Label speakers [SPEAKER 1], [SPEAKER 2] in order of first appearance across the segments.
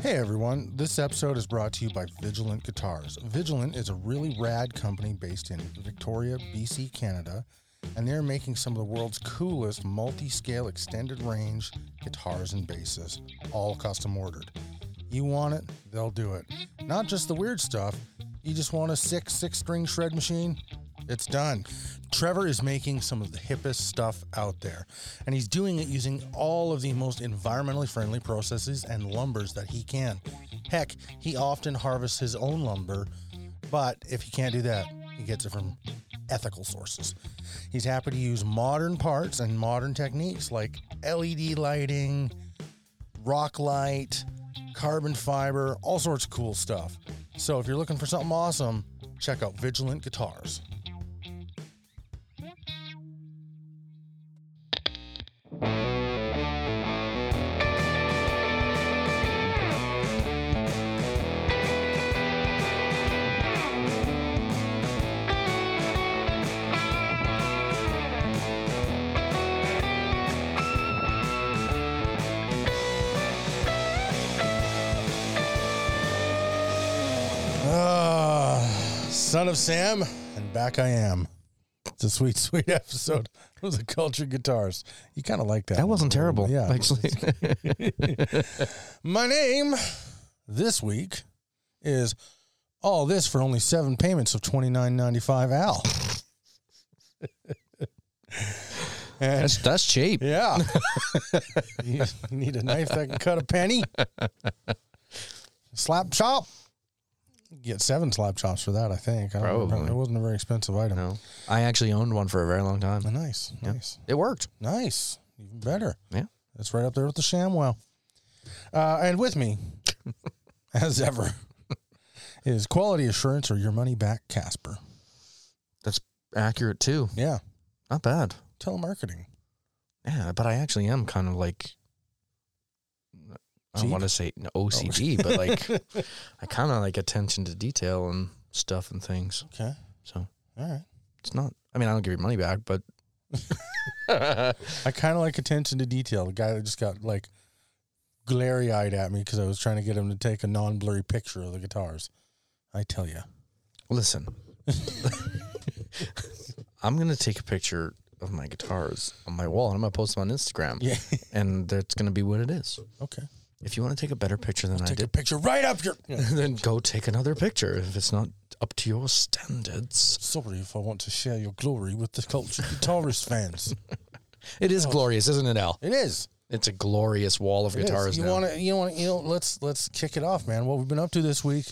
[SPEAKER 1] Hey everyone, this episode is brought to you by Vigilant Guitars. Vigilant is a really rad company based in Victoria, BC, Canada, and they're making some of the world's coolest multi scale extended range guitars and basses, all custom ordered. You want it, they'll do it. Not just the weird stuff, you just want a six, six string shred machine? It's done. Trevor is making some of the hippest stuff out there, and he's doing it using all of the most environmentally friendly processes and lumbers that he can. Heck, he often harvests his own lumber, but if he can't do that, he gets it from ethical sources. He's happy to use modern parts and modern techniques like LED lighting, rock light, carbon fiber, all sorts of cool stuff. So if you're looking for something awesome, check out Vigilant Guitars. Ah, son of Sam, and back I am. It's a sweet, sweet episode. It was a culture guitars. You kind of like that.
[SPEAKER 2] That wasn't terrible,
[SPEAKER 1] Yeah.
[SPEAKER 2] actually.
[SPEAKER 1] My name this week is all this for only seven payments of twenty nine ninety five. Al. and
[SPEAKER 2] that's that's cheap.
[SPEAKER 1] yeah, you you need a knife that can cut a penny. Slap chop. You Get seven slap chops for that, I think. I don't remember.
[SPEAKER 2] Probably.
[SPEAKER 1] It wasn't a very expensive item.
[SPEAKER 2] No, I actually owned one for a very long time.
[SPEAKER 1] Nice, nice,
[SPEAKER 2] It worked.
[SPEAKER 1] nice. Even better.
[SPEAKER 2] Yeah.
[SPEAKER 1] That's right up there with the ShamWow. Uh, and with me, as ever, is quality assurance or your money back, Casper.
[SPEAKER 2] That's accurate too.
[SPEAKER 1] Yeah,
[SPEAKER 2] Not bad.
[SPEAKER 1] telemarketing.
[SPEAKER 2] Yeah, but I actually am kind of like I
[SPEAKER 1] Cheap?
[SPEAKER 2] don't want to say n- OCD, but like I kind of like attention to detail and stuff and things.
[SPEAKER 1] Okay,
[SPEAKER 2] So
[SPEAKER 1] all right.
[SPEAKER 2] it's not. I mean, I don't give your money back, but
[SPEAKER 1] I kind of like attention to detail. The guy that just got like glary eyed at me because I was trying to get him to take a non blurry picture of the guitars. I tell you,
[SPEAKER 2] listen, I'm gonna take a picture of my guitars on my wall and I'm gonna post them on Instagram.
[SPEAKER 1] Yeah.
[SPEAKER 2] and that's gonna be what it is.
[SPEAKER 1] okay.
[SPEAKER 2] If you want to take a better picture than I
[SPEAKER 1] Take
[SPEAKER 2] did,
[SPEAKER 1] a picture right up your. Yeah.
[SPEAKER 2] then go take another picture if it's not up to your standards.
[SPEAKER 1] Sorry if I want to share your glory with the culture guitarist fans.
[SPEAKER 2] It is glorious, isn't it, Al?
[SPEAKER 1] It is.
[SPEAKER 2] It's a glorious wall of
[SPEAKER 1] Oh. It is.
[SPEAKER 2] guitars
[SPEAKER 1] You
[SPEAKER 2] now.
[SPEAKER 1] want to, you want, you know. Let's let's kick it off, man. What we've been up to this week.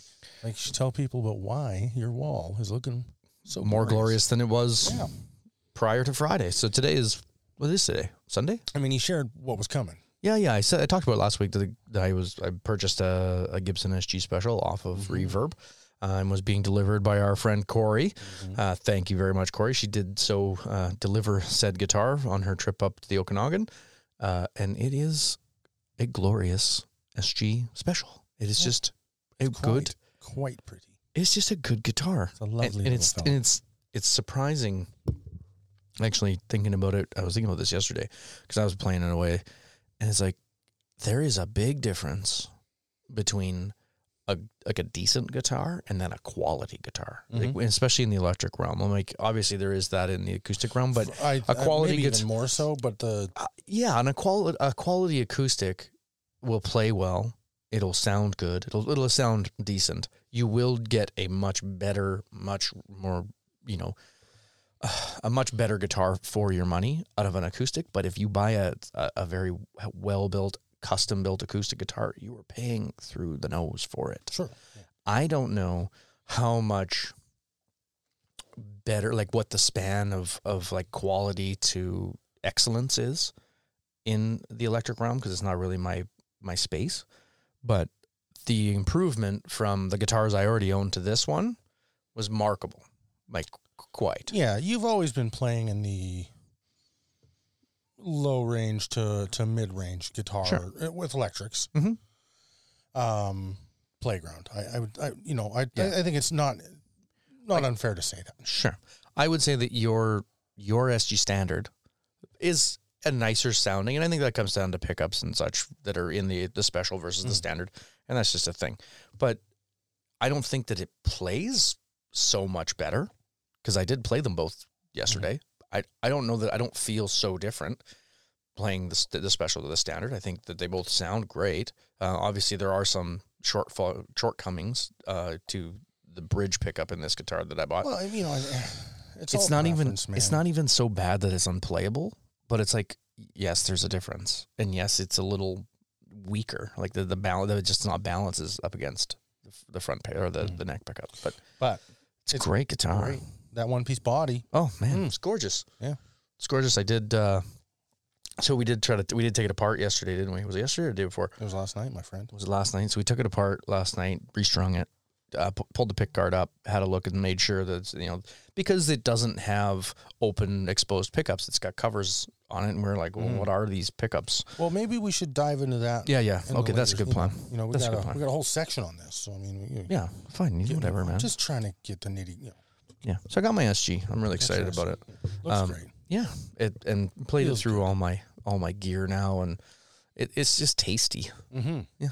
[SPEAKER 1] Like you should tell people about why your wall is looking so
[SPEAKER 2] More glorious than it was
[SPEAKER 1] Yeah.
[SPEAKER 2] prior to Friday. So today is what is today? Sunday?
[SPEAKER 1] I mean, he shared what was coming.
[SPEAKER 2] Yeah, yeah. I said I talked about it last week that, the, that I was I purchased a, a Gibson SG Special off of Reverb. uh, and was being delivered by our friend Corey. Uh, thank you very much, Corey. She did so uh, deliver said guitar on her trip up to the Okanagan, uh, and it is a glorious SG Special. It is just a good.
[SPEAKER 1] Quite, quite pretty.
[SPEAKER 2] It's just a good guitar.
[SPEAKER 1] It's a lovely
[SPEAKER 2] and,
[SPEAKER 1] little
[SPEAKER 2] and it's
[SPEAKER 1] fella.
[SPEAKER 2] and it's it's surprising. Actually, thinking about it, I was thinking about this yesterday because I was playing it away, and it's like there is a big difference between a like a decent guitar and then a quality guitar,
[SPEAKER 1] Mm-hmm.
[SPEAKER 2] like, especially in the electric realm. I'm like, obviously there is that in the acoustic realm, but
[SPEAKER 1] I,
[SPEAKER 2] a
[SPEAKER 1] I-
[SPEAKER 2] quality
[SPEAKER 1] maybe
[SPEAKER 2] gets-
[SPEAKER 1] even more so, but the
[SPEAKER 2] uh, yeah, and a quality a quality acoustic will play well. It'll sound good. It'll it'll sound decent. You will get a much better, much more, you know, a much better guitar for your money out of an acoustic. But if you buy a a, a very well built, custom built acoustic guitar, you are paying through the nose for it.
[SPEAKER 1] sure.
[SPEAKER 2] I don't know how much better like what the span of of like quality to excellence is in the electric realm because it's not really my my space but the improvement from the guitars I already owned to this one was markable like qu- quite
[SPEAKER 1] Yeah, you've always been playing in the low range to to mid range guitar
[SPEAKER 2] Sure.
[SPEAKER 1] uh, with electrics.
[SPEAKER 2] Mhm.
[SPEAKER 1] Um, playground. I, I would, I, you know, I,
[SPEAKER 2] Yeah.
[SPEAKER 1] I I think it's not not unfair to say that.
[SPEAKER 2] sure I would say that your your SG standard is a nicer sounding. And I think that comes down to pickups and such that are in the the special versus the
[SPEAKER 1] Mhm.
[SPEAKER 2] standard, and that's just a thing. But I don't think that it plays so much better because I did play them both yesterday. I I don't know that I don't feel so different playing the st- the special to the standard. I think that they both sound great. Uh, obviously, there are some shortfall shortcomings uh, to the bridge pickup in this guitar that I bought
[SPEAKER 1] Well, you know, it's,
[SPEAKER 2] it's
[SPEAKER 1] all
[SPEAKER 2] not even
[SPEAKER 1] preference, man.
[SPEAKER 2] it's not even so bad that it's unplayable, but it's like yes, there's a difference, and yes, it's a little weaker. Like the the balance, it just not balances up against the f- the front pair or the, the neck pickup. Mm. But
[SPEAKER 1] But
[SPEAKER 2] it's,
[SPEAKER 1] It's
[SPEAKER 2] great guitar.
[SPEAKER 1] great. that one piece body.
[SPEAKER 2] Oh man, it's gorgeous.
[SPEAKER 1] Yeah.
[SPEAKER 2] it's gorgeous. I did. uh So we did try to we did take it apart yesterday, didn't we? Was it yesterday or the day before?
[SPEAKER 1] It was last night, my friend.
[SPEAKER 2] was it last night? So we took it apart last night, restrung it, uh, pu- pulled the pick guard up, had a look, and made sure that it's, you know because it doesn't have open exposed pickups. It's got covers on it, and we are like, well,
[SPEAKER 1] Mm-hmm.
[SPEAKER 2] what are these pickups?
[SPEAKER 1] Well, maybe we should dive into that.
[SPEAKER 2] Yeah, yeah.
[SPEAKER 1] in the
[SPEAKER 2] okay, that's a
[SPEAKER 1] later-
[SPEAKER 2] good plan.
[SPEAKER 1] You know, we
[SPEAKER 2] That's a
[SPEAKER 1] got a,
[SPEAKER 2] good plan.
[SPEAKER 1] we got a whole section on this. So I mean, we,
[SPEAKER 2] Yeah, fine. You, whatever, man.
[SPEAKER 1] Just trying to get the nitty. You know,
[SPEAKER 2] yeah. So I got my SG. I'm really excited about it.
[SPEAKER 1] looks
[SPEAKER 2] Um,
[SPEAKER 1] great.
[SPEAKER 2] Yeah, it and played
[SPEAKER 1] Feels
[SPEAKER 2] it through all my all my gear now, and it, it's just tasty.
[SPEAKER 1] Mm-hmm.
[SPEAKER 2] yeah.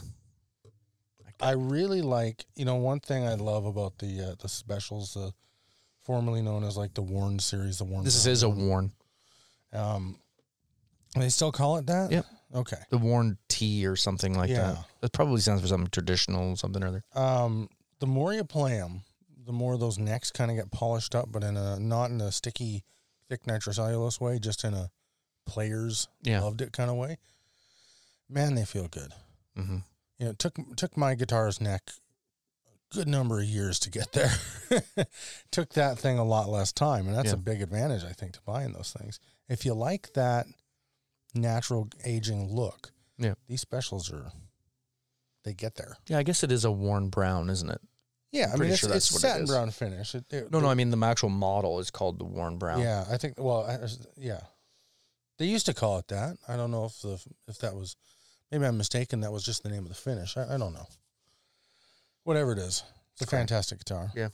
[SPEAKER 1] I really like. You know, one thing I love about the uh, the specials, uh, formerly known as like the Warren series, the Warren.
[SPEAKER 2] This is a Warren,
[SPEAKER 1] Um, they still call it that.
[SPEAKER 2] Yep.
[SPEAKER 1] Okay.
[SPEAKER 2] the Warren tea or something like
[SPEAKER 1] Yeah.
[SPEAKER 2] that. That probably sounds for something traditional, something or other.
[SPEAKER 1] Um, the more you play them, the more those necks kind of get polished up, but in a not in a sticky, thick nitrocellulose way, just in a players
[SPEAKER 2] Yeah.
[SPEAKER 1] loved it kind of way. Man, they feel good.
[SPEAKER 2] Mm-hmm.
[SPEAKER 1] You know, it took took my guitar's neck a good number of years to get there. took that thing a lot less time, and that's
[SPEAKER 2] Yeah.
[SPEAKER 1] a big advantage I think to buying those things. If you like that natural aging look,
[SPEAKER 2] Yeah.
[SPEAKER 1] these specials are they get there.
[SPEAKER 2] Yeah, I guess it is a worn brown, isn't it?
[SPEAKER 1] Yeah, I
[SPEAKER 2] pretty
[SPEAKER 1] mean, it's,
[SPEAKER 2] sure
[SPEAKER 1] it's
[SPEAKER 2] that's what it
[SPEAKER 1] satin
[SPEAKER 2] is.
[SPEAKER 1] brown finish. It, it-
[SPEAKER 2] No, no, I mean the actual model is called the worn brown.
[SPEAKER 1] Yeah, I think. Well, I, yeah, they used to call it that. I don't know if the if that was maybe I'm mistaken. That was just the name of the finish. I, I don't know. Whatever it is, it's a
[SPEAKER 2] Okay.
[SPEAKER 1] fantastic guitar.
[SPEAKER 2] It,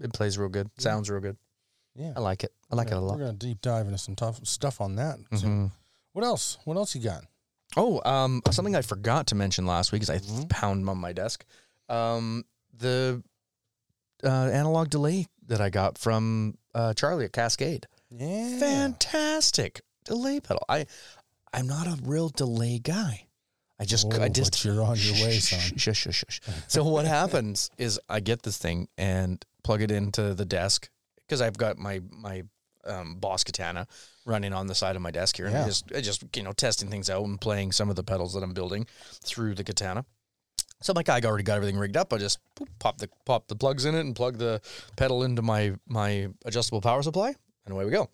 [SPEAKER 2] it plays real good. Sounds real good.
[SPEAKER 1] Yeah,
[SPEAKER 2] I like it. I like it a lot.
[SPEAKER 1] We're gonna deep dive into some tough stuff on that. soon.
[SPEAKER 2] Mhm.
[SPEAKER 1] What else? What else you got?
[SPEAKER 2] Oh, um, something I forgot to mention last week is I
[SPEAKER 1] Mm-hmm.
[SPEAKER 2] pound on my desk. Um, the uh, analog delay that I got from uh, Charlie at Cascade.
[SPEAKER 1] Yeah,
[SPEAKER 2] Fantastic delay pedal. I I'm not a real delay guy. I just c- I
[SPEAKER 1] Oh,
[SPEAKER 2] just
[SPEAKER 1] but you're on your way,
[SPEAKER 2] Shh,
[SPEAKER 1] son.
[SPEAKER 2] shh, shh, shh, shh, shh. So what happens is I get this thing and plug it into the desk because I've got my my um, Boss Katana running on the side of my desk here, and
[SPEAKER 1] Yeah.
[SPEAKER 2] I just I just you know testing things out and playing some of the pedals that I'm building through the Katana. So I'm like, I already got everything rigged up. I just boop, pop the pop the plugs in it and plug the pedal into my my adjustable power supply, and away we go.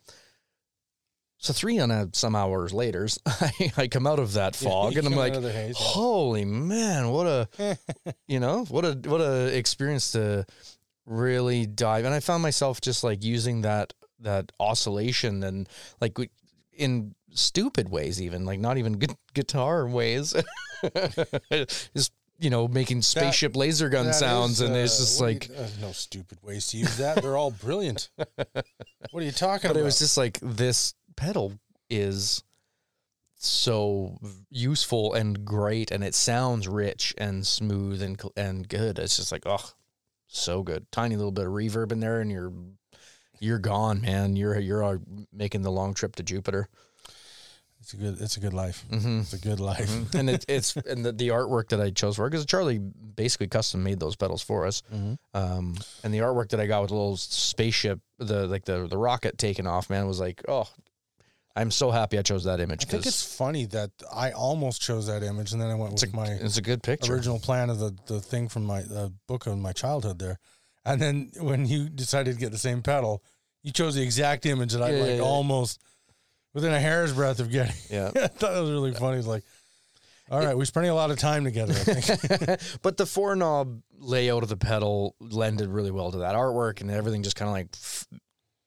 [SPEAKER 2] So three and a, some hours later, I, I come out of that fog and I'm
[SPEAKER 1] Come
[SPEAKER 2] like,
[SPEAKER 1] out of the haze.
[SPEAKER 2] holy man what a you know what a what a experience to really dive and i found myself just like using that that oscillation and like we- in stupid ways even like not even gu- guitar ways just you know making spaceship laser gun
[SPEAKER 1] That is,
[SPEAKER 2] sounds and it's
[SPEAKER 1] uh,
[SPEAKER 2] just
[SPEAKER 1] what do
[SPEAKER 2] like
[SPEAKER 1] you- uh, no stupid ways to use that. They're all brilliant. what are you talking
[SPEAKER 2] but
[SPEAKER 1] about?
[SPEAKER 2] it was just like this pedal is so useful and great and it sounds rich and smooth and cl- and good it's just like oh so good tiny little bit of reverb in there and you're you're gone man you're you're uh, making the long trip to jupiter
[SPEAKER 1] it's a good. It's a good life.
[SPEAKER 2] mm-hmm.
[SPEAKER 1] It's a good life.
[SPEAKER 2] and it, it's and the, the artwork that i chose for because charlie basically custom made those pedals for us
[SPEAKER 1] Mhm.
[SPEAKER 2] um and the artwork that i got with the little spaceship the like the the rocket taken off man was like oh i'm so happy i chose that image
[SPEAKER 1] I think
[SPEAKER 2] 'cause
[SPEAKER 1] it's funny that I almost chose that image, and then I went
[SPEAKER 2] it's
[SPEAKER 1] with
[SPEAKER 2] a,
[SPEAKER 1] my
[SPEAKER 2] it's a good picture
[SPEAKER 1] original plan of the, the thing from my uh, book of my childhood there. And then when you decided to get the same pedal, you chose the exact image that I
[SPEAKER 2] Yeah,
[SPEAKER 1] like
[SPEAKER 2] yeah, yeah.
[SPEAKER 1] almost within a hair's breadth of getting.
[SPEAKER 2] yeah
[SPEAKER 1] I thought that was really funny. It's like, all right, we're spending a lot of time together. I think.
[SPEAKER 2] but the four knob layout of the pedal lended really well to that artwork and everything just kind of like f-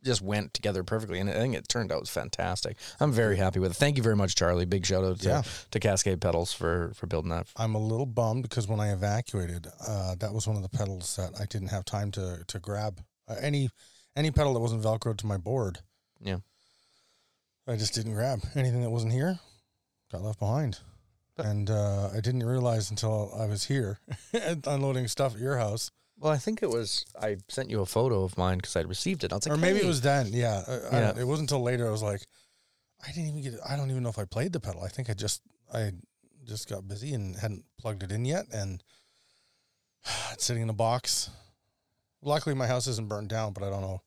[SPEAKER 2] just went together perfectly and i think it turned out fantastic i'm very happy with it thank you very much charlie big shout out to,
[SPEAKER 1] Yeah.
[SPEAKER 2] to cascade pedals for for building that
[SPEAKER 1] I'm a little bummed because when I evacuated, uh, that was one of the pedals that I didn't have time to to grab. Uh, any any pedal that wasn't velcroed to my board.
[SPEAKER 2] Yeah.
[SPEAKER 1] I just didn't grab anything that wasn't here. Got left behind, and uh, I didn't realize until I was here unloading stuff at your house,
[SPEAKER 2] Well, I think it was I sent you a photo of mine because I received it. I was like,
[SPEAKER 1] or maybe
[SPEAKER 2] "Hey."
[SPEAKER 1] it was then. Yeah, I, I
[SPEAKER 2] Yeah.
[SPEAKER 1] don't- it wasn't until later. I was like, I didn't even get. I don't even know if I played the pedal. I think I just I just got busy and hadn't plugged it in yet, and it's sitting in a box. Luckily, my house isn't burned down, but I don't know.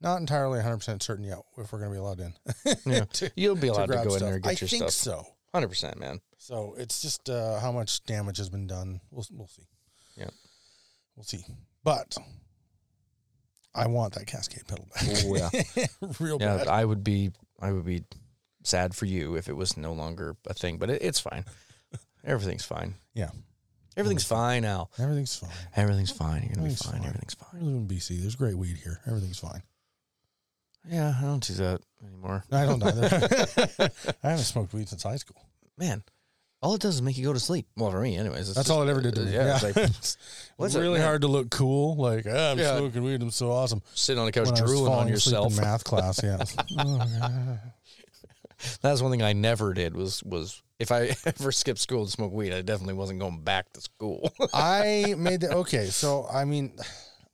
[SPEAKER 1] Not entirely 100% certain yet if we're going to be allowed in.
[SPEAKER 2] Yeah.
[SPEAKER 1] to-
[SPEAKER 2] You'll be allowed to,
[SPEAKER 1] grab
[SPEAKER 2] go in
[SPEAKER 1] stuff.
[SPEAKER 2] there and get
[SPEAKER 1] I
[SPEAKER 2] your
[SPEAKER 1] think
[SPEAKER 2] stuff.
[SPEAKER 1] so.
[SPEAKER 2] Hundred percent, man.
[SPEAKER 1] So it's just uh, how much damage has been done. We'll we'll see.
[SPEAKER 2] Yeah.
[SPEAKER 1] we'll see. But I want that Cascade pedal back.
[SPEAKER 2] Oh,
[SPEAKER 1] real
[SPEAKER 2] Yeah,
[SPEAKER 1] Oh, bad.
[SPEAKER 2] I would be, I would be sad for you if it was no longer a thing. But it, it's fine. Everything's fine.
[SPEAKER 1] Yeah.
[SPEAKER 2] everything's fine, Al.
[SPEAKER 1] Everything's fine.
[SPEAKER 2] Everything's fine. You're gonna be
[SPEAKER 1] Everything's
[SPEAKER 2] fine.
[SPEAKER 1] fine.
[SPEAKER 2] Everything's
[SPEAKER 1] I
[SPEAKER 2] fine.
[SPEAKER 1] live in BC. There's great weed here. Everything's fine.
[SPEAKER 2] Yeah, I don't do that anymore.
[SPEAKER 1] I don't either. I haven't smoked weed since high school.
[SPEAKER 2] Man, all it does is make you go to sleep. Well, for me, anyways. it's
[SPEAKER 1] That's
[SPEAKER 2] just- uh,
[SPEAKER 1] all it ever did to me.
[SPEAKER 2] Yeah,
[SPEAKER 1] Yeah,
[SPEAKER 2] it's like-
[SPEAKER 1] it's
[SPEAKER 2] What's it,
[SPEAKER 1] really
[SPEAKER 2] man?
[SPEAKER 1] hard to look cool. Like "Ah, I'm
[SPEAKER 2] Yeah.
[SPEAKER 1] smoking weed. I'm so awesome.
[SPEAKER 2] Sitting on the couch,
[SPEAKER 1] When I was
[SPEAKER 2] drooling on
[SPEAKER 1] falling asleep in
[SPEAKER 2] yourself.
[SPEAKER 1] math class. Yeah.
[SPEAKER 2] That's one thing I never did. Was was if I ever skipped school to smoke weed, I definitely wasn't going back to school.
[SPEAKER 1] I made that okay. So I mean,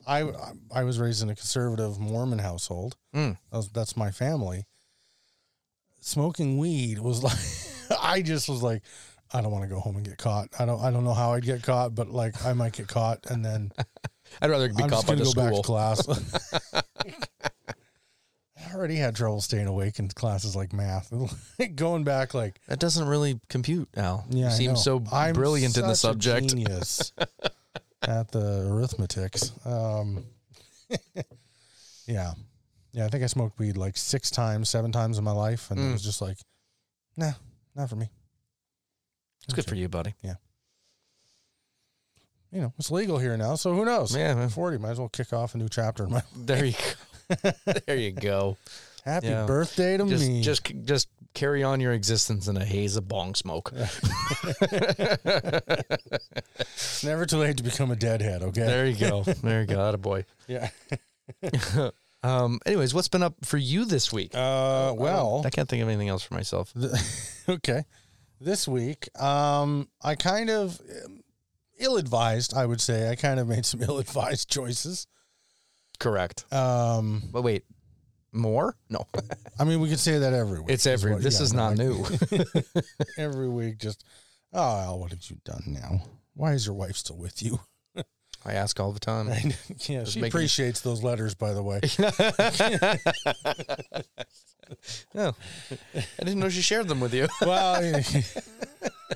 [SPEAKER 1] I I was raised in a conservative Mormon household.
[SPEAKER 2] Mm.
[SPEAKER 1] That was- that's my family. Smoking weed was like I just was like I don't want to go home and get caught. I don't I don't know how I'd get caught, but like I might get caught and then
[SPEAKER 2] I'd rather be
[SPEAKER 1] I'm just
[SPEAKER 2] caught by
[SPEAKER 1] gonna
[SPEAKER 2] the
[SPEAKER 1] go back to
[SPEAKER 2] school.
[SPEAKER 1] class. I already had trouble staying awake in classes like math. Going back, like
[SPEAKER 2] That doesn't really compute, Al.
[SPEAKER 1] yeah,
[SPEAKER 2] you
[SPEAKER 1] I
[SPEAKER 2] seem
[SPEAKER 1] know.
[SPEAKER 2] so
[SPEAKER 1] I'm
[SPEAKER 2] brilliant in the
[SPEAKER 1] such a
[SPEAKER 2] subject.
[SPEAKER 1] genius at the arithmetics. Um, yeah, yeah. I think I smoked weed like six times, seven times in my life, and it
[SPEAKER 2] Mm.
[SPEAKER 1] was just like, nah, not for me.
[SPEAKER 2] It's good for you, buddy.
[SPEAKER 1] You know, it's legal here now, so who knows?
[SPEAKER 2] Yeah, man.
[SPEAKER 1] Forty, might as well kick off a new chapter in my
[SPEAKER 2] there you go. there you go.
[SPEAKER 1] happy
[SPEAKER 2] Yeah.
[SPEAKER 1] birthday to
[SPEAKER 2] Just
[SPEAKER 1] me.
[SPEAKER 2] just just carry on your existence in a haze of bong smoke.
[SPEAKER 1] It's never too late to become a deadhead. Okay.
[SPEAKER 2] There you go. There you go. Atta boy.
[SPEAKER 1] Yeah.
[SPEAKER 2] Um. Anyways, what's been up for you this week?
[SPEAKER 1] Uh, well,
[SPEAKER 2] I can't think of anything else for myself.
[SPEAKER 1] th- okay. This week, um, I kind of um, ill-advised. I would say I kind of made some ill-advised choices.
[SPEAKER 2] Correct.
[SPEAKER 1] Um,
[SPEAKER 2] But wait, more? No,
[SPEAKER 1] I mean, we could say that every week.
[SPEAKER 2] it's
[SPEAKER 1] is
[SPEAKER 2] every.
[SPEAKER 1] what-
[SPEAKER 2] This
[SPEAKER 1] yeah,
[SPEAKER 2] is
[SPEAKER 1] no,
[SPEAKER 2] not
[SPEAKER 1] I-
[SPEAKER 2] new.
[SPEAKER 1] Every week, just oh, Al, what have you done now? Why is your wife still with you?
[SPEAKER 2] I ask all the time.
[SPEAKER 1] And, yeah, she
[SPEAKER 2] making-
[SPEAKER 1] appreciates those letters, by the way.
[SPEAKER 2] No, I didn't know she shared them with you.
[SPEAKER 1] well,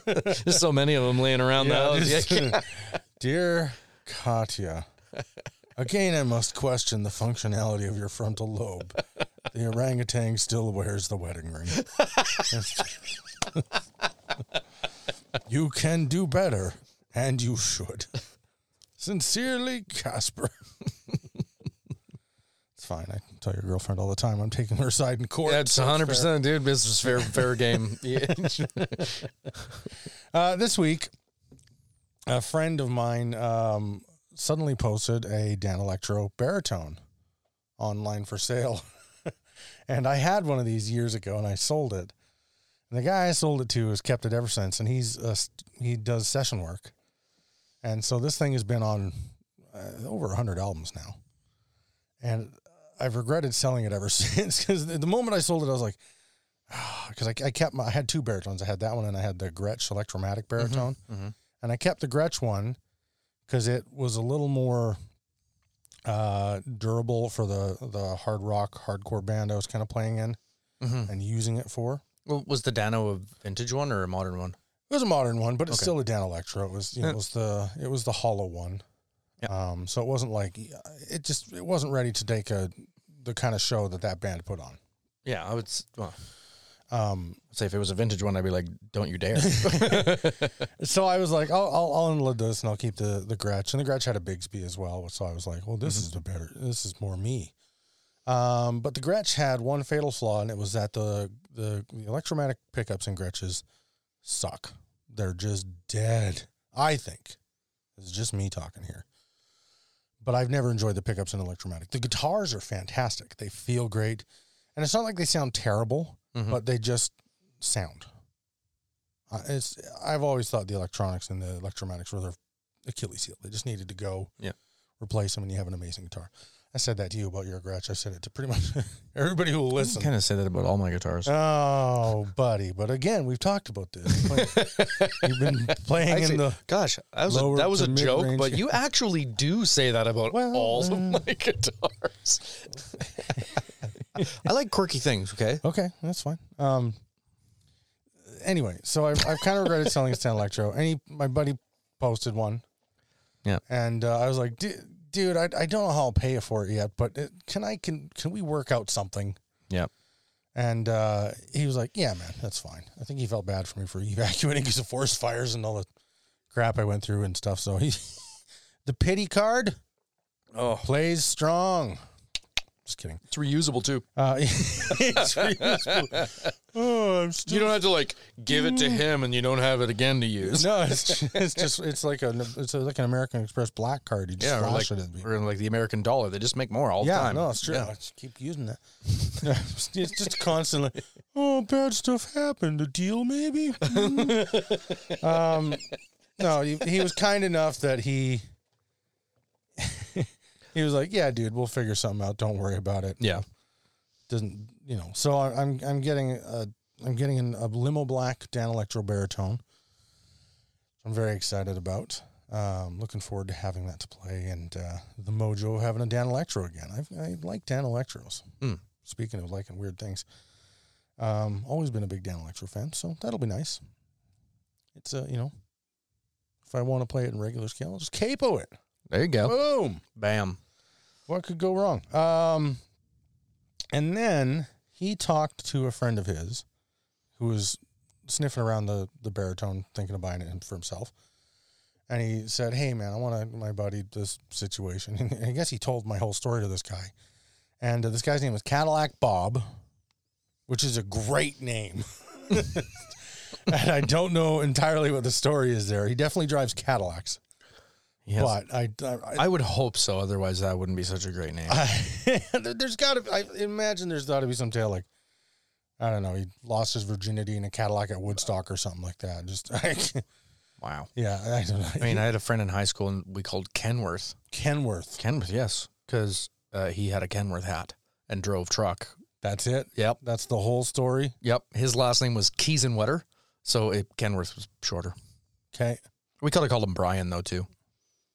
[SPEAKER 2] There's so many of them laying around the house.
[SPEAKER 1] just- Dear Katya, again, I must question the functionality of your frontal lobe. The orangutan still wears the wedding ring. you can do better, and you should. Sincerely, Casper. it's fine. I tell your girlfriend all the time I'm taking her side in court.
[SPEAKER 2] That's
[SPEAKER 1] so it's
[SPEAKER 2] 100,
[SPEAKER 1] fair.
[SPEAKER 2] percent dude. This is fair, fair game. Yeah.
[SPEAKER 1] Uh, this week, a friend of mine um, suddenly posted a Dan Electro baritone online for sale. and I had one of these years ago and I sold it. And the guy I sold it to has kept it ever since. And he's uh, st- he does session work. And so this thing has been on uh, over 100 albums now. And I've regretted selling it ever since because the moment I sold it, I was like, because I, I kept my, I had two baritones. I had that one and I had the Gretsch electromatic baritone.
[SPEAKER 2] mhm.
[SPEAKER 1] And I kept the Gretsch one because it was a little more uh, durable for the, the hard rock, hardcore band I was kind of playing in
[SPEAKER 2] Mhm.
[SPEAKER 1] and using it for.
[SPEAKER 2] Well, was the Dano a vintage one or a modern one?
[SPEAKER 1] It was a modern one, but it's
[SPEAKER 2] Okay.
[SPEAKER 1] still a Dan Electro. It was, you know,
[SPEAKER 2] Yeah.
[SPEAKER 1] it was the it was the hollow one.
[SPEAKER 2] Yeah.
[SPEAKER 1] Um, so it wasn't like it just it wasn't ready to take a the kind of show that that band put on.
[SPEAKER 2] Yeah, I would. s- Well,
[SPEAKER 1] Um,
[SPEAKER 2] I'd say if it was a vintage one, I'd be like, "Don't you dare!"
[SPEAKER 1] so I was like, I'll, I'll, I'll unload this and I'll keep the, the Gretsch. And the Gretsch had a Bigsby as well. So I was like, well, this is the better, this is more me. Um, but the Gretsch had one fatal flaw, and it was that the, the, the electromatic pickups in Gretches suck. They're just dead, I think. This is just me talking here. But I've never enjoyed the pickups in electromatic. The guitars are fantastic, they feel great. And it's not like they sound terrible.
[SPEAKER 2] Mhm.
[SPEAKER 1] but they just sound. Uh, it's I've always thought the electronics and the electromatics were their Achilles heel. They just needed to go
[SPEAKER 2] Yeah.
[SPEAKER 1] replace them, and you have an amazing guitar. I said that to you about your Gretsch. I said it to pretty much everybody who will listen.
[SPEAKER 2] kind of say that about all my guitars.
[SPEAKER 1] Oh, buddy! But again, we've talked about this. Like, You've been playing
[SPEAKER 2] Actually,
[SPEAKER 1] in the
[SPEAKER 2] Gosh, that was a,
[SPEAKER 1] Lower
[SPEAKER 2] that was
[SPEAKER 1] to
[SPEAKER 2] a joke,
[SPEAKER 1] mid-range.
[SPEAKER 2] but you actually do say that about
[SPEAKER 1] Well,
[SPEAKER 2] all
[SPEAKER 1] uh,
[SPEAKER 2] of my guitars. I like quirky things. Okay,
[SPEAKER 1] Okay, that's fine. Um. Anyway, so I've, I've kind of regretted selling Stan Electro. And he, my buddy posted one.
[SPEAKER 2] Yeah.
[SPEAKER 1] And uh, I was like, "Du- dude, I, I don't know how I'll pay you for it yet, but it, can I can can we work out something?
[SPEAKER 2] Yeah.
[SPEAKER 1] And uh, he was like, yeah, man, that's fine. I think he felt bad for me for evacuating because of forest fires and all the crap I went through and stuff. So he, the pity card, oh, plays strong. Just kidding.
[SPEAKER 2] it's reusable too.
[SPEAKER 1] Uh, it's reusable. Oh, I'm still.
[SPEAKER 2] You don't have to like give it to him, and you don't have it again to use.
[SPEAKER 1] Mm. no, it's, it's just it's like a it's like an American Express black card. You just
[SPEAKER 2] Yeah, or like,
[SPEAKER 1] flash it at people.
[SPEAKER 2] or in like the American dollar, they just make more all
[SPEAKER 1] yeah,
[SPEAKER 2] the time.
[SPEAKER 1] no, it's true.
[SPEAKER 2] Yeah.
[SPEAKER 1] I just keep using that. it's just constantly. Oh, bad stuff happened. A deal, maybe. Mm. um, no, he, he was kind enough that he. he was like, "Yeah, dude, we'll figure something out. Don't worry about it."
[SPEAKER 2] Yeah.
[SPEAKER 1] doesn't you know so I, i'm i'm getting a i'm getting an, a limo black dan electro baritone i'm very excited about um looking forward to having that to play and uh the mojo of having a dan electro again I've, i like dan electros
[SPEAKER 2] Hmm.
[SPEAKER 1] speaking of liking weird things um always been a big dan electro fan so that'll be nice it's uh you know if i want to play it in regular scale I'll just capo it
[SPEAKER 2] There you go.
[SPEAKER 1] boom
[SPEAKER 2] Bam.
[SPEAKER 1] what could go wrong? Um, and then he talked to a friend of his who was sniffing around the, the baritone, thinking of buying it for himself. And he said, Hey, man, I want to, my buddy this situation. And I guess he told my whole story to this guy. And uh, this guy's name was Cadillac Bob, which is a great name. and I don't know entirely what the story is there. He definitely drives Cadillacs,
[SPEAKER 2] Yes.
[SPEAKER 1] but I, I,
[SPEAKER 2] I would hope so. Otherwise, that wouldn't be such a great name.
[SPEAKER 1] I, there- there's got to. I imagine there's got to be some tale like, I don't know, he lost his virginity in a Cadillac at Woodstock or something like that. Just, I, can't-
[SPEAKER 2] wow.
[SPEAKER 1] yeah, I don't know.
[SPEAKER 2] I mean, I had a friend in high school, and we called Kenworth.
[SPEAKER 1] Kenworth.
[SPEAKER 2] Kenworth, yes, because uh, he had a Kenworth hat and drove truck.
[SPEAKER 1] That's it.
[SPEAKER 2] Yep,
[SPEAKER 1] That's the whole story.
[SPEAKER 2] yep. His last name was Keys and Wetter, so it, Kenworth was shorter.
[SPEAKER 1] Okay.
[SPEAKER 2] We could have called him Brian though too,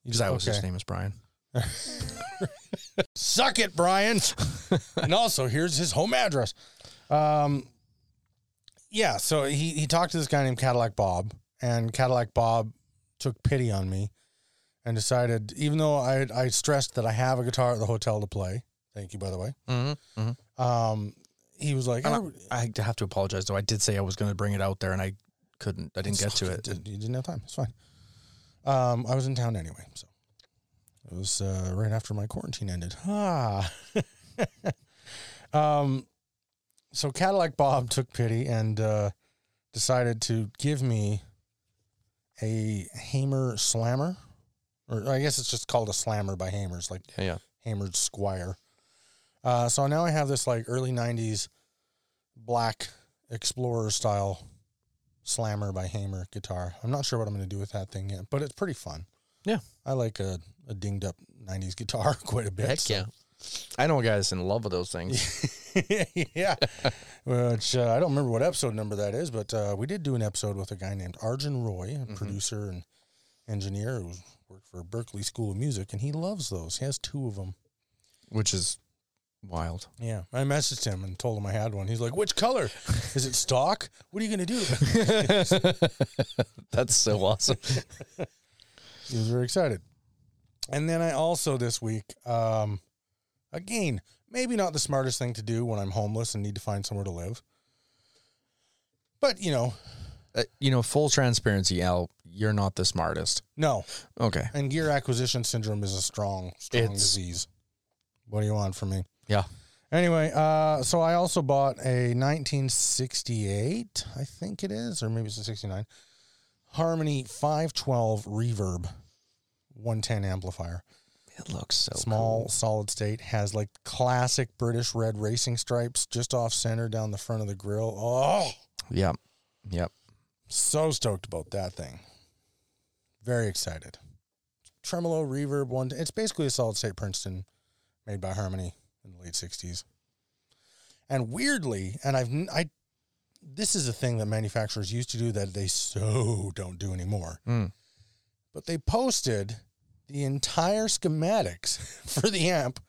[SPEAKER 2] because that was his name is Brian.
[SPEAKER 1] Suck it, Brian. and also, here's his home address. Um, yeah, so he he talked to this guy named Cadillac Bob, and Cadillac Bob took pity on me and decided, even though I I stressed that I have a guitar at the hotel to play. Thank you, by the way.
[SPEAKER 2] Mm-hmm.
[SPEAKER 1] Um, he was like,
[SPEAKER 2] And I have to apologize though. I did say I was going to bring it out there, and I couldn't. I didn't get to it.
[SPEAKER 1] You didn't have time. It's fine. Um, I was in town anyway, so it was uh, right after my quarantine ended. Ah. um, so Cadillac Bob took pity and uh, decided to give me a Hamer Slammer, or I guess it's just called a Slammer by Hamers, like
[SPEAKER 2] Yeah, yeah.
[SPEAKER 1] Hammered Squire. Uh, so now I have this like early '90s black Explorer style Slammer by Hammer guitar. I'm not sure what I'm going to do with that thing yet, but it's pretty fun.
[SPEAKER 2] Yeah.
[SPEAKER 1] I like a, a dinged up '90s guitar quite a bit.
[SPEAKER 2] Heck yeah. I know a guy that's in love with those things.
[SPEAKER 1] yeah. Which uh, I don't remember what episode number that is, but uh, we did do an episode with a guy named Arjun Roy, a
[SPEAKER 2] Mm-hmm.
[SPEAKER 1] producer and engineer who worked for Berkeley School of Music, and he loves those. He has two of them.
[SPEAKER 2] Which is wild.
[SPEAKER 1] Yeah, I messaged him and told him I had one. He's like, "Which color? Is it stock? What are you gonna do?"
[SPEAKER 2] That's so awesome.
[SPEAKER 1] he was very excited. And then I also this week, um, again, maybe not the smartest thing to do when I'm homeless and need to find somewhere to live. But you know,
[SPEAKER 2] Uh, you know, full transparency, Al, you're not the smartest.
[SPEAKER 1] no.
[SPEAKER 2] Okay.
[SPEAKER 1] And gear acquisition syndrome is a strong, strong
[SPEAKER 2] It's-
[SPEAKER 1] disease. What do you want from me?
[SPEAKER 2] Yeah.
[SPEAKER 1] Anyway, uh, so I also bought a 1968, I think it is, or maybe it's a 69, Harmony 512 Reverb 110 amplifier.
[SPEAKER 2] It looks so
[SPEAKER 1] Small,
[SPEAKER 2] Oh, cool.
[SPEAKER 1] solid state has like classic British red racing stripes just off center down the front of the grill. Oh,
[SPEAKER 2] Yep. Yep.
[SPEAKER 1] so stoked about that thing. Very excited. Tremolo reverb one. It's basically a solid state Princeton made by Harmony in the late 60s. And weirdly, and I've n- I this is a thing that manufacturers used to do that they so don't do anymore.
[SPEAKER 2] Mm.
[SPEAKER 1] But they posted the entire schematics for the amp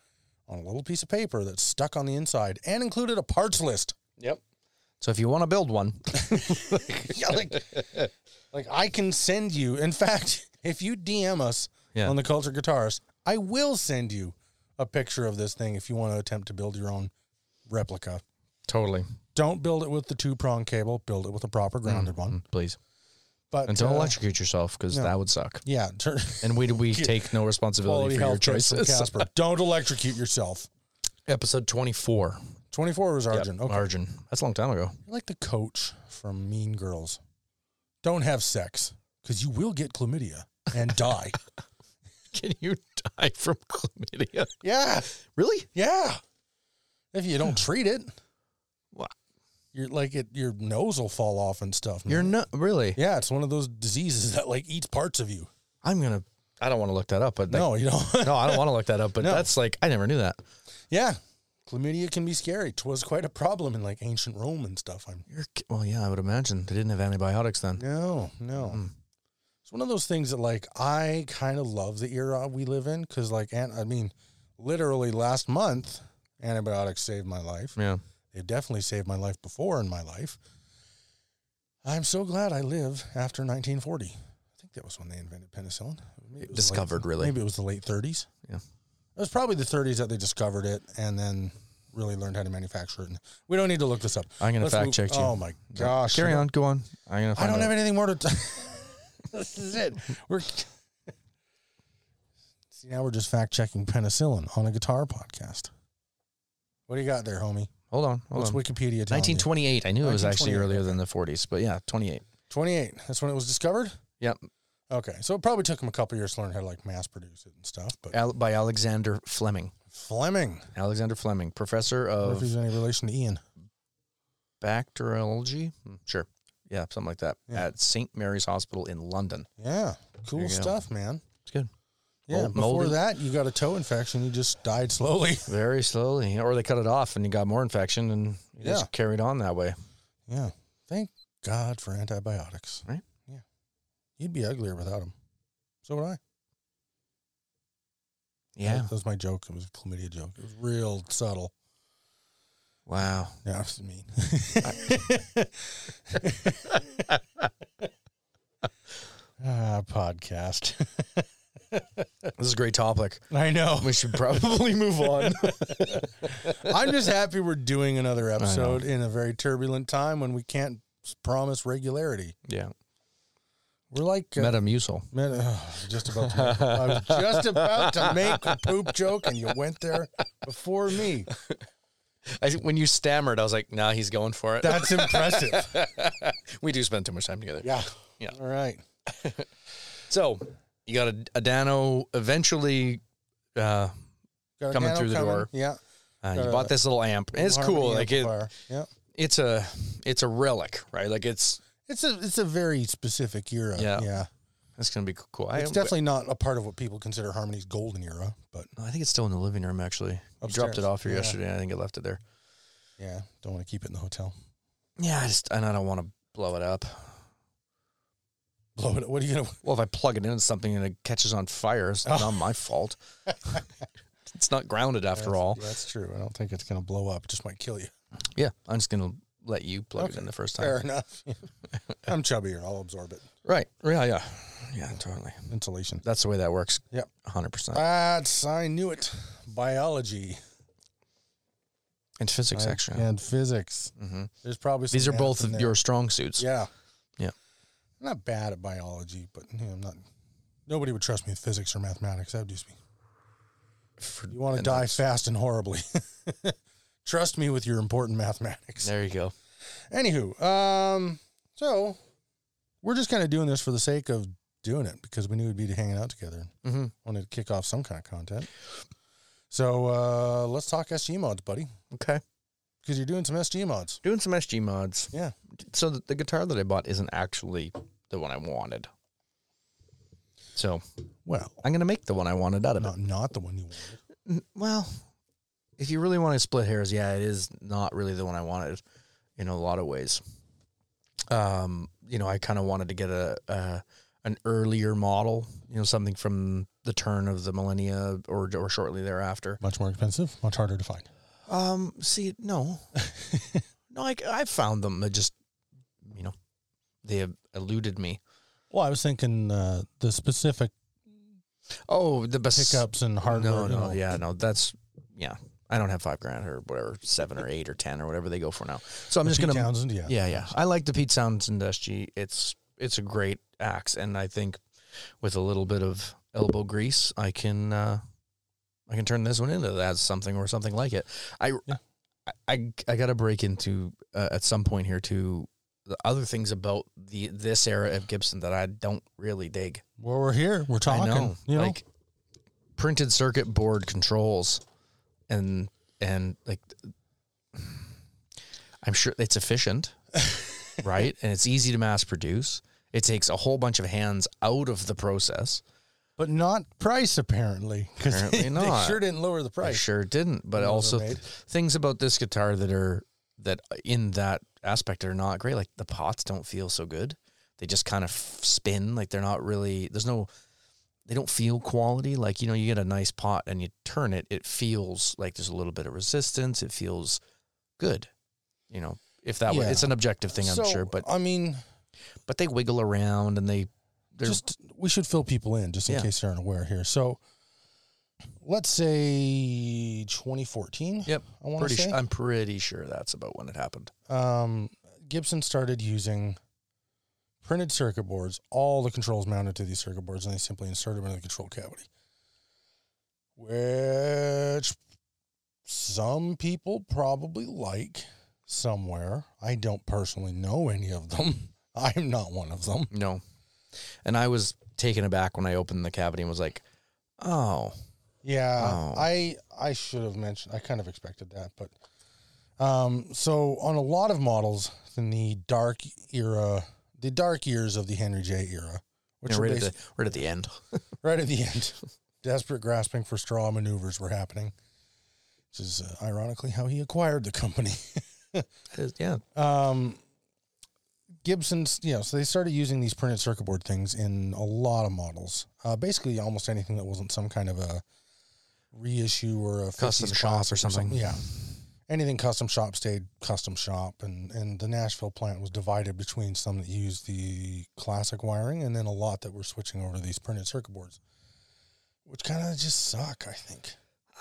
[SPEAKER 1] on a little piece of paper that's stuck on the inside and included a parts list.
[SPEAKER 2] Yep. So if you want to build one,
[SPEAKER 1] yeah, like, like I can send you. In fact, if you DM us
[SPEAKER 2] Yeah.
[SPEAKER 1] on the Culture Guitarist, I will send you a picture of this thing if you want to attempt to build your own replica.
[SPEAKER 2] totally.
[SPEAKER 1] Don't build it with the two prong cable. Build it with a proper grounded one.
[SPEAKER 2] Please.
[SPEAKER 1] But
[SPEAKER 2] Mm, And don't
[SPEAKER 1] uh,
[SPEAKER 2] electrocute yourself because
[SPEAKER 1] no.
[SPEAKER 2] that would suck.
[SPEAKER 1] Yeah, turn
[SPEAKER 2] And we we take no
[SPEAKER 1] quality
[SPEAKER 2] responsibility for your
[SPEAKER 1] health tips from
[SPEAKER 2] choices.
[SPEAKER 1] Casper. Don't electrocute yourself.
[SPEAKER 2] Episode 24.
[SPEAKER 1] 24 was Arjun. Okay.
[SPEAKER 2] Arjun. That's a long time ago.
[SPEAKER 1] You're like the coach from Mean Girls. Don't have sex because you will get chlamydia and die.
[SPEAKER 2] Can you die from chlamydia?
[SPEAKER 1] yeah.
[SPEAKER 2] Really?
[SPEAKER 1] Yeah. If you don't treat it.
[SPEAKER 2] Wha-
[SPEAKER 1] You're like it your nose will fall off and stuff. man.
[SPEAKER 2] You're not really.
[SPEAKER 1] yeah, it's one of those diseases that like eats parts of you.
[SPEAKER 2] I'm gonna. I don't want to look that up, but like-
[SPEAKER 1] no, you don't.
[SPEAKER 2] no, I don't want to look that up. But
[SPEAKER 1] No.
[SPEAKER 2] that's like I never knew that.
[SPEAKER 1] yeah. Chlamydia can be scary. 'Twas quite a problem in like ancient Rome and stuff. I'm
[SPEAKER 2] You're, ki- well, yeah, I would imagine they didn't have antibiotics then. Hmm.
[SPEAKER 1] No, no. It's one of those things that like I kind of love the era we live in cuz like and I mean literally last month antibiotics saved my life.
[SPEAKER 2] Yeah,
[SPEAKER 1] They've definitely saved my life before in my life. I'm so glad I live after 1940. I think that was when they invented penicillin. Maybe it was the late-
[SPEAKER 2] discovered really.
[SPEAKER 1] Maybe it was the late 30s.
[SPEAKER 2] Yeah.
[SPEAKER 1] It was probably the 30s that they discovered it and then really learned how to manufacture it. And we don't need to look this up.
[SPEAKER 2] I'm gonna
[SPEAKER 1] Let's
[SPEAKER 2] fact
[SPEAKER 1] move-
[SPEAKER 2] check you.
[SPEAKER 1] Oh my gosh.
[SPEAKER 2] Carry
[SPEAKER 1] I don't-
[SPEAKER 2] on, go on. I'm gonna.
[SPEAKER 1] I
[SPEAKER 2] Find
[SPEAKER 1] don't
[SPEAKER 2] out.
[SPEAKER 1] have anything more to. T- this is it. We're see now we're just fact checking penicillin on a guitar podcast. What do you got there, homie?
[SPEAKER 2] Hold on, hold
[SPEAKER 1] What's
[SPEAKER 2] on.
[SPEAKER 1] Wikipedia? telling you?
[SPEAKER 2] 1928. I knew it was actually
[SPEAKER 1] 1928,
[SPEAKER 2] earlier than the 40s, but yeah, 28.
[SPEAKER 1] 28. That's when it was discovered?
[SPEAKER 2] Yep.
[SPEAKER 1] Okay. So it probably took him a couple years to learn how to like mass produce it and stuff. But
[SPEAKER 2] Al- by Alexander Fleming.
[SPEAKER 1] Fleming.
[SPEAKER 2] Alexander Fleming, professor
[SPEAKER 1] I wonder if
[SPEAKER 2] of
[SPEAKER 1] he's any relation to Ian.
[SPEAKER 2] bacteriology. Hmm, Sure. Yeah, something like that.
[SPEAKER 1] Yeah.
[SPEAKER 2] At St. Mary's Hospital in London.
[SPEAKER 1] Yeah.
[SPEAKER 2] There
[SPEAKER 1] Cool
[SPEAKER 2] you go.
[SPEAKER 1] stuff, man.
[SPEAKER 2] It's good.
[SPEAKER 1] Yeah.
[SPEAKER 2] Mold-
[SPEAKER 1] before
[SPEAKER 2] molded.
[SPEAKER 1] that, you got a toe infection. You just died slowly.
[SPEAKER 2] Very slowly, or they cut it off and you got more infection and you
[SPEAKER 1] Yeah.
[SPEAKER 2] just carried on that way.
[SPEAKER 1] Yeah. Thank God for antibiotics.
[SPEAKER 2] Right?
[SPEAKER 1] Yeah. You'd be uglier without them. So would I.
[SPEAKER 2] Yeah.
[SPEAKER 1] That was my joke. It was a chlamydia joke. It was real subtle.
[SPEAKER 2] Wow.
[SPEAKER 1] Yeah, that's mean. ah, podcast.
[SPEAKER 2] This is a great topic.
[SPEAKER 1] I know.
[SPEAKER 2] We should probably move on.
[SPEAKER 1] I'm just happy we're doing another episode in a very turbulent time when we can't s- promise regularity.
[SPEAKER 2] Yeah.
[SPEAKER 1] We're like uh,
[SPEAKER 2] Metamucil.
[SPEAKER 1] Man, ugh, just about to make, I was just about to make a poop joke, and you went there before me.
[SPEAKER 2] I, when you stammered, I was like, nah, he's going for it.
[SPEAKER 1] That's impressive.
[SPEAKER 2] we do spend too much time together.
[SPEAKER 1] Yeah.
[SPEAKER 2] Yeah.
[SPEAKER 1] All right.
[SPEAKER 2] So you got a, a Dano eventually. Uh,
[SPEAKER 1] Got a
[SPEAKER 2] Coming
[SPEAKER 1] nano
[SPEAKER 2] through the door.
[SPEAKER 1] Yeah.
[SPEAKER 2] uh, you
[SPEAKER 1] Uh,
[SPEAKER 2] bought this little amp. It's
[SPEAKER 1] Harmony
[SPEAKER 2] cool. Like it,
[SPEAKER 1] amplifier. yeah.
[SPEAKER 2] it's a it's a relic, right? Like it's
[SPEAKER 1] It's a it's a very specific era.
[SPEAKER 2] Yeah.
[SPEAKER 1] Yeah. Yeah.
[SPEAKER 2] it's gonna be cool. I,
[SPEAKER 1] It's definitely not a part of what people consider Harmony's golden era, but
[SPEAKER 2] I think it's still in the living room actually. I dropped
[SPEAKER 1] Upstairs.
[SPEAKER 2] it off here
[SPEAKER 1] Yeah.
[SPEAKER 2] yesterday. and I think I left it there.
[SPEAKER 1] yeah, don't want to keep it in the hotel.
[SPEAKER 2] Yeah, I just and I don't want to blow it up.
[SPEAKER 1] Blow it. What are you gonna?
[SPEAKER 2] Well, if I plug it into something and it catches on fire, it's
[SPEAKER 1] Oh.
[SPEAKER 2] not my fault. it's not grounded after all.
[SPEAKER 1] That's true. I don't think it's gonna blow up. It just might kill you.
[SPEAKER 2] Yeah, I'm just gonna let you plug it in the first time.
[SPEAKER 1] Fair enough. I'm chubbier. I'll absorb it.
[SPEAKER 2] Right? Yeah, yeah, yeah. Totally.
[SPEAKER 1] Insulation.
[SPEAKER 2] That's the way that works.
[SPEAKER 1] Yep.
[SPEAKER 2] hundred percent.
[SPEAKER 1] That's I knew it. Biology
[SPEAKER 2] And physics,
[SPEAKER 1] I-
[SPEAKER 2] actually.
[SPEAKER 1] and physics.
[SPEAKER 2] Mhm.
[SPEAKER 1] There's probably some
[SPEAKER 2] These are
[SPEAKER 1] math
[SPEAKER 2] both
[SPEAKER 1] in
[SPEAKER 2] of
[SPEAKER 1] there.
[SPEAKER 2] your strong suits.
[SPEAKER 1] Yeah,
[SPEAKER 2] Yeah.
[SPEAKER 1] I'm not bad at biology, but you know, I'm not. Nobody would trust me with physics or mathematics. That would just be.
[SPEAKER 2] For-
[SPEAKER 1] You want to
[SPEAKER 2] and
[SPEAKER 1] die
[SPEAKER 2] that's-
[SPEAKER 1] fast and horribly. trust me with your important mathematics.
[SPEAKER 2] There you go.
[SPEAKER 1] Anywho, um, so we're just kind of doing this for the sake of doing it because we knew we'd be hanging out together.
[SPEAKER 2] Mhm.
[SPEAKER 1] Wanted to kick off some kind of content. So uh, let's talk SG mods, buddy,
[SPEAKER 2] Okay.
[SPEAKER 1] because you're doing some SG mods.
[SPEAKER 2] Doing some SG mods.
[SPEAKER 1] Yeah.
[SPEAKER 2] So the, the guitar that I bought isn't actually the one I wanted. So
[SPEAKER 1] Well,
[SPEAKER 2] I'm going to make the one I wanted out of
[SPEAKER 1] not, not the one you wanted.
[SPEAKER 2] it. N- Well, if you really want to split hairs, yeah, it is not really the one I wanted in a lot of ways. Um, you know, I kind of wanted to get a, a an earlier model, you know, something from the turn of the millennia or or shortly thereafter.
[SPEAKER 1] Much more expensive, much harder to find.
[SPEAKER 2] Um, see, no, no, I, I found them. They just, you know, they eluded me.
[SPEAKER 1] Well, I was thinking uh, the specific
[SPEAKER 2] Oh, the best
[SPEAKER 1] pickups and hardware.
[SPEAKER 2] No,
[SPEAKER 1] and
[SPEAKER 2] no,
[SPEAKER 1] all.
[SPEAKER 2] yeah, no, that's yeah. I don't have five grand or whatever, seven or eight or ten or whatever they go for now. So I'm
[SPEAKER 1] The
[SPEAKER 2] just
[SPEAKER 1] Pete
[SPEAKER 2] gonna,
[SPEAKER 1] Townsend, yeah.
[SPEAKER 2] yeah, yeah. I like the Pete Townsend SG. It's it's a great axe, and I think with a little bit of elbow grease, I can uh I can turn this one into that something or something like it. I
[SPEAKER 1] Yeah.
[SPEAKER 2] I, I, I got to break into uh, at some point here to the other things about the this era of Gibson that I don't really dig.
[SPEAKER 1] Well, we're here. We're
[SPEAKER 2] I
[SPEAKER 1] talking.
[SPEAKER 2] know,
[SPEAKER 1] you know?
[SPEAKER 2] like printed circuit board controls, and and like I'm sure it's efficient, right? And it's easy to mass produce. It takes a whole bunch of hands out of the process.
[SPEAKER 1] but not price apparently. 'cause
[SPEAKER 2] Apparently
[SPEAKER 1] they,
[SPEAKER 2] not.
[SPEAKER 1] sure didn't lower the
[SPEAKER 2] I
[SPEAKER 1] price.
[SPEAKER 2] sure didn't, but
[SPEAKER 1] when those were
[SPEAKER 2] also
[SPEAKER 1] made.
[SPEAKER 2] things about this guitar that are that in that aspect are not great. Like the pots don't feel so good. They just kind of spin. Like they're not really. There's no. They don't feel quality. Like you know, you get a nice pot and you turn it. It feels like there's a little bit of resistance. It feels good. You know, if that were,
[SPEAKER 1] Yeah.
[SPEAKER 2] it's an objective thing, I'm
[SPEAKER 1] So,
[SPEAKER 2] sure. But
[SPEAKER 1] I mean,
[SPEAKER 2] but they wiggle around and they. They're,
[SPEAKER 1] just we should fill people in just in
[SPEAKER 2] Yeah.
[SPEAKER 1] case they aren't aware here. So, let's say 2014.
[SPEAKER 2] Yep,
[SPEAKER 1] I want
[SPEAKER 2] pretty.
[SPEAKER 1] to say
[SPEAKER 2] Sh- I'm pretty sure that's about when it happened.
[SPEAKER 1] um, Gibson started using printed circuit boards, all the controls mounted to these circuit boards, and they simply inserted them into the control cavity. Which some people probably like somewhere. I don't personally know any of them. I'm not one of them.
[SPEAKER 2] No. And I was taken aback when I opened the cavity and was like, oh,
[SPEAKER 1] Yeah,
[SPEAKER 2] Oh.
[SPEAKER 1] I I should have mentioned. I kind of expected that, but um, so on a lot of models in the dark era, the dark years of the Henry J era, which
[SPEAKER 2] you know,
[SPEAKER 1] were
[SPEAKER 2] right,
[SPEAKER 1] basi-
[SPEAKER 2] at the, right at the end.
[SPEAKER 1] right at the end, desperate grasping for straw maneuvers were happening, which is uh, ironically how he acquired the company.
[SPEAKER 2] It is- yeah.
[SPEAKER 1] Um, Gibson's, you know, so they started using these printed circuit board things in a lot of models. Uh, basically, almost anything that wasn't some kind of a reissue or a 50s
[SPEAKER 2] Custom shop
[SPEAKER 1] classic
[SPEAKER 2] or something.
[SPEAKER 1] Yeah, anything custom shop stayed custom shop, and and the Nashville plant was divided between some that used the classic wiring and then a lot that were switching over to these printed circuit boards, which kind of just suck. I think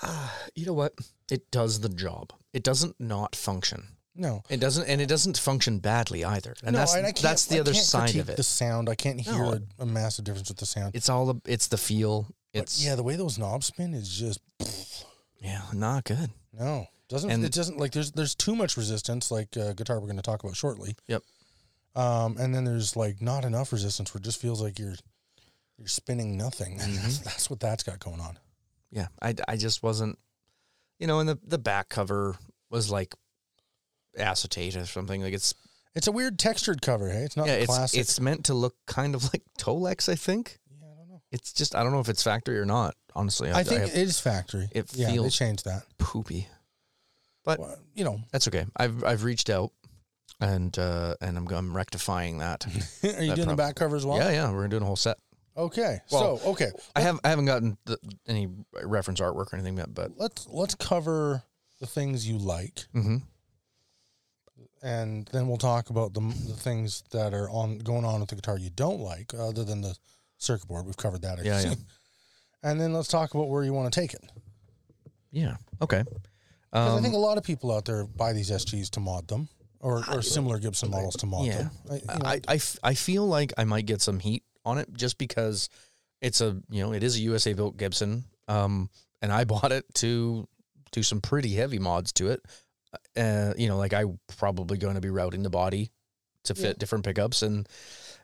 [SPEAKER 2] Ah, you know what? It does the job. It doesn't not function.
[SPEAKER 1] no.
[SPEAKER 2] It doesn't, and it doesn't function badly either. And
[SPEAKER 1] no,
[SPEAKER 2] that's
[SPEAKER 1] and I can't-
[SPEAKER 2] that's the
[SPEAKER 1] I
[SPEAKER 2] other
[SPEAKER 1] can't
[SPEAKER 2] side of
[SPEAKER 1] critique
[SPEAKER 2] it.
[SPEAKER 1] The sound, I can't hear
[SPEAKER 2] No.
[SPEAKER 1] a, a massive difference with the sound.
[SPEAKER 2] It's all the, it's the feel. It's
[SPEAKER 1] but yeah, the way those knobs spin is just
[SPEAKER 2] yeah, not good.
[SPEAKER 1] no. Doesn't
[SPEAKER 2] And-
[SPEAKER 1] it doesn't like there's there's too much resistance like uh, guitar we're going to talk about shortly.
[SPEAKER 2] Yep.
[SPEAKER 1] Um, and then there's like not enough resistance where it just feels like you're you're spinning nothing.
[SPEAKER 2] Mm-hmm.
[SPEAKER 1] That's, that's what that's got going on.
[SPEAKER 2] yeah I, I just wasn't you know and the, the back cover was like acetate or something like it's
[SPEAKER 1] It's a weird textured cover. Hey, it's not
[SPEAKER 2] yeah
[SPEAKER 1] the
[SPEAKER 2] it's
[SPEAKER 1] classic.
[SPEAKER 2] it's meant to look kind of like tolex i think
[SPEAKER 1] yeah, I don't know.
[SPEAKER 2] it's just i don't know if it's factory or not honestly
[SPEAKER 1] I think it is factory.
[SPEAKER 2] it
[SPEAKER 1] yeah, they
[SPEAKER 2] feels-
[SPEAKER 1] changed that.
[SPEAKER 2] poopy But-
[SPEAKER 1] Well, you know,
[SPEAKER 2] that's okay i've i've reached out and uh and i'm, I'm rectifying that
[SPEAKER 1] are you doing the
[SPEAKER 2] prob-
[SPEAKER 1] back cover as well?
[SPEAKER 2] yeah yeah we're doing a whole set
[SPEAKER 1] Okay.
[SPEAKER 2] Well-
[SPEAKER 1] so okay,
[SPEAKER 2] i have i haven't gotten the, any reference artwork or anything yet but
[SPEAKER 1] let's let's cover the things you like.
[SPEAKER 2] mhm.
[SPEAKER 1] and then we'll talk about the, the things that are on going on with the guitar you don't like, other than the circuit board. We've covered that. I
[SPEAKER 2] Yeah,
[SPEAKER 1] assume. And then let's talk about where you want to take it.
[SPEAKER 2] yeah okay
[SPEAKER 1] 'Cause I
[SPEAKER 2] um,
[SPEAKER 1] think a lot of people out there buy these SGs to mod them or, or similar Gibson models to mod
[SPEAKER 2] yeah.
[SPEAKER 1] them. I, you know,
[SPEAKER 2] Um, I, I, f- I feel like I might get some heat on it just because it's a you know it is a USA built Gibson, um, and I bought it to do some uh, pretty heavy mods to it. Uh, you know, like I probably going to be routing the body to
[SPEAKER 1] Yeah.
[SPEAKER 2] fit different pickups and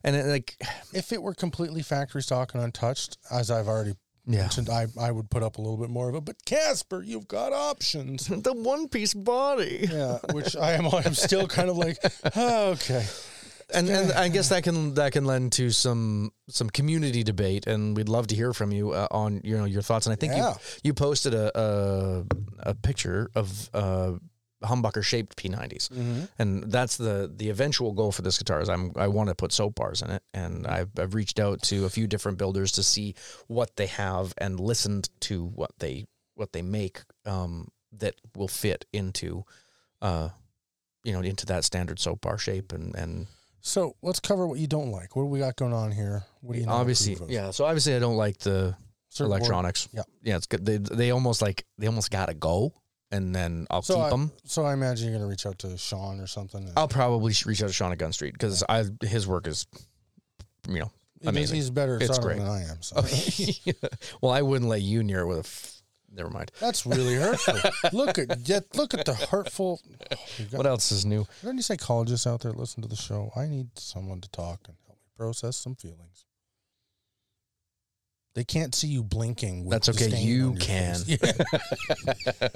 [SPEAKER 2] and it, like
[SPEAKER 1] If it were completely factory stock and untouched, as I've already
[SPEAKER 2] yeah.
[SPEAKER 1] mentioned, I, I would put up a little bit more of it. But Casper, you've got options.
[SPEAKER 2] the one piece body.
[SPEAKER 1] Yeah, which I am I'm still kind of like, "Oh, okay.
[SPEAKER 2] and and I guess that can that can lend to some some community debate, and we'd love to hear from you uh, on you know your thoughts. And I think
[SPEAKER 1] Yeah.
[SPEAKER 2] you you posted a a, a picture of uh, humbucker shaped P90s,
[SPEAKER 1] Mm-hmm.
[SPEAKER 2] and that's the the eventual goal for this guitar is I'm I want to put soap bars in it, and I've I've reached out to a few different builders to see what they have and listened to what they what they make um, that will fit into. Uh, you know, into that standard soap bar shape and, and
[SPEAKER 1] So let's cover what you don't like. What do we got going on here? What do you not
[SPEAKER 2] obviously
[SPEAKER 1] approve of?
[SPEAKER 2] yeah so obviously i don't like the
[SPEAKER 1] Certain board-
[SPEAKER 2] electronics
[SPEAKER 1] yeah.
[SPEAKER 2] yeah it's good they, they almost like they almost gotta go and then i'll
[SPEAKER 1] So
[SPEAKER 2] keep
[SPEAKER 1] I-
[SPEAKER 2] them
[SPEAKER 1] So I imagine you're gonna reach out to Sean or something. and-
[SPEAKER 2] i'll probably sh- reach out to sean at gun street because i his work is you know
[SPEAKER 1] He does-
[SPEAKER 2] amazing.
[SPEAKER 1] He's better at
[SPEAKER 2] It's
[SPEAKER 1] soldering
[SPEAKER 2] great.
[SPEAKER 1] than I am. So
[SPEAKER 2] well i wouldn't let you near it with a f- never mind
[SPEAKER 1] that's really hurtful. look at yet look at the hurtful. Oh, we got-
[SPEAKER 2] what else is new
[SPEAKER 1] Are there any psychologists out there that listen to the show? I need someone to talk and help me process some feelings. They can't see you blinking. With
[SPEAKER 2] That's
[SPEAKER 1] the
[SPEAKER 2] okay,
[SPEAKER 1] stain
[SPEAKER 2] you
[SPEAKER 1] on your
[SPEAKER 2] can.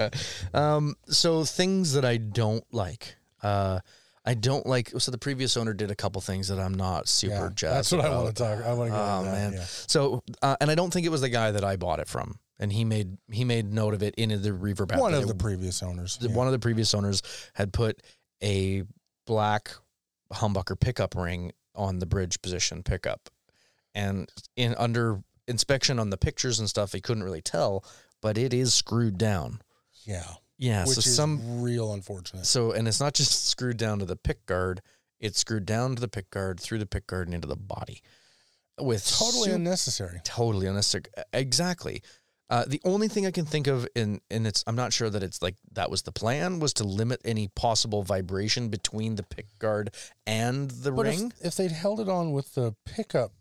[SPEAKER 1] face. Yeah.
[SPEAKER 2] um, so things that I don't like. Uh, I don't like. So the previous owner did a couple things that I'm not super
[SPEAKER 1] Yeah,
[SPEAKER 2] jazzed.
[SPEAKER 1] that's what I want
[SPEAKER 2] about.
[SPEAKER 1] to talk. I want to get
[SPEAKER 2] Oh,
[SPEAKER 1] into that,
[SPEAKER 2] man.
[SPEAKER 1] yeah.
[SPEAKER 2] So, uh, and I don't think it was the guy that I bought it from, and he made he made note of it in the reverb. app
[SPEAKER 1] One
[SPEAKER 2] that
[SPEAKER 1] of
[SPEAKER 2] it-
[SPEAKER 1] the previous owners.
[SPEAKER 2] the-
[SPEAKER 1] yeah.
[SPEAKER 2] one of the previous owners had put a black humbucker pickup ring on the bridge position pickup, and in under inspection on the pictures and stuff, he couldn't really tell, but it is screwed down.
[SPEAKER 1] yeah.
[SPEAKER 2] Yeah,
[SPEAKER 1] Which
[SPEAKER 2] so
[SPEAKER 1] is
[SPEAKER 2] some
[SPEAKER 1] real unfortunate.
[SPEAKER 2] so, and it's not just screwed down to the pick guard; it's screwed down to the pick guard, through the pick guard, and into the body. With
[SPEAKER 1] Totally
[SPEAKER 2] super-
[SPEAKER 1] unnecessary.
[SPEAKER 2] totally unnecessary. Exactly. Uh, the only thing I can think of, in and it's I'm not sure that it's like that was the plan was to limit any possible vibration between the pick guard and the
[SPEAKER 1] But if-
[SPEAKER 2] ring.
[SPEAKER 1] If, they'd held it on with the pickup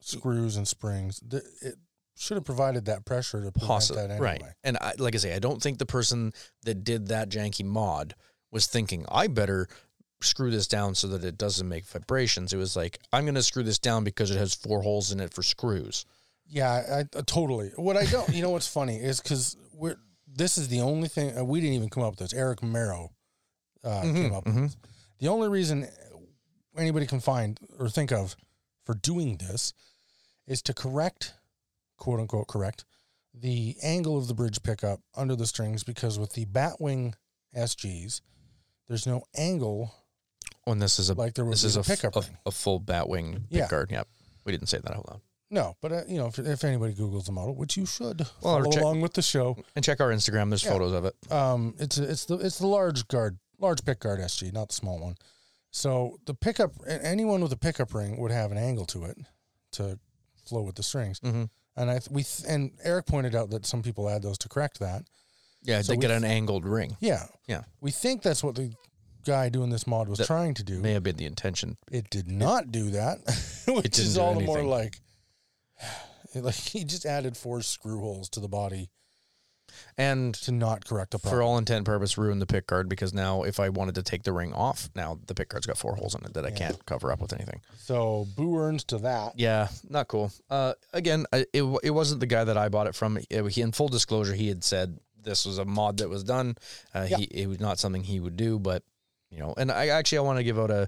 [SPEAKER 1] screws and springs, th- it should have provided that pressure to prevent
[SPEAKER 2] Possibly,
[SPEAKER 1] that anyway.
[SPEAKER 2] right? And I, like I say, I don't think the person that did that janky mod was thinking I better screw this down so that it doesn't make vibrations. It was like I'm going to screw this down because it has four holes in it for screws.
[SPEAKER 1] Yeah, I, I, totally. What I don't, you know, what's funny is because we're this is the only thing uh, we didn't even come up with this. Eric Marrow uh, came up.
[SPEAKER 2] mhm.
[SPEAKER 1] With this. The only reason anybody can find or think of for doing this is to correct, quote unquote, correct the angle of the bridge pickup under the strings because with the Batwing SGs, there's no angle
[SPEAKER 2] Oh, and this is a
[SPEAKER 1] like there was
[SPEAKER 2] this is
[SPEAKER 1] a
[SPEAKER 2] a, f-
[SPEAKER 1] pickup
[SPEAKER 2] a,
[SPEAKER 1] ring.
[SPEAKER 2] a full batwing pick
[SPEAKER 1] Yeah.
[SPEAKER 2] guard. Yep, we didn't say that out loud.
[SPEAKER 1] No, but uh, you know, if, if anybody Google's the model, which you should,
[SPEAKER 2] Well, or
[SPEAKER 1] follow
[SPEAKER 2] check-
[SPEAKER 1] along with the show.
[SPEAKER 2] And check our Instagram. There's
[SPEAKER 1] Yeah.
[SPEAKER 2] photos of it.
[SPEAKER 1] Um, it's a, it's the it's the large guard, large pick guard SG, not the small one. So the pickup, a- anyone with a pickup ring would have an angle to it to flow with the strings.
[SPEAKER 2] Mm-hmm.
[SPEAKER 1] And I th- we th- and Eric pointed out that some people add those to correct that.
[SPEAKER 2] Yeah,
[SPEAKER 1] So
[SPEAKER 2] they
[SPEAKER 1] we-
[SPEAKER 2] get an angled ring. Mm-hmm.
[SPEAKER 1] Yeah,
[SPEAKER 2] Yeah.
[SPEAKER 1] We think that's what the guy doing this mod was
[SPEAKER 2] That-
[SPEAKER 1] trying to do.
[SPEAKER 2] May have been the intention.
[SPEAKER 1] It did not do that, which
[SPEAKER 2] didn't
[SPEAKER 1] is
[SPEAKER 2] do
[SPEAKER 1] all the more
[SPEAKER 2] anything.
[SPEAKER 1] like. Like he just added four screw holes to the body
[SPEAKER 2] And
[SPEAKER 1] to not correct a
[SPEAKER 2] for
[SPEAKER 1] problem.
[SPEAKER 2] all intent and purpose, ruin the pick guard because now if I wanted to take the ring off, now the pick guard's got four holes in it that I
[SPEAKER 1] Yeah.
[SPEAKER 2] can't cover up with anything.
[SPEAKER 1] so boo earns to that.
[SPEAKER 2] Yeah, not cool. Uh, again, I, it, w- it wasn't the guy that I bought it from. It- he, in full disclosure, he had said this was a mod that was done. Uh,
[SPEAKER 1] Yeah.
[SPEAKER 2] he, it was not something he would do, but you know. And I actually I want to give out a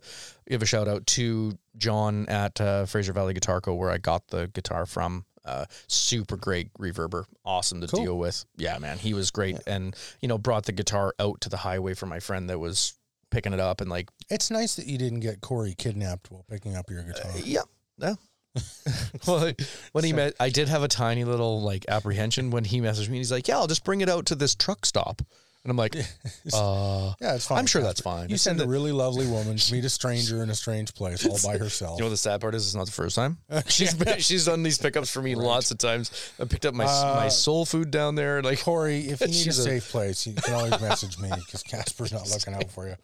[SPEAKER 2] give a shout out to John at uh, Fraser Valley Guitar Co. where I got the guitar from. Uh, super great reverber, awesome to
[SPEAKER 1] Cool.
[SPEAKER 2] deal with. Yeah, man, he was great, and you know brought the guitar out to the highway for my friend that was picking it up and like
[SPEAKER 1] It's nice that you didn't get Corey kidnapped while picking up your guitar.
[SPEAKER 2] Yeah. No. well, when he met, I did have a tiny little like apprehension when he messaged me and he's like, "Yeah, I'll just bring it out to this truck stop," and I'm like, "Uh,
[SPEAKER 1] Yeah, it's fine.
[SPEAKER 2] I'm
[SPEAKER 1] Casper.
[SPEAKER 2] sure that's fine."
[SPEAKER 1] You
[SPEAKER 2] It's
[SPEAKER 1] send
[SPEAKER 2] in
[SPEAKER 1] a really lovely woman to meet a stranger in a strange place all by herself.
[SPEAKER 2] You know what the sad part is? It's not the first time. She's been, she's done these pickups for me lots of times. I picked up my my
[SPEAKER 1] Uh, Oh.
[SPEAKER 2] soul food down there. Like,
[SPEAKER 1] Corey, if you need a
[SPEAKER 2] She's a-
[SPEAKER 1] safe place, you can always message me because Casper's not looking out for you.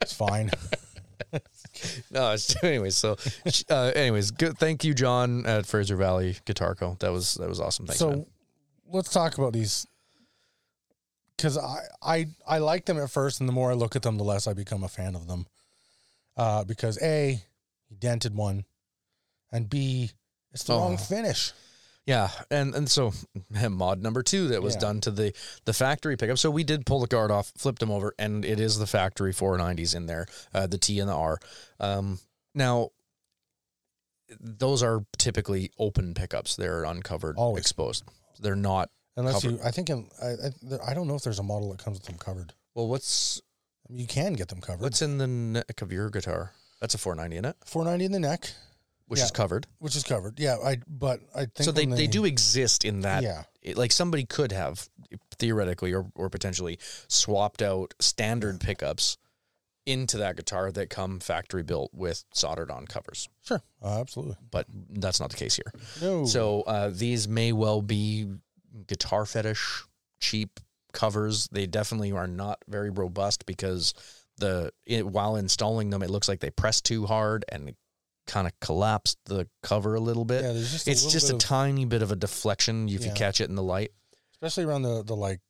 [SPEAKER 1] It's fine.
[SPEAKER 2] no. It's, anyways, so, uh, anyways, good. Thank you, John at Fraser Valley Guitar Co. That was that was awesome. Thanks,
[SPEAKER 1] so
[SPEAKER 2] man.
[SPEAKER 1] let's talk about these because I, I I like them at first, and the more I look at them, the less I become a fan of them. uh, because A, he dented one, and B, it's the
[SPEAKER 2] Oh.
[SPEAKER 1] wrong finish.
[SPEAKER 2] Yeah, and and so mod number two that was
[SPEAKER 1] Yeah.
[SPEAKER 2] done to the the factory pickup. So we did pull the guard off, flipped him over, and it is the factory 490s in there, uh, the T and the R. Um, now, those are typically open pickups. They're uncovered,
[SPEAKER 1] Always.
[SPEAKER 2] exposed. They're not.
[SPEAKER 1] Unless
[SPEAKER 2] Covered.
[SPEAKER 1] you, I think, in, I, I, there- I don't know if there's a model that comes with them covered.
[SPEAKER 2] Well, what's
[SPEAKER 1] I mean, you can get them covered.
[SPEAKER 2] what's in the neck of your guitar? That's a 490 in it,
[SPEAKER 1] 490 in the neck,
[SPEAKER 2] which
[SPEAKER 1] Yeah.
[SPEAKER 2] is covered.
[SPEAKER 1] which is covered. Yeah, I. But I think
[SPEAKER 2] So they,
[SPEAKER 1] when
[SPEAKER 2] they, do exist in that
[SPEAKER 1] Yeah,
[SPEAKER 2] it- like somebody could have theoretically or, or potentially swapped out standard pickups into that guitar that come factory built with soldered on covers
[SPEAKER 1] sure, uh, absolutely.
[SPEAKER 2] but that's not the case here
[SPEAKER 1] No.
[SPEAKER 2] so uh, these may well be guitar fetish cheap covers they definitely are not very robust because the it, while installing them it looks like they pressed too hard and kind of collapsed the cover a little bit
[SPEAKER 1] yeah, there's just
[SPEAKER 2] it's
[SPEAKER 1] a little
[SPEAKER 2] just a
[SPEAKER 1] bit of-
[SPEAKER 2] tiny bit of a deflection if you
[SPEAKER 1] Yeah.
[SPEAKER 2] catch it in the light
[SPEAKER 1] especially around the the like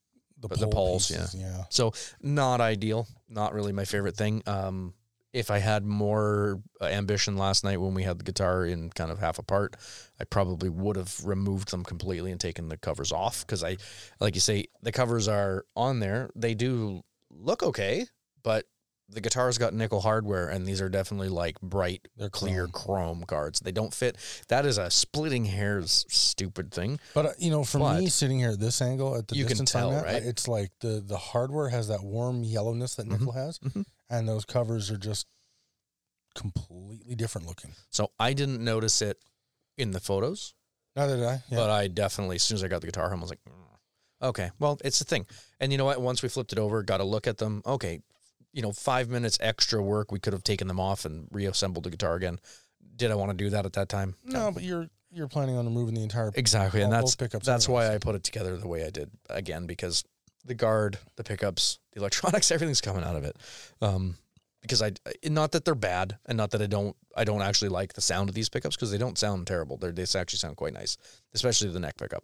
[SPEAKER 1] the,
[SPEAKER 2] But the poles, yeah.
[SPEAKER 1] pieces, yeah.
[SPEAKER 2] not ideal not really my favorite thing um if i had more uh, ambition last night when we had the guitar in kind of half apart i probably would have removed them completely and taken the covers off because i like you say the covers are on there they do look okay but the guitar's got nickel hardware and these are definitely like bright
[SPEAKER 1] They're
[SPEAKER 2] clear
[SPEAKER 1] chrome.
[SPEAKER 2] chrome guards they don't fit that is a splitting hairs stupid thing
[SPEAKER 1] But uh, you know, for me
[SPEAKER 2] But-
[SPEAKER 1] sitting here at this angle at the
[SPEAKER 2] You can
[SPEAKER 1] distance
[SPEAKER 2] tell,
[SPEAKER 1] I'm at,
[SPEAKER 2] right?
[SPEAKER 1] I- it's like the the hardware has that warm yellowness that
[SPEAKER 2] Mhm,
[SPEAKER 1] nickel has,
[SPEAKER 2] mhm.
[SPEAKER 1] and those covers are just completely different looking.
[SPEAKER 2] so i didn't notice it in the photos
[SPEAKER 1] Neither did I. Yeah.
[SPEAKER 2] But I definitely, as soon as I got the guitar home, I was like, "Mm, okay, well, it's a thing. And you know what? Once we flipped it over, got a look at them. Okay, you know, five minutes extra work. We could have taken them off and reassembled the guitar again. Did I want to do that at that time?
[SPEAKER 1] no, but you're you're planning on removing the entire.
[SPEAKER 2] Exactly. And
[SPEAKER 1] all-
[SPEAKER 2] that's
[SPEAKER 1] both pickups
[SPEAKER 2] that's
[SPEAKER 1] anyways.
[SPEAKER 2] why I put it together the way I did again because the guard, the pickups, the electronics, everything's coming out of it. Um, because I not that they're bad, and not that I don't I don't actually like the sound of these pickups because they don't sound terrible. They're, they actually sound quite nice, especially the neck pickup.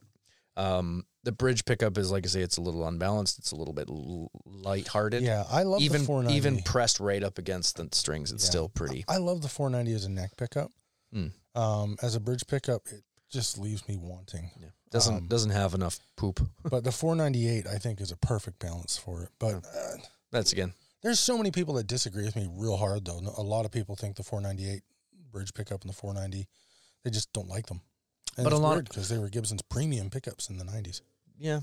[SPEAKER 2] Um, the bridge pickup is like I say, it's a little unbalanced. It's a little bit l- lighthearted.
[SPEAKER 1] Yeah, I love the
[SPEAKER 2] Even
[SPEAKER 1] 490.
[SPEAKER 2] even pressed right up against the strings, it's
[SPEAKER 1] Yeah.
[SPEAKER 2] still pretty.
[SPEAKER 1] I love the 490 as a neck pickup.
[SPEAKER 2] Mm.
[SPEAKER 1] Um, as a bridge pickup, it just leaves me wanting.
[SPEAKER 2] Yeah. Doesn't
[SPEAKER 1] Um,
[SPEAKER 2] doesn't have enough poop.
[SPEAKER 1] but the 498, I think, is a perfect balance for it. But uh,
[SPEAKER 2] That's again
[SPEAKER 1] There's so many people that disagree with me real hard though. A lot of people think the 498 bridge pickup and the 490, they just don't like them. And
[SPEAKER 2] But
[SPEAKER 1] it's
[SPEAKER 2] a lot-
[SPEAKER 1] because they were Gibson's premium pickups in the 90s.
[SPEAKER 2] yeah.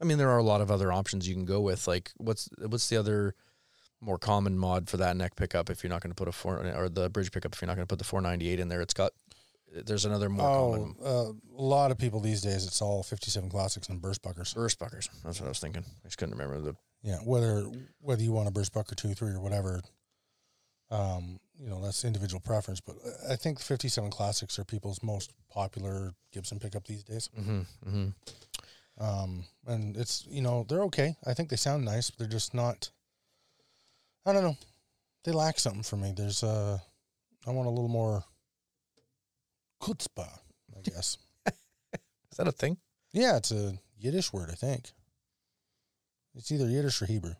[SPEAKER 2] I mean, there are a lot of other options you can go with. Like, what's what's the other more common mod for that neck pickup? If you're not going to put a four or the bridge pickup, if you're not going to put the 498 in there, it's got. There's another more
[SPEAKER 1] Oh,
[SPEAKER 2] common
[SPEAKER 1] uh, a lot of people these days it's all 57 classics and burst buckers.
[SPEAKER 2] burst buckers. That's what I was thinking. I just couldn't remember the.
[SPEAKER 1] Yeah, whether whether you want a burst bucker 2, 3 or whatever um, you know, that's individual preference, but I- I think the 57 classics are people's most popular Gibson pickup these days.
[SPEAKER 2] Mm-hmm, mm-hmm.
[SPEAKER 1] Um, and it's you know they're okay. I think they sound nice, but they're just not. I don't know. They lack something for me. There's uh, I want a little more chutzpah, I guess.
[SPEAKER 2] Is that a thing?
[SPEAKER 1] yeah, it's a Yiddish word, I think. It's either Yiddish or Hebrew.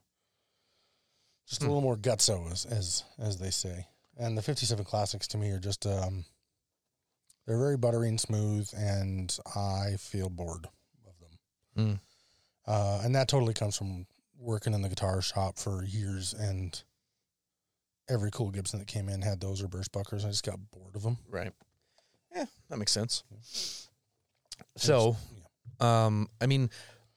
[SPEAKER 1] Just a
[SPEAKER 2] Hmm.
[SPEAKER 1] little more gutso, as as as they say. And the '57 classics to me are just um, they're very buttery and smooth, and I feel bored of them.
[SPEAKER 2] Mm.
[SPEAKER 1] Uh, and that totally comes from working in the guitar shop for years and every cool Gibson that came in had those or Burst Buckers. I just got bored of them.
[SPEAKER 2] Right. Yeah, that makes sense. So, Um, I mean,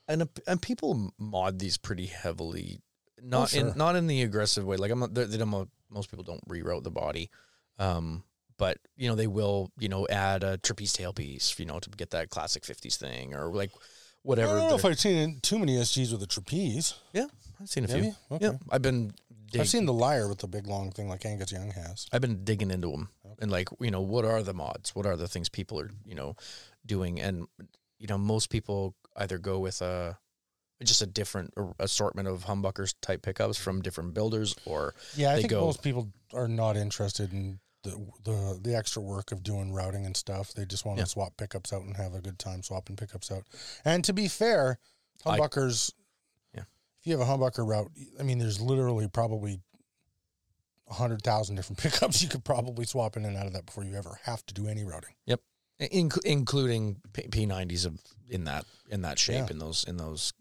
[SPEAKER 2] and and people mod these pretty heavily, not
[SPEAKER 1] sure.
[SPEAKER 2] in not in the aggressive way. Like I'm not, they they don't, most people don't reroute the body, um, but you know they will, you know, add a trapeze tailpiece, you know, to get that classic '50s thing or like
[SPEAKER 1] I
[SPEAKER 2] whatever.
[SPEAKER 1] don't know if
[SPEAKER 2] they're-
[SPEAKER 1] I've seen too many SGs with a trapeze.
[SPEAKER 2] yeah, I've seen a
[SPEAKER 1] Have
[SPEAKER 2] few.
[SPEAKER 1] you? Okay.
[SPEAKER 2] Yeah, I've been. Dig,
[SPEAKER 1] I've seen the lyre with the big long thing like Angus Young has.
[SPEAKER 2] I've been digging into them and like you know what are the mods? What are the things people are you know doing? And you know most people either go with a just a different ar- assortment of humbuckers type pickups from different builders, or
[SPEAKER 1] Yeah, I
[SPEAKER 2] They
[SPEAKER 1] think
[SPEAKER 2] go-
[SPEAKER 1] most people are not interested in the, the the extra work of doing routing and stuff. They just want
[SPEAKER 2] Yeah.
[SPEAKER 1] to swap pickups out and have a good time swapping pickups out. And to be fair,
[SPEAKER 2] I-
[SPEAKER 1] humbuckers.
[SPEAKER 2] Yeah.
[SPEAKER 1] If you have a humbucker route, I mean, there's literally probably hundred thousand different pickups. You could probably swap in and out of that before you ever have to do any routing.
[SPEAKER 2] in, including P nineties of in that in that shape
[SPEAKER 1] Yeah.
[SPEAKER 2] in those in those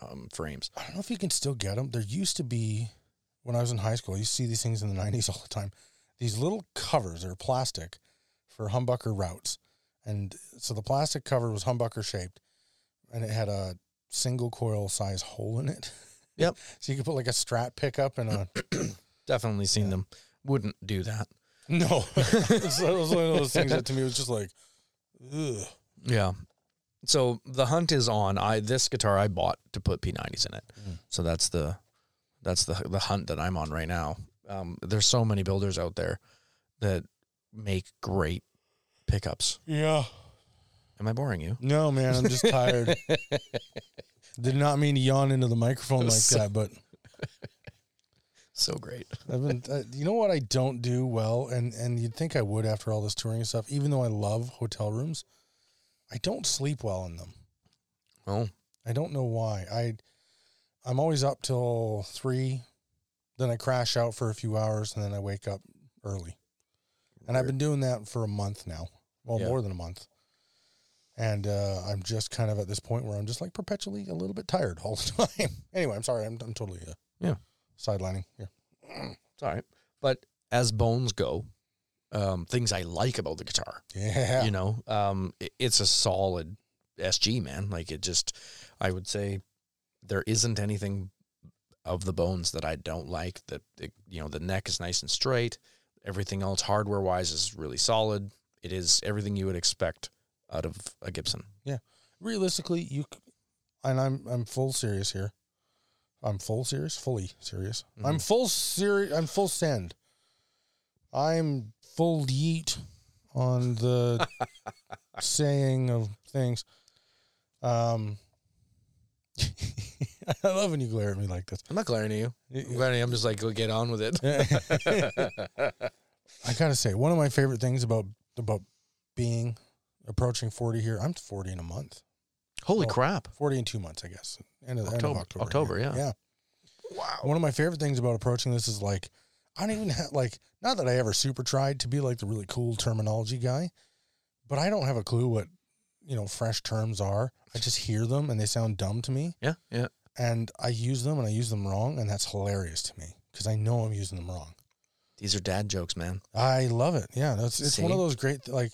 [SPEAKER 2] um, frames.
[SPEAKER 1] I don't know if you can still get them. There used to be, when I was in high school, you see these things in the 90s all the time. These little covers that are plastic for humbucker routes. And so the plastic cover was humbucker shaped and it had a single coil size hole in it.
[SPEAKER 2] Yep.
[SPEAKER 1] so you could put like a strat pickup and a.
[SPEAKER 2] Definitely seen
[SPEAKER 1] Yeah.
[SPEAKER 2] them. Wouldn't do that.
[SPEAKER 1] no. so it was one of those things that to me was just like, ugh.
[SPEAKER 2] Yeah. So the hunt is on. I this guitar I bought to put P90s in it.
[SPEAKER 1] Mm.
[SPEAKER 2] So that's the that's the the hunt that I'm on right now. Um, there's so many builders out there that make great pickups.
[SPEAKER 1] Yeah.
[SPEAKER 2] Am I boring you?
[SPEAKER 1] No, man, I'm just tired. Did not mean to yawn into the microphone like
[SPEAKER 2] So-
[SPEAKER 1] that, but
[SPEAKER 2] So great.
[SPEAKER 1] I've been, uh, you know what I don't do well, and and you'd think I would after all this touring and stuff. Even though I love hotel rooms, I don't sleep well in them.
[SPEAKER 2] Oh,
[SPEAKER 1] I don't know why. I I'm always up till three, then I crash out for a few hours, and then I wake up early. And I've been doing that for a month now. Well,
[SPEAKER 2] Yeah.
[SPEAKER 1] more than a month. And uh, I'm just kind of at this point where I'm just like perpetually a little bit tired all the time. anyway, I'm sorry. I'm, I'm totally uh,
[SPEAKER 2] Yeah.
[SPEAKER 1] sidelining here.
[SPEAKER 2] it's all right. But as bones go, um, things I like about the guitar
[SPEAKER 1] Yeah.
[SPEAKER 2] you know um i- it's a solid sg man like it just i would say there isn't anything of the bones that i don't like that it, you know the neck is nice and straight everything else hardware wise is really solid it is everything you would expect out of a gibson
[SPEAKER 1] realistically, you c- and I'm I'm full serious here. I'm full serious, fully serious. I'm full serious. I'm full send. I'm full yeet on the saying of things. Um, I love when you glare at me like this.
[SPEAKER 2] i'm not glaring at you i'm glaring at you. i'm just like go get on with it
[SPEAKER 1] I gotta say, one of my favorite things about about being approaching forty here. I'm forty in a month.
[SPEAKER 2] holy
[SPEAKER 1] Oh.
[SPEAKER 2] crap
[SPEAKER 1] 40 in two months, I guess. End of, end of
[SPEAKER 2] October-
[SPEAKER 1] October.
[SPEAKER 2] October, yeah.
[SPEAKER 1] Yeah. Wow. One of my favorite things about approaching this is like, I don't even have, like, not that I ever super tried to be like the really cool terminology guy, but I don't have a clue what, you know, fresh terms are. I just hear them and they sound dumb to me.
[SPEAKER 2] yeah yeah
[SPEAKER 1] And I use them and I use them wrong. And that's hilarious to me because I know I'm using them wrong.
[SPEAKER 2] these are dad jokes man
[SPEAKER 1] I love it. Yeah. That's, it's one of
[SPEAKER 2] See?
[SPEAKER 1] those great, like,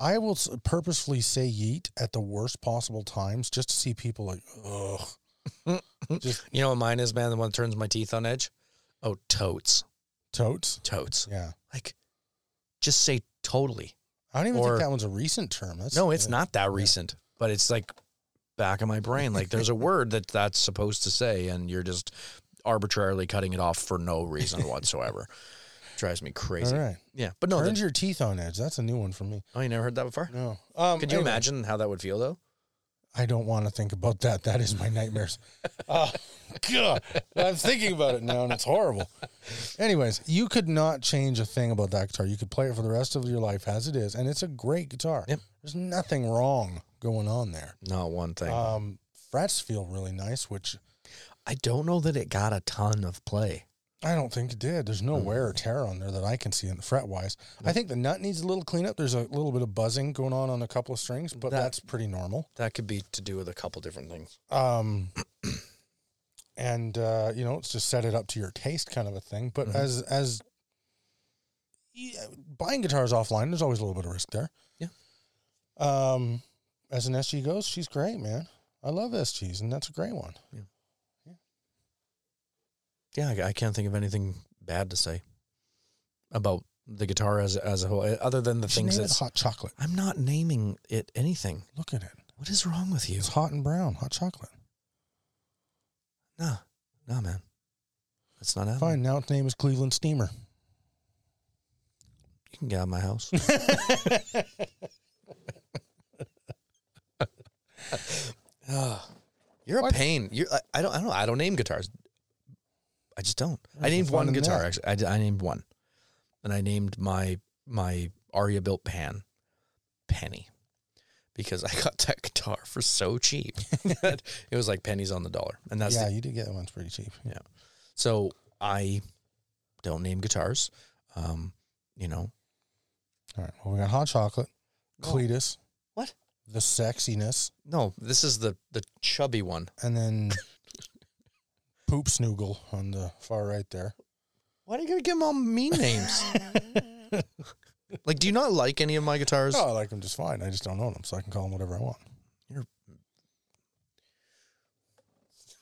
[SPEAKER 1] I will s- purposefully say yeet at the worst possible times just to see people like, ugh.
[SPEAKER 2] you know what mine is man the one that turns my teeth on edge oh totes
[SPEAKER 1] Totes.
[SPEAKER 2] totes
[SPEAKER 1] Yeah.
[SPEAKER 2] like just say totally
[SPEAKER 1] I don't even
[SPEAKER 2] Or-
[SPEAKER 1] think that one's a recent term. That's
[SPEAKER 2] No, it's not that recent, but it's like back of my brain. Like there's a word that that's supposed to say, and you're just arbitrarily cutting it off for no reason whatsoever. Drives me crazy.
[SPEAKER 1] All right.
[SPEAKER 2] Yeah, but no.
[SPEAKER 1] Turns
[SPEAKER 2] That,
[SPEAKER 1] your teeth on edge. That's a new one for me.
[SPEAKER 2] oh, you never heard that before?
[SPEAKER 1] No. Um,
[SPEAKER 2] Could you
[SPEAKER 1] anyway,
[SPEAKER 2] imagine how that would feel though?
[SPEAKER 1] I don't want to think about that. That is my nightmares. oh, God. I'm thinking about it now and it's horrible. Anyways, you could not change a thing about that guitar. You could play it for the rest of your life as it is, and it's a great guitar.
[SPEAKER 2] Yep.
[SPEAKER 1] There's nothing wrong going on there.
[SPEAKER 2] Not one thing.
[SPEAKER 1] Um, frets feel really nice, which
[SPEAKER 2] I don't know that it got a ton of play.
[SPEAKER 1] I don't think it did. There's no wear or
[SPEAKER 2] Mm.
[SPEAKER 1] tear on there that I can see in the fret wise. I think the nut needs a little cleanup. There's a little bit of buzzing going on on a couple of strings, but
[SPEAKER 2] That-
[SPEAKER 1] that's pretty normal.
[SPEAKER 2] That could be to do with a couple different things.
[SPEAKER 1] Um, and uh, you know, it's just set it up to your taste kind of a thing. But
[SPEAKER 2] Mhm.
[SPEAKER 1] as as yeah, buying guitars offline, there's always a little bit of risk there.
[SPEAKER 2] Yeah.
[SPEAKER 1] Um, as an SG goes, she's great, man. I love SGs, and that's a great one.
[SPEAKER 2] Yeah, I, I can't think of anything bad to say about the guitar as as a whole, other than the
[SPEAKER 1] She
[SPEAKER 2] things
[SPEAKER 1] named it
[SPEAKER 2] that
[SPEAKER 1] hot chocolate.
[SPEAKER 2] I'm not naming it anything.
[SPEAKER 1] Look at it.
[SPEAKER 2] What is wrong with you?
[SPEAKER 1] It's hot and brown. Hot chocolate.
[SPEAKER 2] Nah, nah, man. That's not happening.
[SPEAKER 1] Fine. Now its name is Cleveland Steamer.
[SPEAKER 2] You can get out of my house. Ah, you're
[SPEAKER 1] What?
[SPEAKER 2] a pain. You're. I, I don't. I don't. I don't name guitars. I just don't.
[SPEAKER 1] There's
[SPEAKER 2] I
[SPEAKER 1] no
[SPEAKER 2] named
[SPEAKER 1] fun
[SPEAKER 2] one
[SPEAKER 1] in
[SPEAKER 2] guitar
[SPEAKER 1] that.
[SPEAKER 2] actually. I, d- I named one, and I named my my Aria built pan Penny, because I got that guitar for so cheap. it was like pennies on the dollar, and that's the
[SPEAKER 1] yeah, you did get that one's pretty cheap.
[SPEAKER 2] So I Don't name guitars. Um, you know,
[SPEAKER 1] All right. Well, we got hot chocolate,
[SPEAKER 2] No.
[SPEAKER 1] Cletus.
[SPEAKER 2] Oh. What?
[SPEAKER 1] The sexiness,
[SPEAKER 2] no, this is the the chubby one.
[SPEAKER 1] and then poop snoogle on the far right there.
[SPEAKER 2] Why are you gonna give them all mean names? like, do you not like any of my guitars?
[SPEAKER 1] Oh, I like them just fine. I just don't own them, so I can call them whatever I want.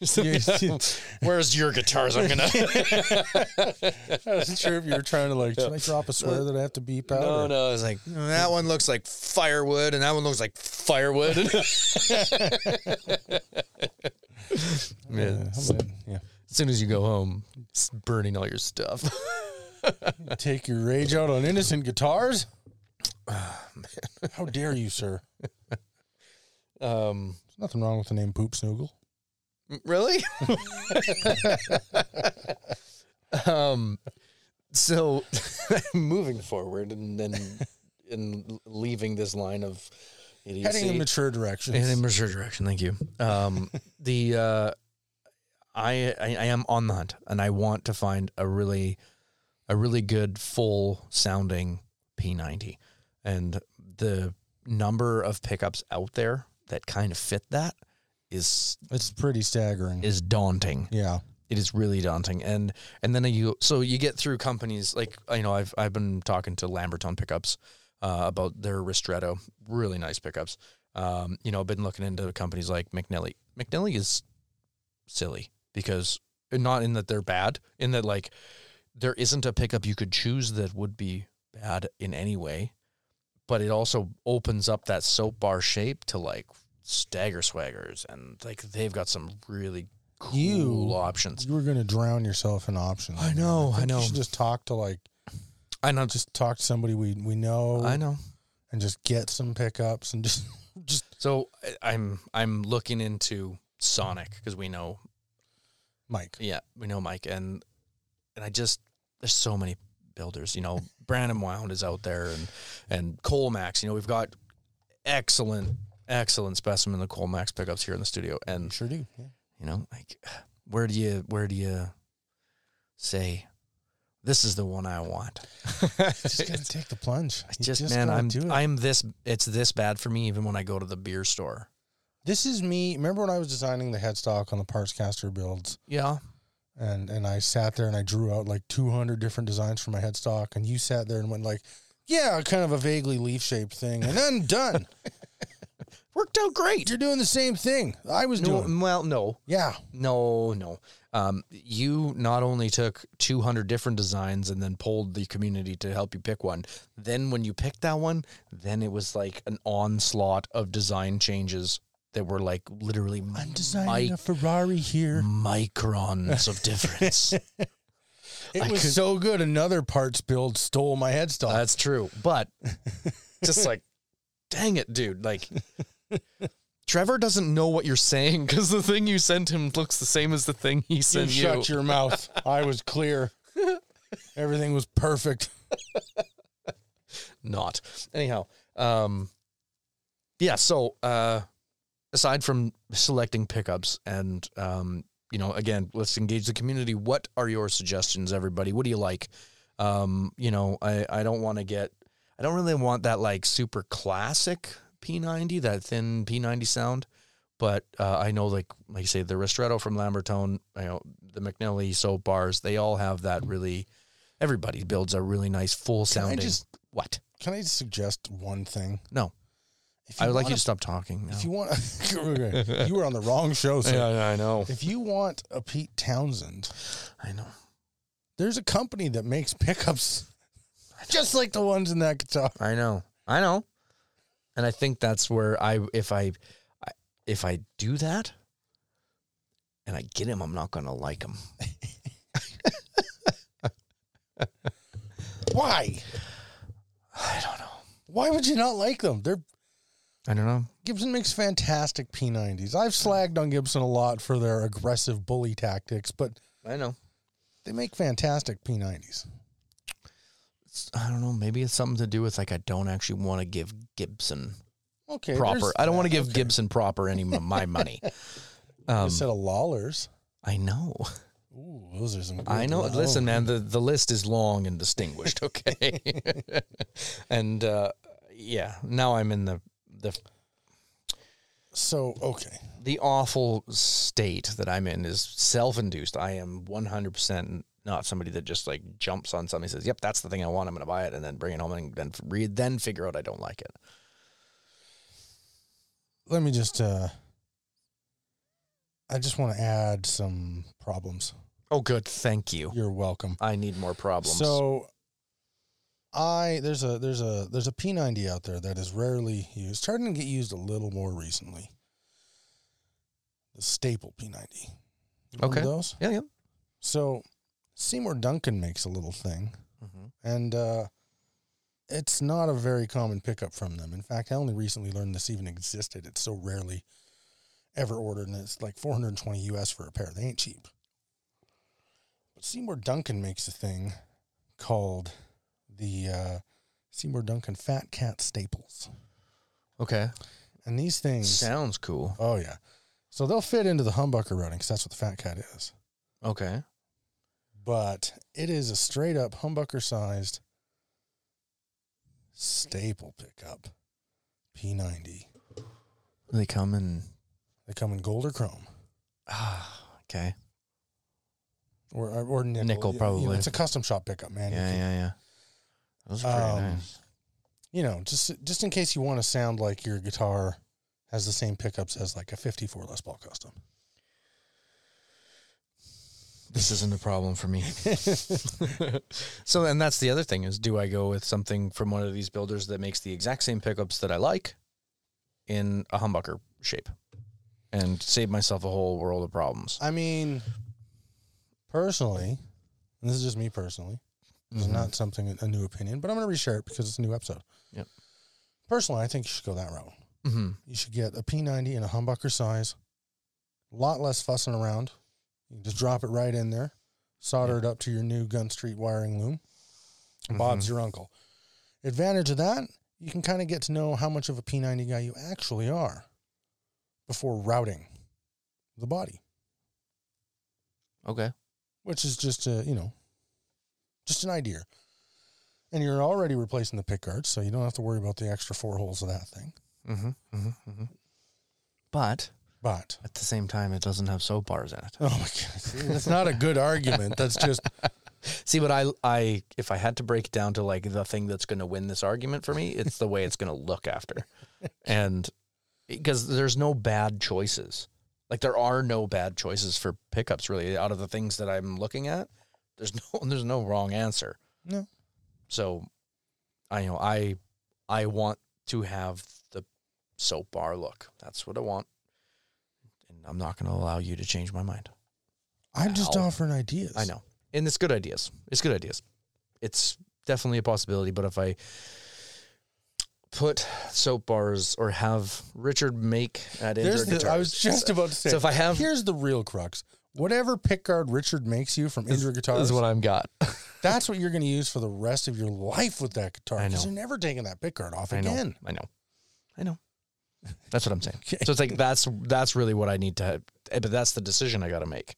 [SPEAKER 2] Where's your guitars? I'm gonna.
[SPEAKER 1] I wasn't sure if you were trying to like, should I drop a swear that I have to beep out?
[SPEAKER 2] No,
[SPEAKER 1] or-
[SPEAKER 2] no. It's like "Mm, that one looks like firewood, and that one looks like firewood.
[SPEAKER 1] Yeah,
[SPEAKER 2] yeah.
[SPEAKER 1] how about- yeah.
[SPEAKER 2] As soon as you go home, it's burning all your stuff.
[SPEAKER 1] Take your rage out on innocent guitars.
[SPEAKER 2] Ah,
[SPEAKER 1] How dare you, sir?
[SPEAKER 2] Um,
[SPEAKER 1] There's nothing wrong with the name Poop Snoogle.
[SPEAKER 2] really? um, so moving forward, and then and leaving this line of idiocy.
[SPEAKER 1] Heading in mature directions.
[SPEAKER 2] And in mature direction, thank you. Um, the uh, I, I I am on the hunt, and I want to find a really a really good full sounding P90, and the number of pickups out there that kind of fit that is
[SPEAKER 1] it's pretty staggering.
[SPEAKER 2] is daunting
[SPEAKER 1] yeah.
[SPEAKER 2] it is really daunting and and then you so you get through companies like you know i've i've been talking to lamberton pickups uh, about their ristretto really nice pickups um, you know i've been looking into companies like mcnelly mcnelly is silly because not in that they're bad in that like there isn't a pickup you could choose that would be bad in any way but it also opens up that soap bar shape to like stagger swaggers and like they've got some really cool
[SPEAKER 1] You-
[SPEAKER 2] options
[SPEAKER 1] You were going to drown yourself in options.
[SPEAKER 2] I know,
[SPEAKER 1] think
[SPEAKER 2] I know.
[SPEAKER 1] You should just talk to like,
[SPEAKER 2] I know. Just
[SPEAKER 1] just talk to somebody we, we know
[SPEAKER 2] I know.
[SPEAKER 1] and just get some pickups and just, just
[SPEAKER 2] So I- I'm I'm looking into Sonic because we know
[SPEAKER 1] Mike.
[SPEAKER 2] yeah we know Mike and and I just there's so many builders you know Brandon Wound is out there and and Colmax you know we've got excellent excellent specimen of Colmax pickups here in the studio and
[SPEAKER 1] Sure do. Yeah.
[SPEAKER 2] you know like where do you where do you say this is the one I want
[SPEAKER 1] Just got to take the plunge.
[SPEAKER 2] I
[SPEAKER 1] You
[SPEAKER 2] just, man
[SPEAKER 1] gotta
[SPEAKER 2] I'm
[SPEAKER 1] do it.
[SPEAKER 2] I'm this it's this bad for me even when I go to the beer store
[SPEAKER 1] This is me. Remember when I was designing the headstock on the parts caster builds,
[SPEAKER 2] yeah
[SPEAKER 1] and and I sat there and I drew out like 200 different designs for my headstock, and you sat there and went like, "Yeah, kind of a vaguely leaf shaped thing," and then done.
[SPEAKER 2] worked out great
[SPEAKER 1] You're doing the same thing I was
[SPEAKER 2] No,
[SPEAKER 1] doing.
[SPEAKER 2] well, no,
[SPEAKER 1] Yeah,
[SPEAKER 2] no, no. Um, you not only took 200 different designs and then polled the community to help you pick one. Then when you picked that one, then it was like an onslaught of design changes that were like literally
[SPEAKER 1] I'm designing
[SPEAKER 2] mi-
[SPEAKER 1] a Ferrari here.
[SPEAKER 2] microns of difference.
[SPEAKER 1] It
[SPEAKER 2] I
[SPEAKER 1] was
[SPEAKER 2] could-
[SPEAKER 1] so good. Another parts build stole my headstock.
[SPEAKER 2] That's true. But just like, dang it, dude. Like, Trevor doesn't know what you're saying because the thing you sent him looks the same as the thing he
[SPEAKER 1] you
[SPEAKER 2] sent you.
[SPEAKER 1] shut your mouth. I was clear. Everything was perfect.
[SPEAKER 2] not. Anyhow, um, yeah. So uh, aside from selecting pickups and um, you know, again, let's engage the community. What are your suggestions, everybody? What do you like? Um, you know, I I don't want to get. I don't really want that like super classic P90, that thin P90 sound. But uh, I know, like like you say, the Ristretto from Lambertone, you know, the McNally soap bars, they all have that really. Everybody builds a really nice full
[SPEAKER 1] Can I
[SPEAKER 2] sounding.
[SPEAKER 1] just-
[SPEAKER 2] what?
[SPEAKER 1] Can I suggest one thing?
[SPEAKER 2] No.
[SPEAKER 1] If
[SPEAKER 2] I would like
[SPEAKER 1] wanna
[SPEAKER 2] you to stop talking. Now.
[SPEAKER 1] If you want, Okay, you were on the wrong show. sir.
[SPEAKER 2] I know.
[SPEAKER 1] If you want a Pete Townsend,
[SPEAKER 2] I know.
[SPEAKER 1] there's a company that makes pickups just like the ones in that guitar.
[SPEAKER 2] I know. I know. And I think that's where I, if I, I if I do that, and I get him, I'm not gonna like him.
[SPEAKER 1] Why?
[SPEAKER 2] I don't know.
[SPEAKER 1] Why would you not like them? They're
[SPEAKER 2] I don't know.
[SPEAKER 1] Gibson makes fantastic P90s. I've slagged on Gibson a lot for their aggressive bully tactics, but
[SPEAKER 2] I know.
[SPEAKER 1] they make fantastic P90s.
[SPEAKER 2] It's, I don't know. Maybe it's something to do with like I don't actually want to give Gibson
[SPEAKER 1] Okay,
[SPEAKER 2] proper.
[SPEAKER 1] there's
[SPEAKER 2] I don't want to
[SPEAKER 1] that.
[SPEAKER 2] give
[SPEAKER 1] Okay.
[SPEAKER 2] Gibson proper any of my money. Um,
[SPEAKER 1] Instead of Lawlers,
[SPEAKER 2] I know.
[SPEAKER 1] Ooh, those are some. good
[SPEAKER 2] I know.
[SPEAKER 1] loud-
[SPEAKER 2] Listen, man, the, the list is long and distinguished. Okay, and uh, yeah, now I'm in the the
[SPEAKER 1] So okay,
[SPEAKER 2] the awful state that I'm in is self induced. I am 100 percent not somebody that just like jumps on something and says, "Yep, that's the thing I want. I'm going to buy it," and then bring it home and then read, then figure out I don't like it.
[SPEAKER 1] let me just. uh I just want to add some problems.
[SPEAKER 2] Oh, good, thank you.
[SPEAKER 1] You're welcome.
[SPEAKER 2] I need more problems.
[SPEAKER 1] So, I there's a there's a there's a P90 out there that is rarely used, starting to get used a little more recently. The staple P90. Remember
[SPEAKER 2] Okay.
[SPEAKER 1] Those.
[SPEAKER 2] yeah, yeah.
[SPEAKER 1] So, Seymour Duncan makes a little thing.
[SPEAKER 2] Mhm.
[SPEAKER 1] and uh, it's not a very common pickup from them. In fact, I only recently learned this even existed. It's so rarely ever ordered, and it's like 420 US for a pair. They ain't cheap. But Seymour Duncan makes a thing called the uh, Seymour Duncan Fat Cat Staples,
[SPEAKER 2] Okay,
[SPEAKER 1] and these things.
[SPEAKER 2] sounds cool.
[SPEAKER 1] oh yeah, so they'll fit into the humbucker routing because that's what the Fat Cat is.
[SPEAKER 2] Okay,
[SPEAKER 1] but it is a straight up humbucker sized staple pickup P90.
[SPEAKER 2] they come and
[SPEAKER 1] They come in gold or chrome
[SPEAKER 2] ah, okay,
[SPEAKER 1] or or, or nickel.
[SPEAKER 2] Nickel,
[SPEAKER 1] You know,
[SPEAKER 2] probably.
[SPEAKER 1] it's a custom shop pickup, man. You
[SPEAKER 2] yeah,
[SPEAKER 1] can-
[SPEAKER 2] yeah, yeah. Those are pretty
[SPEAKER 1] Um,
[SPEAKER 2] nice.
[SPEAKER 1] You know, just just in case you want to sound like your guitar has the same pickups as like a 54 Les Paul custom.
[SPEAKER 2] this isn't a problem for me. so, and that's the other thing is, do I go with something from one of these builders that makes the exact same pickups that I like in a humbucker shape, and save myself a whole world of problems?
[SPEAKER 1] I mean, personally, and this is just me personally. It's
[SPEAKER 2] Mhm.
[SPEAKER 1] not something a new opinion, but I'm going to reshare it because it's a new episode.
[SPEAKER 2] Yep.
[SPEAKER 1] Personally, I think you should go that route.
[SPEAKER 2] Mm-hmm.
[SPEAKER 1] you should get a P90 in a humbucker size. A lot less fussing around. You can just drop it right in there, solder it up to your new Gun Street wiring loom.
[SPEAKER 2] Mm-hmm.
[SPEAKER 1] Bob's your uncle. Advantage of that, you can kind of get to know how much of a P90 guy you actually are before routing the body,
[SPEAKER 2] Okay.
[SPEAKER 1] which is just a, you know, just an idea. And you're already replacing the pick guards, so you don't have to worry about the extra four holes of that thing.
[SPEAKER 2] Mm-hmm. Mm-hmm. But
[SPEAKER 1] But
[SPEAKER 2] at the same time, it doesn't have soap bars in it.
[SPEAKER 1] oh my god, see, that's not a good argument. That's just
[SPEAKER 2] See, but I, I, if I had to break it down to like the thing that's going to win this argument for me, it's the way it's going to look after, and because there's no bad choices, like there are no bad choices for pickups really. Out of the things that I'm looking at, there's no, there's no wrong answer.
[SPEAKER 1] No.
[SPEAKER 2] So, I you know I, I want to have the soap bar look. That's what I want, and I'm not going to allow you to change my mind.
[SPEAKER 1] I'm just
[SPEAKER 2] Ow.
[SPEAKER 1] offering ideas.
[SPEAKER 2] I know. And it's good ideas. It's good ideas. It's definitely a possibility, but if I put soap bars or have Richard make at
[SPEAKER 1] There's
[SPEAKER 2] Indra
[SPEAKER 1] the, I was just about to say.
[SPEAKER 2] So if I have
[SPEAKER 1] here's the real crux. Whatever pickguard Richard makes you from Indra guitars,
[SPEAKER 2] is what I've got.
[SPEAKER 1] that's what you're going to use for the rest of your life with that guitar.
[SPEAKER 2] I
[SPEAKER 1] Because
[SPEAKER 2] know.
[SPEAKER 1] you're never taking that pickguard off
[SPEAKER 2] I know.
[SPEAKER 1] again.
[SPEAKER 2] I know. I know. That's what I'm saying. So it's like that's that's really what I need to eh, but that's the decision I got to make.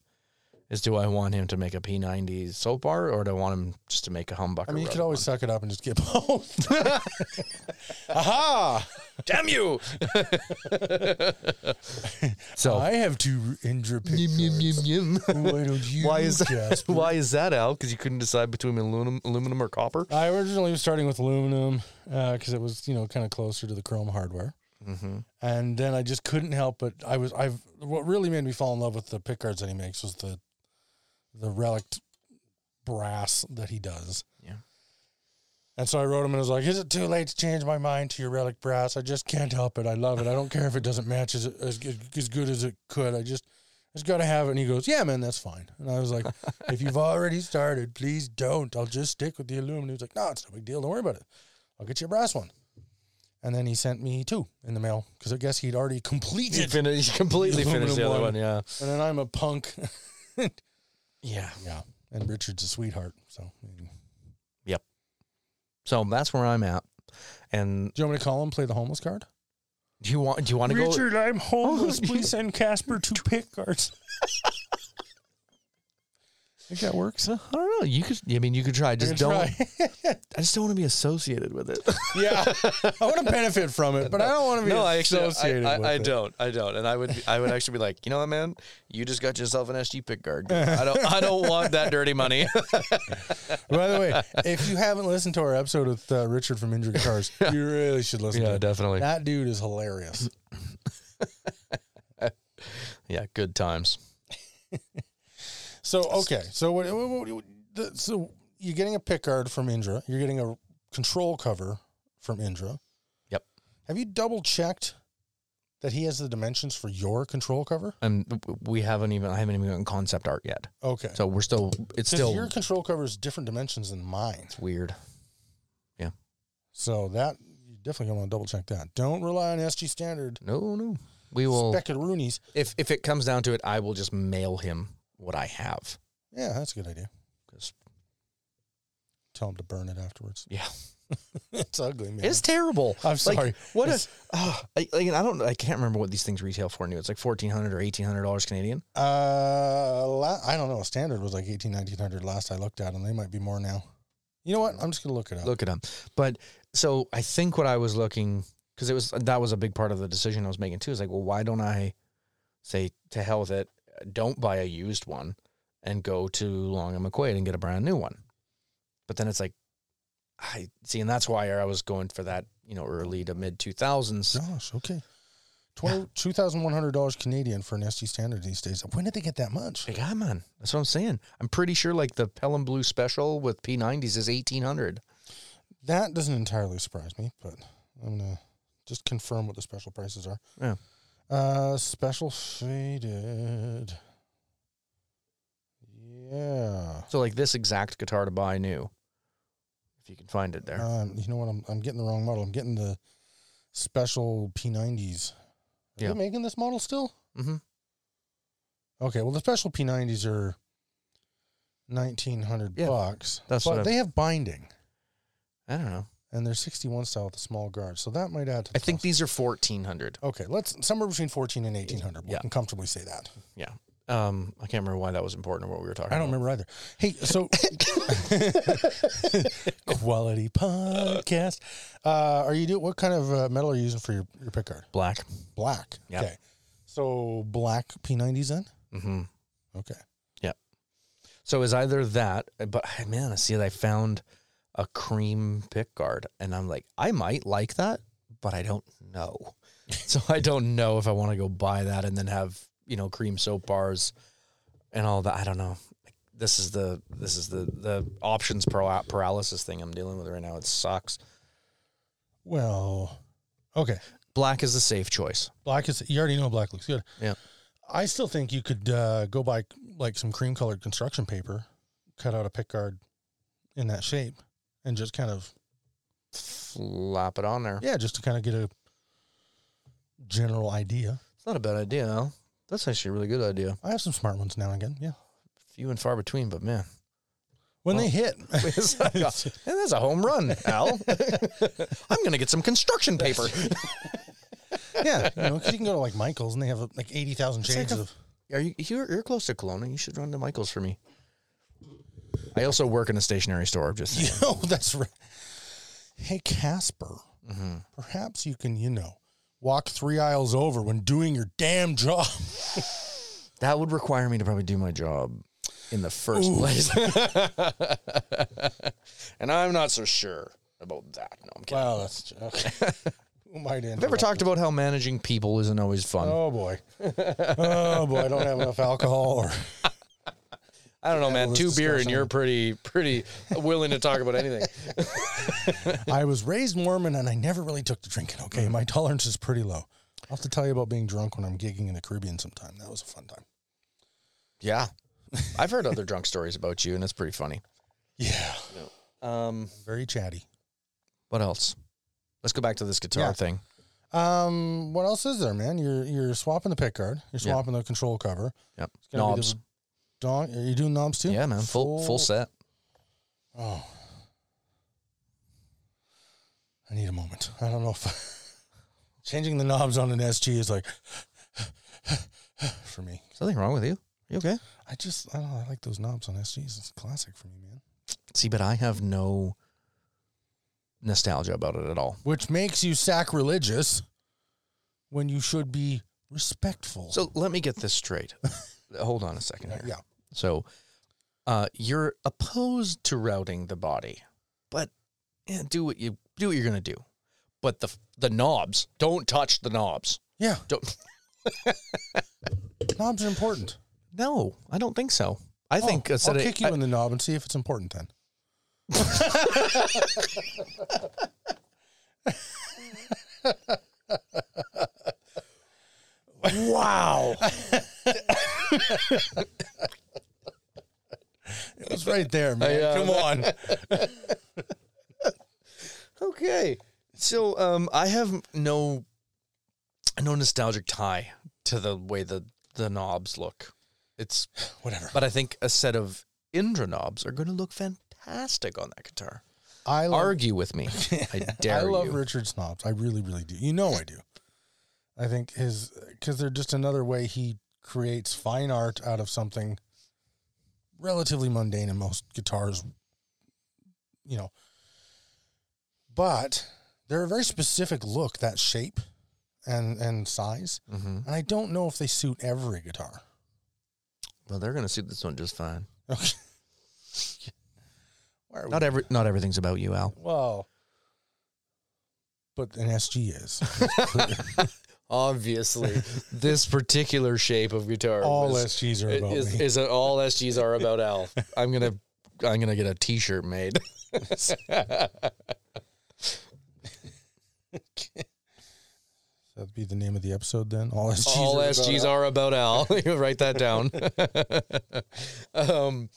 [SPEAKER 2] Is do I want him to make a P90 soap bar or do I want him just to make a humbucker?
[SPEAKER 1] I mean, you
[SPEAKER 2] rub
[SPEAKER 1] could always
[SPEAKER 2] one?
[SPEAKER 1] suck it up and just get both. Aha!
[SPEAKER 2] damn you. so
[SPEAKER 1] I have two Indra pickguards. Why don't you?
[SPEAKER 2] Why is that?
[SPEAKER 1] Jasper?
[SPEAKER 2] Why is that, Al? Because you couldn't decide between aluminum, aluminum or copper.
[SPEAKER 1] I originally was starting with aluminum because it was you know kind of closer to the chrome hardware.
[SPEAKER 2] Mm-hmm.
[SPEAKER 1] and then I just couldn't help but I was I've what really made me fall in love with the pickguards that he makes was the the relict brass that he does.
[SPEAKER 2] Yeah.
[SPEAKER 1] And so I wrote him and I was like, "Is it too late to change my mind to your relic brass? I just can't help it. I love it. I don't care if it doesn't match as as, as good as it could. I just I just got to have it." And he goes, "Yeah, man, that's fine." And I was like, "If you've already started, please don't. I'll just stick with the aluminum." He was like, "No, it's no big deal. Don't worry about it. I'll get you a brass one." And then he sent me two in the mail because I guess he'd already
[SPEAKER 2] You
[SPEAKER 1] completed.
[SPEAKER 2] finish, completely
[SPEAKER 1] The
[SPEAKER 2] finished the
[SPEAKER 1] aluminum
[SPEAKER 2] other
[SPEAKER 1] one.
[SPEAKER 2] one. Yeah.
[SPEAKER 1] And then I'm a punk.
[SPEAKER 2] Yeah.
[SPEAKER 1] yeah. And Richard's a sweetheart. So, I mean,
[SPEAKER 2] So that's where I'm at. And
[SPEAKER 1] do you want me to call him? Play the homeless card.
[SPEAKER 2] do you want? Do you want to go? Oh,
[SPEAKER 1] Richard, I'm homeless. Please send Casper two pick cards. Think that works?
[SPEAKER 2] I don't know. You could. I mean, you could try. Just
[SPEAKER 1] You're
[SPEAKER 2] don't.
[SPEAKER 1] gonna try.
[SPEAKER 2] I just don't want to be associated with it.
[SPEAKER 1] yeah, I want to benefit from it, but I don't want to be
[SPEAKER 2] no, I actually,
[SPEAKER 1] associated
[SPEAKER 2] I, I,
[SPEAKER 1] with
[SPEAKER 2] I
[SPEAKER 1] it.
[SPEAKER 2] don't, I don't, and I would, I would actually be like, you know what, man, you just got yourself an SG pick guard. dude. I don't, I don't want that dirty money.
[SPEAKER 1] By the way, if you haven't listened to our episode with uh, Richard from Injured Guitars, you really should listen to it.
[SPEAKER 2] definitely.
[SPEAKER 1] That dude is hilarious.
[SPEAKER 2] Yeah, good times.
[SPEAKER 1] So okay, so what, what, what- what- the- So you're getting a pickguard from Indra. You're getting a control cover from Indra.
[SPEAKER 2] Yep.
[SPEAKER 1] Have you double checked that he has the dimensions for your control cover?
[SPEAKER 2] And w- we haven't even, I haven't even gotten concept art yet,
[SPEAKER 1] Okay.
[SPEAKER 2] so we're still, it's
[SPEAKER 1] Because
[SPEAKER 2] still
[SPEAKER 1] your control cover is different dimensions than mine,
[SPEAKER 2] weird.
[SPEAKER 1] so that you definitely gonna want to double check that. Don't rely on SG standard.
[SPEAKER 2] No, no, we will.
[SPEAKER 1] Spec and Rooney's.
[SPEAKER 2] if if it comes down to it, I will just mail him what I have.
[SPEAKER 1] Yeah, that's a good idea.
[SPEAKER 2] 'Cause-
[SPEAKER 1] Tell him to burn it afterwards.
[SPEAKER 2] Yeah.
[SPEAKER 1] it's ugly, man.
[SPEAKER 2] It's terrible.
[SPEAKER 1] I'm
[SPEAKER 2] Like,
[SPEAKER 1] sorry.
[SPEAKER 2] what
[SPEAKER 1] It's-
[SPEAKER 2] if? Oh, I, I, I don't. I can't remember what these things retail for. New. It's like fourteen hundred or eighteen hundred dollars Canadian.
[SPEAKER 1] Uh, la- I don't know. Standard was like 18, 1900 last I looked at them. They might be more now. You know what? I'm just going to look it up.
[SPEAKER 2] Look at them. But so I think what I was looking because it was that was a big part of the decision I was making too. Is like, well, why don't I say to hell with it? Don't buy a used one and go to Long and McQuaid and get a brand new one. But then it's like, I see, and that's why I was going for that. You know, early to mid two thousands.
[SPEAKER 1] Gosh, okay. Twenty two thousand one hundred dollars Canadian for an SG standard these days. When did they get that much?
[SPEAKER 2] Big eye ah, man. That's what I'm saying. I'm pretty sure like the Pelham Blue special with P90s is 1800.
[SPEAKER 1] That doesn't entirely surprise me, but I'm gonna just confirm what the special prices are.
[SPEAKER 2] Yeah.
[SPEAKER 1] Uh, special faded. Yeah.
[SPEAKER 2] So like this exact guitar to buy new, if you can find it there.
[SPEAKER 1] Um, you know what? I'm I'm getting the wrong model. I'm getting the special P90s. Are
[SPEAKER 2] Yeah.
[SPEAKER 1] they making this model still?
[SPEAKER 2] mm-hmm.
[SPEAKER 1] Okay, well the special P90s are 1900
[SPEAKER 2] Yeah,
[SPEAKER 1] bucks.
[SPEAKER 2] that's
[SPEAKER 1] but
[SPEAKER 2] what I'm-
[SPEAKER 1] they have binding
[SPEAKER 2] I don't know.
[SPEAKER 1] and they're 61 style with a small guard. So that might add to the
[SPEAKER 2] I think
[SPEAKER 1] cost.
[SPEAKER 2] these are 1400.
[SPEAKER 1] Okay, let's somewhere between 14 and 1800. We
[SPEAKER 2] Yeah.
[SPEAKER 1] can comfortably say that.
[SPEAKER 2] Um, I can't remember why that was important or what we were talking.
[SPEAKER 1] I don't remember either. Hey, so quality podcast. Uh, are you doing what kind of uh, metal are you using for your, your pick guard?
[SPEAKER 2] Black.
[SPEAKER 1] Black.
[SPEAKER 2] Yeah.
[SPEAKER 1] Okay. So black P90s then?
[SPEAKER 2] Mm-hmm.
[SPEAKER 1] Okay.
[SPEAKER 2] So is either that, but man, I see, I found a cream pick guard, and I'm like, I might like that, but I don't know. so I don't know if I want to go buy that and then have you know cream soap bars and all that. I don't know. This is the this is the the options para- paralysis thing I'm dealing with right now. It sucks.
[SPEAKER 1] Well, okay.
[SPEAKER 2] Black is the safe choice.
[SPEAKER 1] Black is you already know black looks good.
[SPEAKER 2] Yeah.
[SPEAKER 1] I still think you could uh, go buy like some cream colored construction paper, cut out a pick guard in that shape, and just kind of
[SPEAKER 2] Flap it on there.
[SPEAKER 1] yeah, just to kind of get a general idea.
[SPEAKER 2] It's not a bad idea. Al. That's actually a really good idea.
[SPEAKER 1] I have some smart ones now and again. Yeah.
[SPEAKER 2] Few and far between, but man,
[SPEAKER 1] When they
[SPEAKER 2] Well-
[SPEAKER 1] hit,
[SPEAKER 2] It's like a- and that's a home run, Al. I'm gonna get some construction paper.
[SPEAKER 1] yeah, you know, 'cause you can go to like Michaels and they have like eighty thousand
[SPEAKER 2] like
[SPEAKER 1] shades
[SPEAKER 2] a-
[SPEAKER 1] of.
[SPEAKER 2] Are you? You're, you're close to Kelowna. You should run to Michael's for me. I also work in a stationery store. I'm just saying.
[SPEAKER 1] oh, that's right. Hey, Casper, perhaps you can, you know, walk three aisles over when doing your damn job.
[SPEAKER 2] that would require me to probably do my job in the first place, and I'm not so sure about that. No, I'm kidding.
[SPEAKER 1] Wow, that's okay. Who might end?
[SPEAKER 2] I've ever talked about how managing people isn't always fun.
[SPEAKER 1] Oh boy, oh boy, I don't have enough alcohol. Or
[SPEAKER 2] I don't know, man.
[SPEAKER 1] this
[SPEAKER 2] Two beer and
[SPEAKER 1] discussion-
[SPEAKER 2] you're pretty, pretty willing to talk about anything.
[SPEAKER 1] I was raised Mormon and I never really took to drinking. Okay, my tolerance is pretty low. I'll have to tell you about being drunk when I'm gigging in the Caribbean sometime. That was a fun time.
[SPEAKER 2] yeah, I've heard other drunk stories about you, and it's pretty funny.
[SPEAKER 1] Yeah,
[SPEAKER 2] Um,
[SPEAKER 1] very chatty.
[SPEAKER 2] what else? Let's go back to this guitar
[SPEAKER 1] Yeah.
[SPEAKER 2] thing.
[SPEAKER 1] Um, what else is there, man? You're you're swapping the pick guard. You're
[SPEAKER 2] Yeah.
[SPEAKER 1] swapping the control cover.
[SPEAKER 2] Yep.
[SPEAKER 1] It's gonna be
[SPEAKER 2] Knobs.
[SPEAKER 1] the Don, are you doing knobs too?
[SPEAKER 2] Yeah, man. Full full set.
[SPEAKER 1] Oh, I need a moment. I don't know if changing the knobs on an SG is like for me.
[SPEAKER 2] Something wrong with you? You okay?
[SPEAKER 1] I just I don't know, I like those knobs on SGs. It's a classic for me, man.
[SPEAKER 2] See, but I have no nostalgia about it at all.
[SPEAKER 1] Which makes you sacrilegious when you should be respectful.
[SPEAKER 2] So let me get this straight. Hold on a second
[SPEAKER 1] yeah,
[SPEAKER 2] here.
[SPEAKER 1] yeah.
[SPEAKER 2] So uh, you're opposed to routing the body, but eh, do what you do what you're gonna do. But the the knobs, don't touch the knobs.
[SPEAKER 1] Yeah.
[SPEAKER 2] Don't.
[SPEAKER 1] Knobs are important.
[SPEAKER 2] No, I don't think so. I think
[SPEAKER 1] I'll
[SPEAKER 2] instead of-
[SPEAKER 1] kick you in the knob and see if it's important then.
[SPEAKER 2] wow.
[SPEAKER 1] It was right there, man.
[SPEAKER 2] uh,
[SPEAKER 1] Come on.
[SPEAKER 2] okay. So um, I have no no nostalgic tie to the way the the knobs look. It's
[SPEAKER 1] Whatever.
[SPEAKER 2] but I think a set of Indra knobs are going to look fantastic on that guitar.
[SPEAKER 1] I love,
[SPEAKER 2] Argue with me. Oh. I dare
[SPEAKER 1] I love
[SPEAKER 2] you.
[SPEAKER 1] Richard Snobs. I really, really do. You know I do. I think his because they're just another way he creates fine art out of something relatively mundane in most guitars, you know. But they're a very specific look, that shape and and size.
[SPEAKER 2] mm-hmm.
[SPEAKER 1] And I don't know if they suit every guitar.
[SPEAKER 2] Well, they're going to suit this one just fine.
[SPEAKER 1] Okay. Why are we
[SPEAKER 2] Not every not everything's about you, Al.
[SPEAKER 1] Well, but an SG is
[SPEAKER 2] Obviously, this particular shape of guitar
[SPEAKER 1] all
[SPEAKER 2] was-
[SPEAKER 1] SGs are
[SPEAKER 2] It
[SPEAKER 1] about
[SPEAKER 2] is,
[SPEAKER 1] me.
[SPEAKER 2] is it all SGs are about Al. I'm gonna I'm gonna get a T-shirt made.
[SPEAKER 1] That'd be the name of the episode then. All SGs.
[SPEAKER 2] all
[SPEAKER 1] are about
[SPEAKER 2] SGs
[SPEAKER 1] us.
[SPEAKER 2] are about Al. You write that down. um,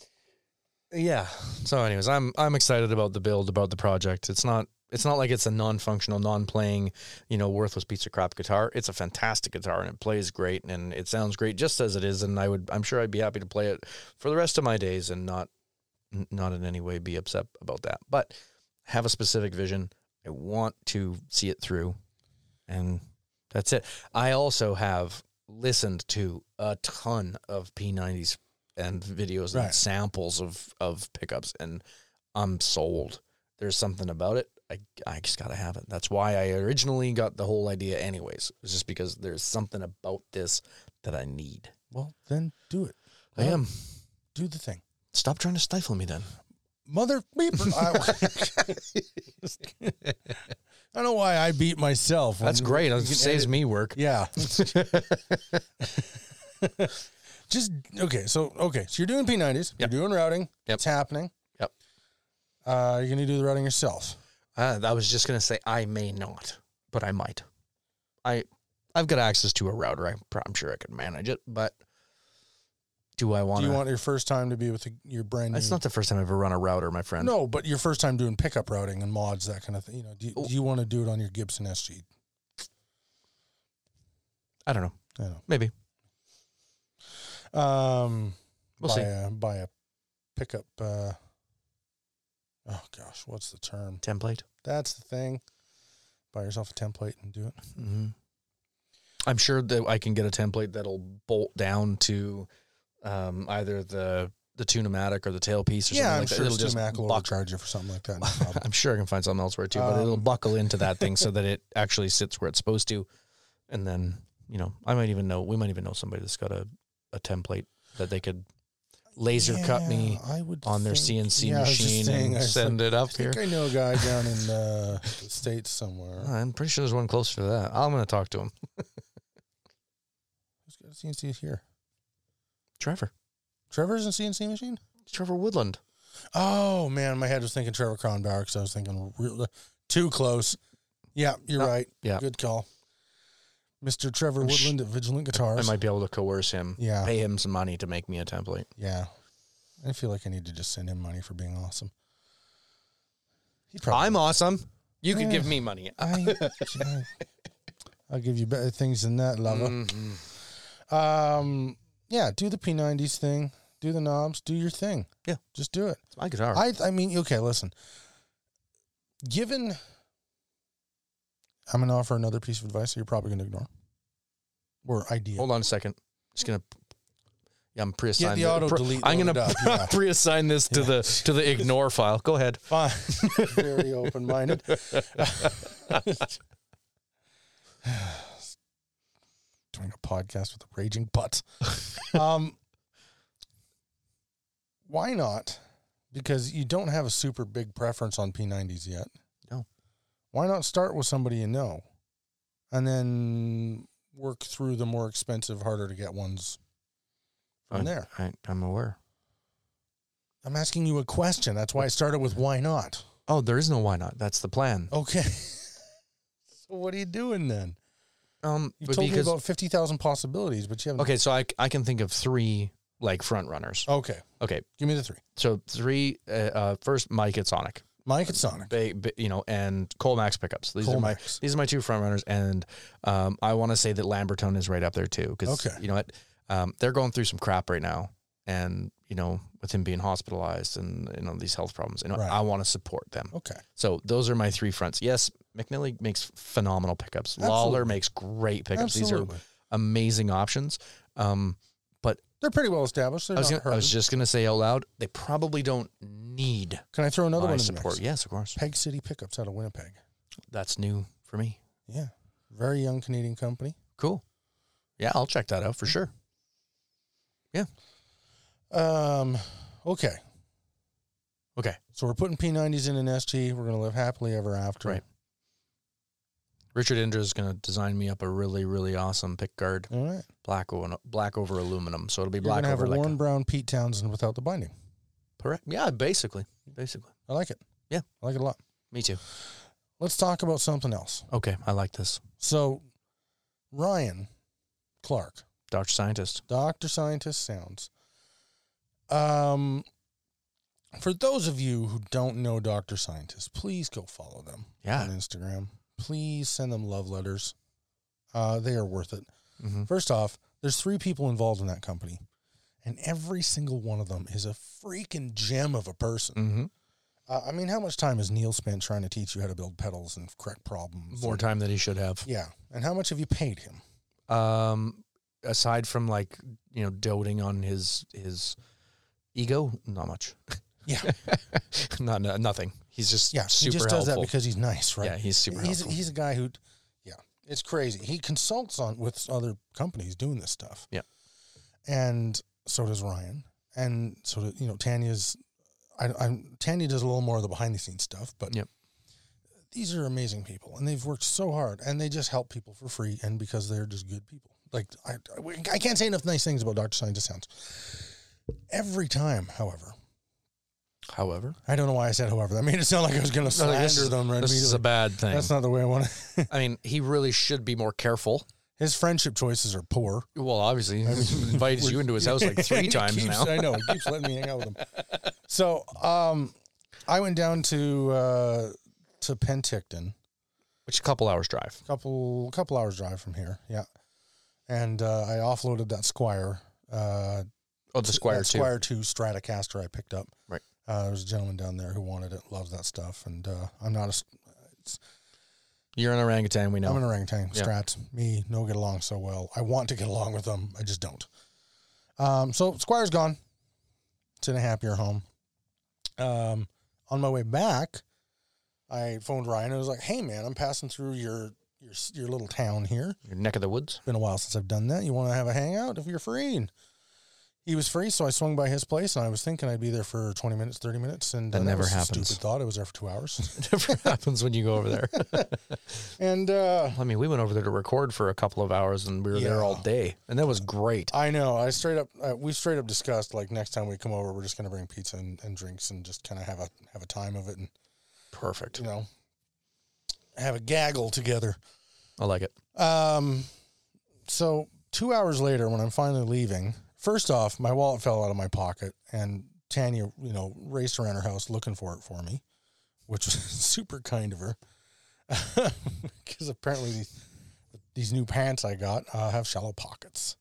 [SPEAKER 2] yeah. So, anyways, I'm I'm excited about the build, about the project. It's not it's not like it's a non-functional, non-playing, you know, worthless piece of crap guitar. It's a fantastic guitar and it plays great and it sounds great just as it is. And I would I'm sure I'd be happy to play it for the rest of my days and not n- not in any way be upset about that. But I have a specific vision. I want to see it through, and that's it. I also have listened to a ton of P90s and videos and
[SPEAKER 1] Right.
[SPEAKER 2] samples of of pickups, and I'm sold. There's something about it. I, I just gotta have it. That's why I originally got the whole idea, anyways. It's just because there's something about this that I need.
[SPEAKER 1] Well, then do it.
[SPEAKER 2] I am.
[SPEAKER 1] Do the thing.
[SPEAKER 2] Stop trying to stifle me, then.
[SPEAKER 1] Mother beeper. I, I don't know why I beat myself. when
[SPEAKER 2] That's great.
[SPEAKER 1] you can
[SPEAKER 2] It saves
[SPEAKER 1] edit-
[SPEAKER 2] me work.
[SPEAKER 1] Yeah. Just okay. So okay. So you're doing P90s.
[SPEAKER 2] Yep.
[SPEAKER 1] You're doing routing.
[SPEAKER 2] Yep.
[SPEAKER 1] It's happening.
[SPEAKER 2] Yep.
[SPEAKER 1] Uh, you're gonna do the routing yourself.
[SPEAKER 2] Uh, I was just gonna say I may not, but I might. I I've got access to a router. I, pr- I'm sure I could manage it, but do I want
[SPEAKER 1] Do
[SPEAKER 2] to?
[SPEAKER 1] you want your first time to be with the, your brand new?
[SPEAKER 2] It's not the first time I've ever run a router, my friend.
[SPEAKER 1] No, but your first time doing pickup routing and mods, that kind of thing. You know, do you,
[SPEAKER 2] Oh.
[SPEAKER 1] do you want to do it on your Gibson SG?
[SPEAKER 2] I don't know.
[SPEAKER 1] I don't
[SPEAKER 2] Maybe
[SPEAKER 1] know. Um,
[SPEAKER 2] We'll
[SPEAKER 1] buy
[SPEAKER 2] see.
[SPEAKER 1] A, buy a pickup. Uh, oh gosh, what's the term?
[SPEAKER 2] template.
[SPEAKER 1] That's the thing. Buy yourself a template and do it.
[SPEAKER 2] Mm-hmm. I'm sure that I can get a template that'll bolt down to um, either the the tunematic or the tailpiece or something
[SPEAKER 1] I'm
[SPEAKER 2] like
[SPEAKER 1] sure
[SPEAKER 2] that. It'll
[SPEAKER 1] Stu
[SPEAKER 2] just
[SPEAKER 1] Mac will
[SPEAKER 2] buck
[SPEAKER 1] overcharge you for something like that. No problem.
[SPEAKER 2] I'm sure I can find something elsewhere too, but it'll
[SPEAKER 1] Um,
[SPEAKER 2] buckle into that thing so that it actually sits where it's supposed to. And then, you know, I might even know, we might even know somebody that's got a, a template that they could laser cut me
[SPEAKER 1] Yeah, I would
[SPEAKER 2] on their
[SPEAKER 1] think-
[SPEAKER 2] CNC
[SPEAKER 1] yeah, I was just
[SPEAKER 2] machine
[SPEAKER 1] saying, I
[SPEAKER 2] and
[SPEAKER 1] was
[SPEAKER 2] send
[SPEAKER 1] like,
[SPEAKER 2] it up
[SPEAKER 1] I
[SPEAKER 2] here.
[SPEAKER 1] think I know a guy down in uh, the states somewhere.
[SPEAKER 2] I'm pretty sure there's one close to that. I'm going to talk to him.
[SPEAKER 1] Who's got a CNC here?
[SPEAKER 2] Trevor.
[SPEAKER 1] Trevor's a CNC machine.
[SPEAKER 2] Trevor Woodland.
[SPEAKER 1] Oh man, my head was thinking Trevor Cronbauer because I was thinking real, uh, too close. Yeah, you're
[SPEAKER 2] No,
[SPEAKER 1] right.
[SPEAKER 2] yeah.
[SPEAKER 1] good call, Mister Trevor
[SPEAKER 2] I'm sh-
[SPEAKER 1] Woodland at Vigilant
[SPEAKER 2] I
[SPEAKER 1] Guitars.
[SPEAKER 2] might be able to coerce him,
[SPEAKER 1] yeah,
[SPEAKER 2] pay him some money to make me a template.
[SPEAKER 1] yeah. I feel like I need to just send him money for being awesome. He
[SPEAKER 2] I'm awesome. You could
[SPEAKER 1] Yeah.
[SPEAKER 2] give me money.
[SPEAKER 1] I, I, will give you better things than that, lover.
[SPEAKER 2] Mhm.
[SPEAKER 1] Um, yeah, do the P90s thing, do the knobs, do your thing.
[SPEAKER 2] Yeah.
[SPEAKER 1] just do it.
[SPEAKER 2] It's my guitar.
[SPEAKER 1] I I mean, okay, listen. Given I'm gonna offer another piece of advice that you're probably gonna ignore. Or idea.
[SPEAKER 2] Hold on a second. Just going to I'm pre-assigning.
[SPEAKER 1] the
[SPEAKER 2] it.
[SPEAKER 1] auto
[SPEAKER 2] Pre-
[SPEAKER 1] delete
[SPEAKER 2] I'm gonna
[SPEAKER 1] loaded up, yeah.
[SPEAKER 2] pre-assign this to the to the ignore file. Go ahead.
[SPEAKER 1] Fine. Very open minded. Doing a podcast with a raging butt. Um, why not? Because you don't have a super big preference on P90s yet.
[SPEAKER 2] No.
[SPEAKER 1] Why not start with somebody you know and then work through the more expensive, harder to get ones from
[SPEAKER 2] I'm
[SPEAKER 1] there?
[SPEAKER 2] I, I'm aware.
[SPEAKER 1] I'm asking you a question. That's why I started with why not.
[SPEAKER 2] Oh, there is no why not. That's the plan.
[SPEAKER 1] Okay. so what are you doing then?
[SPEAKER 2] Um,
[SPEAKER 1] Oh, You
[SPEAKER 2] but
[SPEAKER 1] told
[SPEAKER 2] because
[SPEAKER 1] me about fifty thousand possibilities, but you haven't.
[SPEAKER 2] okay, so I I can think of three like front runners.
[SPEAKER 1] Okay.
[SPEAKER 2] Okay,
[SPEAKER 1] Give me the three.
[SPEAKER 2] so three. Uh, uh first, Mike at Sonic.
[SPEAKER 1] Mike and Sonic.
[SPEAKER 2] They, ba- you know, and Cole Max pickups. These are my
[SPEAKER 1] Colmax.
[SPEAKER 2] these are my two front runners, and um, I want to say that Lambertone is right up there too. Because
[SPEAKER 1] Okay.
[SPEAKER 2] you know what, um, they're going through some crap right now, and you know, with him being hospitalized and you know these health problems, and
[SPEAKER 1] Right.
[SPEAKER 2] I want to support them.
[SPEAKER 1] Okay.
[SPEAKER 2] So those are my three fronts. Yes, McNally makes phenomenal pickups. Lawler
[SPEAKER 1] Absolutely.
[SPEAKER 2] makes great pickups. These
[SPEAKER 1] Absolutely.
[SPEAKER 2] are amazing options. Um,
[SPEAKER 1] They're pretty well established. They're
[SPEAKER 2] I was,
[SPEAKER 1] not
[SPEAKER 2] gonna, I was
[SPEAKER 1] hurting.
[SPEAKER 2] just gonna say out loud, they probably don't need
[SPEAKER 1] Can I throw another
[SPEAKER 2] my
[SPEAKER 1] one in
[SPEAKER 2] support.
[SPEAKER 1] the mix?
[SPEAKER 2] Yes, of course.
[SPEAKER 1] Peg City Pickups out of Winnipeg.
[SPEAKER 2] That's new for me.
[SPEAKER 1] Yeah. Very young Canadian company.
[SPEAKER 2] Cool. Yeah, I'll check that out for sure.
[SPEAKER 1] Um. Okay.
[SPEAKER 2] Okay.
[SPEAKER 1] So we're putting P90s in an ST. We're gonna live happily ever after.
[SPEAKER 2] Right. Richard Indra is gonna design me up a really, really awesome pick guard,
[SPEAKER 1] All right.
[SPEAKER 2] black on black over aluminum. So it'll be
[SPEAKER 1] You're
[SPEAKER 2] black
[SPEAKER 1] gonna have
[SPEAKER 2] over
[SPEAKER 1] a
[SPEAKER 2] like
[SPEAKER 1] Warren
[SPEAKER 2] a,
[SPEAKER 1] Brown Pete Townsend without the binding.
[SPEAKER 2] correct. Yeah, basically, basically.
[SPEAKER 1] I like it.
[SPEAKER 2] Yeah.
[SPEAKER 1] I like it a lot.
[SPEAKER 2] Me too.
[SPEAKER 1] Let's talk about something else.
[SPEAKER 2] Okay, I like this.
[SPEAKER 1] So, Ryan Clark,
[SPEAKER 2] Dr. Scientist.
[SPEAKER 1] Dr. Scientist Sounds. Um, for those of you who don't know Dr. Scientist, please go follow them
[SPEAKER 2] Yeah.
[SPEAKER 1] on Instagram. Please send them love letters. Uh, they are worth it.
[SPEAKER 2] hmm
[SPEAKER 1] First off, there's three people involved in that company, and every single one of them is a freaking gem of a person.
[SPEAKER 2] hmm
[SPEAKER 1] Uh, I mean, how much time has Neil spent trying to teach you how to build pedals and correct problems?
[SPEAKER 2] More time than he should have.
[SPEAKER 1] Yeah. And how much have you paid him?
[SPEAKER 2] Um, aside from like you know doting on his his ego, not much.
[SPEAKER 1] Yeah.
[SPEAKER 2] not no, nothing. He's just
[SPEAKER 1] Yeah,
[SPEAKER 2] super
[SPEAKER 1] he just does that
[SPEAKER 2] helpful.
[SPEAKER 1] because he's nice, right?
[SPEAKER 2] yeah, he's super
[SPEAKER 1] he's
[SPEAKER 2] helpful.
[SPEAKER 1] he's a guy who, yeah, it's crazy. He consults on with other companies doing this stuff.
[SPEAKER 2] Yeah.
[SPEAKER 1] and so does Ryan, and so do, you know Tanya's. I, I Tanya does a little more of the behind the scenes stuff, but
[SPEAKER 2] Yep.
[SPEAKER 1] these are amazing people, and they've worked so hard, and they just help people for free, and because they're just good people. Like I, I, I can't say enough nice things about Doctor Scientist Sounds. Every time, however,
[SPEAKER 2] However,
[SPEAKER 1] I don't know why I said however. That made it sound like I was going to
[SPEAKER 2] No,
[SPEAKER 1] slander
[SPEAKER 2] like, this is-
[SPEAKER 1] them right
[SPEAKER 2] this is
[SPEAKER 1] immediately.
[SPEAKER 2] a bad thing.
[SPEAKER 1] That's not the way I want to.
[SPEAKER 2] I mean, he really should be more careful.
[SPEAKER 1] His friendship choices are poor.
[SPEAKER 2] Well, obviously, he's
[SPEAKER 1] mean,
[SPEAKER 2] invited
[SPEAKER 1] we're-
[SPEAKER 2] you into his house like three
[SPEAKER 1] He
[SPEAKER 2] times
[SPEAKER 1] keeps-
[SPEAKER 2] now.
[SPEAKER 1] I know. He keeps letting me hang out with him. So, um, I went down to uh, to Penticton,
[SPEAKER 2] Which is a couple hours drive.
[SPEAKER 1] couple couple hours drive from here. Yeah, and uh, I offloaded that Squire, uh,
[SPEAKER 2] Oh, the Squire
[SPEAKER 1] that
[SPEAKER 2] too.
[SPEAKER 1] Squire Two Stratocaster I picked up.
[SPEAKER 2] Right.
[SPEAKER 1] Uh, there was a gentleman down there who wanted it, loves that stuff, and uh, I'm not a s-
[SPEAKER 2] You're an orangutan. We know.
[SPEAKER 1] I'm an orangutan.
[SPEAKER 2] Yeah.
[SPEAKER 1] Strats, me, no get along so well. I want to get along with them. I just don't. Um, so Squire's gone. It's in a happier home. Um, on my way back, I phoned Ryan. I was like, "Hey, man, I'm passing through your your your little town here.
[SPEAKER 2] Your neck of the woods.
[SPEAKER 1] It's been a while since I've done that. You want to have a hangout if you're free?" And he was free, so I swung by his place, and I was thinking I'd be there for 20 minutes, 30 minutes, and
[SPEAKER 2] That
[SPEAKER 1] uh,
[SPEAKER 2] never
[SPEAKER 1] was a
[SPEAKER 2] happens.
[SPEAKER 1] Stupid thought. I was there for two hours,
[SPEAKER 2] Never happens when you go over there.
[SPEAKER 1] and uh,
[SPEAKER 2] I mean, we went over there to record for a couple of hours, and we were there
[SPEAKER 1] Yeah.
[SPEAKER 2] all day, and that was great.
[SPEAKER 1] I know. I straight up, uh, we straight up discussed like next time we come over, we're just gonna bring pizza and, and drinks and just kind of have a have a time of it and
[SPEAKER 2] Perfect.
[SPEAKER 1] you know have a gaggle together.
[SPEAKER 2] I like it.
[SPEAKER 1] Um, so two hours later, when I'm finally leaving, first off, my wallet fell out of my pocket, and Tanya, you know, raced around her house looking for it for me, which was super kind of her, because apparently these, these new pants I got uh, have shallow pockets.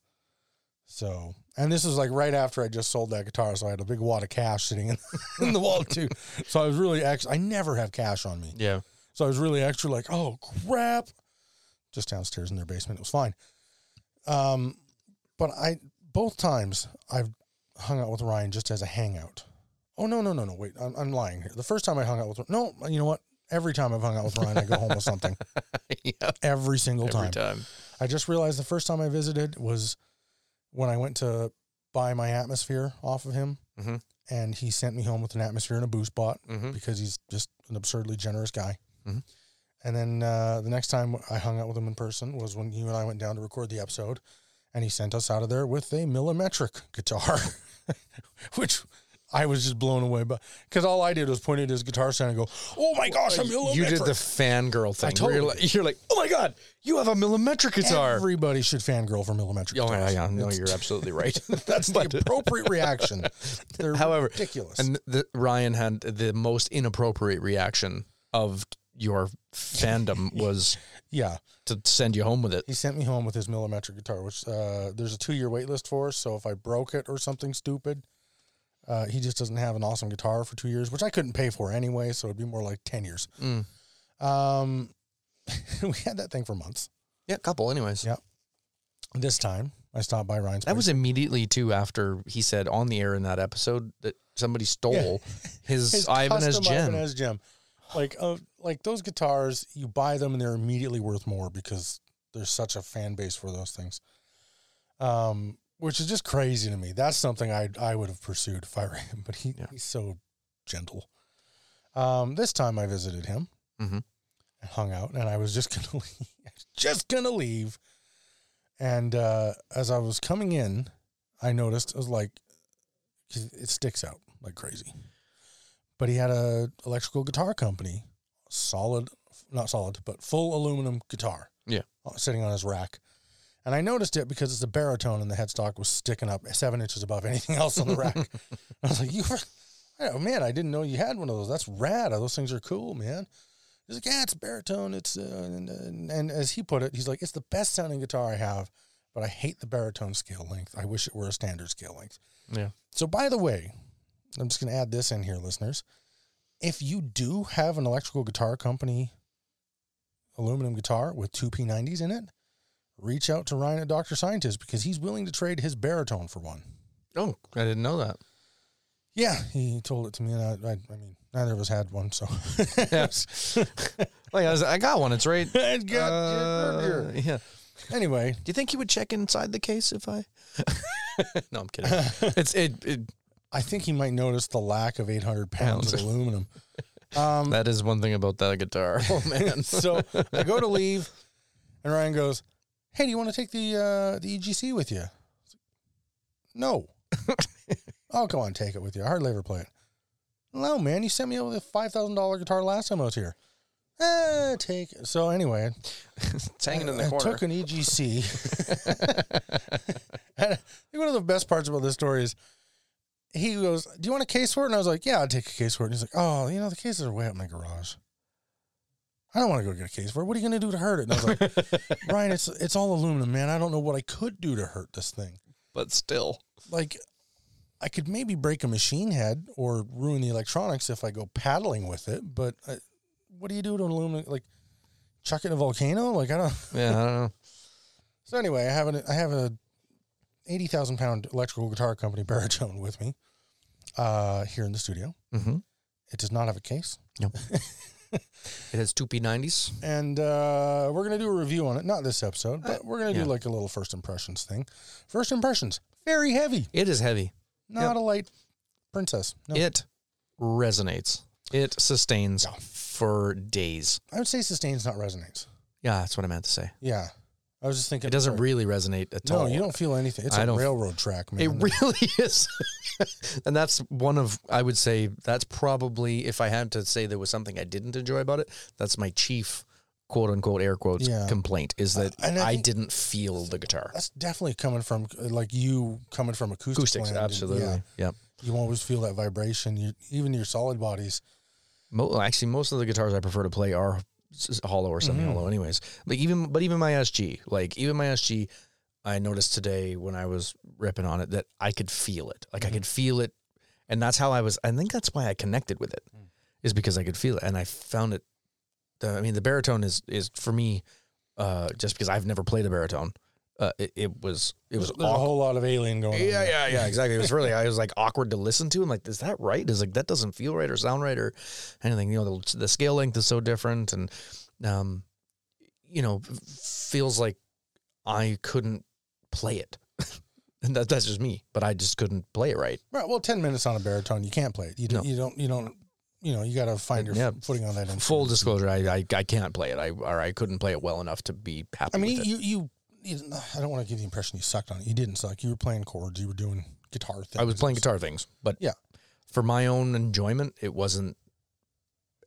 [SPEAKER 1] So, and this was like right after I just sold that guitar, so I had a big wad of cash sitting in, in the wallet too. So I was really, ex- I never have cash on me.
[SPEAKER 2] Yeah.
[SPEAKER 1] So I was really extra like, oh crap. Just downstairs in their basement. It was fine. Um, but I both times I've hung out with Ryan just as a hangout. Oh no no no no wait I'm, I'm lying here. The first time I hung out with no you know what every time I've hung out with Ryan I go home with something
[SPEAKER 2] yeah,
[SPEAKER 1] every single time.
[SPEAKER 2] every time.
[SPEAKER 1] I just realized the first time I visited was when I went to buy my atmosphere off of him,
[SPEAKER 2] Mhm.
[SPEAKER 1] and he sent me home with an atmosphere and a boost bot
[SPEAKER 2] hmm
[SPEAKER 1] because he's just an absurdly generous guy.
[SPEAKER 2] Mhm.
[SPEAKER 1] And then uh, the next time I hung out with him in person was when you and I went down to record the episode, and he sent us out of there with a millimetric guitar, which I was just blown away by because all I did was point at his guitar stand and go, "Oh my gosh, a millimetric!"
[SPEAKER 2] You did the fangirl thing.
[SPEAKER 1] totally
[SPEAKER 2] where you're, like, you're like, oh my god, you have a millimetric guitar.
[SPEAKER 1] Everybody should fangirl for millimetric.
[SPEAKER 2] oh yeah,
[SPEAKER 1] guitars.
[SPEAKER 2] yeah. No,
[SPEAKER 1] It's-
[SPEAKER 2] you're absolutely right.
[SPEAKER 1] That's the appropriate reaction. They're
[SPEAKER 2] However,
[SPEAKER 1] ridiculous.
[SPEAKER 2] And the, Ryan had the most inappropriate reaction of your fandom was
[SPEAKER 1] yeah,
[SPEAKER 2] to send you home with it.
[SPEAKER 1] he sent me home with his millimetric guitar, which uh, there's a two-year wait list for. So if I broke it or something stupid, uh, he just doesn't have an awesome guitar for two years, which I couldn't pay for anyway. So it'd be more like ten years.
[SPEAKER 2] Mm.
[SPEAKER 1] Um, we had that thing for months.
[SPEAKER 2] Yeah, a couple, anyways.
[SPEAKER 1] Yeah. This time, I stopped by Ryan's.
[SPEAKER 2] That
[SPEAKER 1] place.
[SPEAKER 2] was immediately too after he said on the air in that episode that somebody stole his, Ivan as
[SPEAKER 1] custom
[SPEAKER 2] Jen.
[SPEAKER 1] Ibanez gem. Like, uh, like those guitars, you buy them and they're immediately worth more because there's such a fan base for those things. Um, which is just crazy to me. That's something I I would have pursued if I were him. But he,
[SPEAKER 2] Yeah.
[SPEAKER 1] he's so gentle. Um, this time I visited him,
[SPEAKER 2] Mhm.
[SPEAKER 1] and hung out, and I was just gonna leave, just gonna leave. And uh, as I was coming in, I noticed I was like, 'cause it sticks out like crazy. But he had a electrical guitar company, solid, not solid, but full aluminum guitar.
[SPEAKER 2] Yeah.
[SPEAKER 1] uh, sitting on his rack, and I noticed it because it's a baritone, and the headstock was sticking up seven inches above anything else on the rack. I was like, you, oh man, I didn't know you had one of those. That's rad. Those things are cool, man. He's like, yeah, it's baritone. It's uh, and, and, and as he put it, he's like, it's the best sounding guitar I have, but I hate the baritone scale length. I wish it were a standard scale length.
[SPEAKER 2] Yeah.
[SPEAKER 1] So by the way, I'm just gonna add this in here, listeners. If you do have an electrical guitar company aluminum guitar with two P90s in it, reach out to Ryan at Dr. Scientist because he's willing to trade his baritone for one.
[SPEAKER 2] Oh, I didn't know that.
[SPEAKER 1] Yeah, he told it to me, and I, I, I mean, neither of us had one, so. yes.
[SPEAKER 2] Like Oh, I, was, I got one. It's right. Uh,
[SPEAKER 1] got
[SPEAKER 2] yeah.
[SPEAKER 1] Anyway,
[SPEAKER 2] Do you think he would check inside the case if I? no, I'm kidding. It's it, it.
[SPEAKER 1] I think he might notice the lack of 800 pounds of
[SPEAKER 2] Pounds.
[SPEAKER 1] aluminum. Um,
[SPEAKER 2] That is one thing about that guitar. Oh man.
[SPEAKER 1] so I go to leave, and Ryan goes, "Hey, do you want to take the uh, the EGC with you?" I was like, No. I'll go on, take it with you. I hardly ever play it. No, man, you sent me over the five thousand dollar guitar last time I was here. Eh, take it. So anyway,
[SPEAKER 2] it's hanging in
[SPEAKER 1] I
[SPEAKER 2] the corner.
[SPEAKER 1] took an EGC. and I think one of the best parts about this story is he goes, Do you want a case for it? And I was like, Yeah, I'll take a case for it. And he's like, Oh, you know, the cases are way up in my garage. I don't want to go get a case for it. What are you going to do to hurt it? And I was like, Ryan, it's it's all aluminum, man. I don't know what I could do to hurt this thing.
[SPEAKER 2] but still.
[SPEAKER 1] Like, I could maybe break a machine head or ruin the electronics if I go paddling with it. But I, what do you do to an aluminum? Like, chuck it in a volcano? Like, I don't.
[SPEAKER 2] Yeah, I don't know.
[SPEAKER 1] So anyway, I have an I have a eighty thousand pound electrical guitar company baritone with me uh, here in the studio.
[SPEAKER 2] Mm-hmm.
[SPEAKER 1] It does not have a case,
[SPEAKER 2] It has two P90s.
[SPEAKER 1] and uh, we're gonna do a review on it. Not this episode, but we're gonna
[SPEAKER 2] yeah.
[SPEAKER 1] do like a little first impressions thing. First impressions, very heavy.
[SPEAKER 2] It is heavy.
[SPEAKER 1] Not a light princess. No,
[SPEAKER 2] It resonates. It sustains for days.
[SPEAKER 1] I would say sustains, not resonates.
[SPEAKER 2] Yeah, that's what I meant to say.
[SPEAKER 1] Yeah, I was just thinking
[SPEAKER 2] It doesn't
[SPEAKER 1] sorry.
[SPEAKER 2] really resonate at
[SPEAKER 1] no,
[SPEAKER 2] all.
[SPEAKER 1] you don't feel anything. It's
[SPEAKER 2] I
[SPEAKER 1] a
[SPEAKER 2] don't-
[SPEAKER 1] railroad track, man.
[SPEAKER 2] It really is. and that's one of, I would say, that's probably, if I had to say there was something I didn't enjoy about it, that's my chief quote unquote air quotes
[SPEAKER 1] Yeah.
[SPEAKER 2] complaint is that
[SPEAKER 1] Uh, and I
[SPEAKER 2] I,
[SPEAKER 1] think-
[SPEAKER 2] didn't feel the guitar.
[SPEAKER 1] That's definitely coming from uh, like you coming from acoustic
[SPEAKER 2] Acoustics,
[SPEAKER 1] land and-
[SPEAKER 2] absolutely.
[SPEAKER 1] yeah.
[SPEAKER 2] Yeah.
[SPEAKER 1] you always feel that vibration. You, even your solid bodies.
[SPEAKER 2] Mo- actually, most of the guitars I prefer to play are s- s- hollow or semi-hollow.
[SPEAKER 1] Mm-hmm.
[SPEAKER 2] Anyways, like even but even my SG, like even my SG, I noticed today when I was ripping on it that I could feel it.
[SPEAKER 1] Mm-hmm.
[SPEAKER 2] Like I could feel it, and that's how I was. I think that's why I connected with it,
[SPEAKER 1] Mm.
[SPEAKER 2] is because I could feel it, and I found it. The, I mean, the baritone is is for me, uh, just because I've never played a baritone. Uh, it, it was it was
[SPEAKER 1] There's a
[SPEAKER 2] awkward.
[SPEAKER 1] whole lot of alien going on.
[SPEAKER 2] Yeah,
[SPEAKER 1] there.
[SPEAKER 2] yeah, yeah, exactly. It was really, I was like awkward to listen to. I'm like, is that right? Is like that doesn't feel right or sound right or anything. You know, the, the scale length is so different, and um, you know, f- feels like I couldn't play it. and that, that's just me, but I just couldn't play it right.
[SPEAKER 1] Right, well, ten minutes on a baritone, you can't play it. You, do,
[SPEAKER 2] No.
[SPEAKER 1] you don't. You don't. You know, you got to find your
[SPEAKER 2] Yeah.
[SPEAKER 1] f- footing on that. Instrument.
[SPEAKER 2] Full disclosure, I, I I can't play it. I or I couldn't play it well enough to be happy.
[SPEAKER 1] I mean,
[SPEAKER 2] with it.
[SPEAKER 1] you, you, you. I don't want to give the impression you sucked on it. You didn't suck. You were playing chords. You were doing guitar things.
[SPEAKER 2] I was playing guitar things, but
[SPEAKER 1] Yeah.
[SPEAKER 2] for my own enjoyment, it wasn't.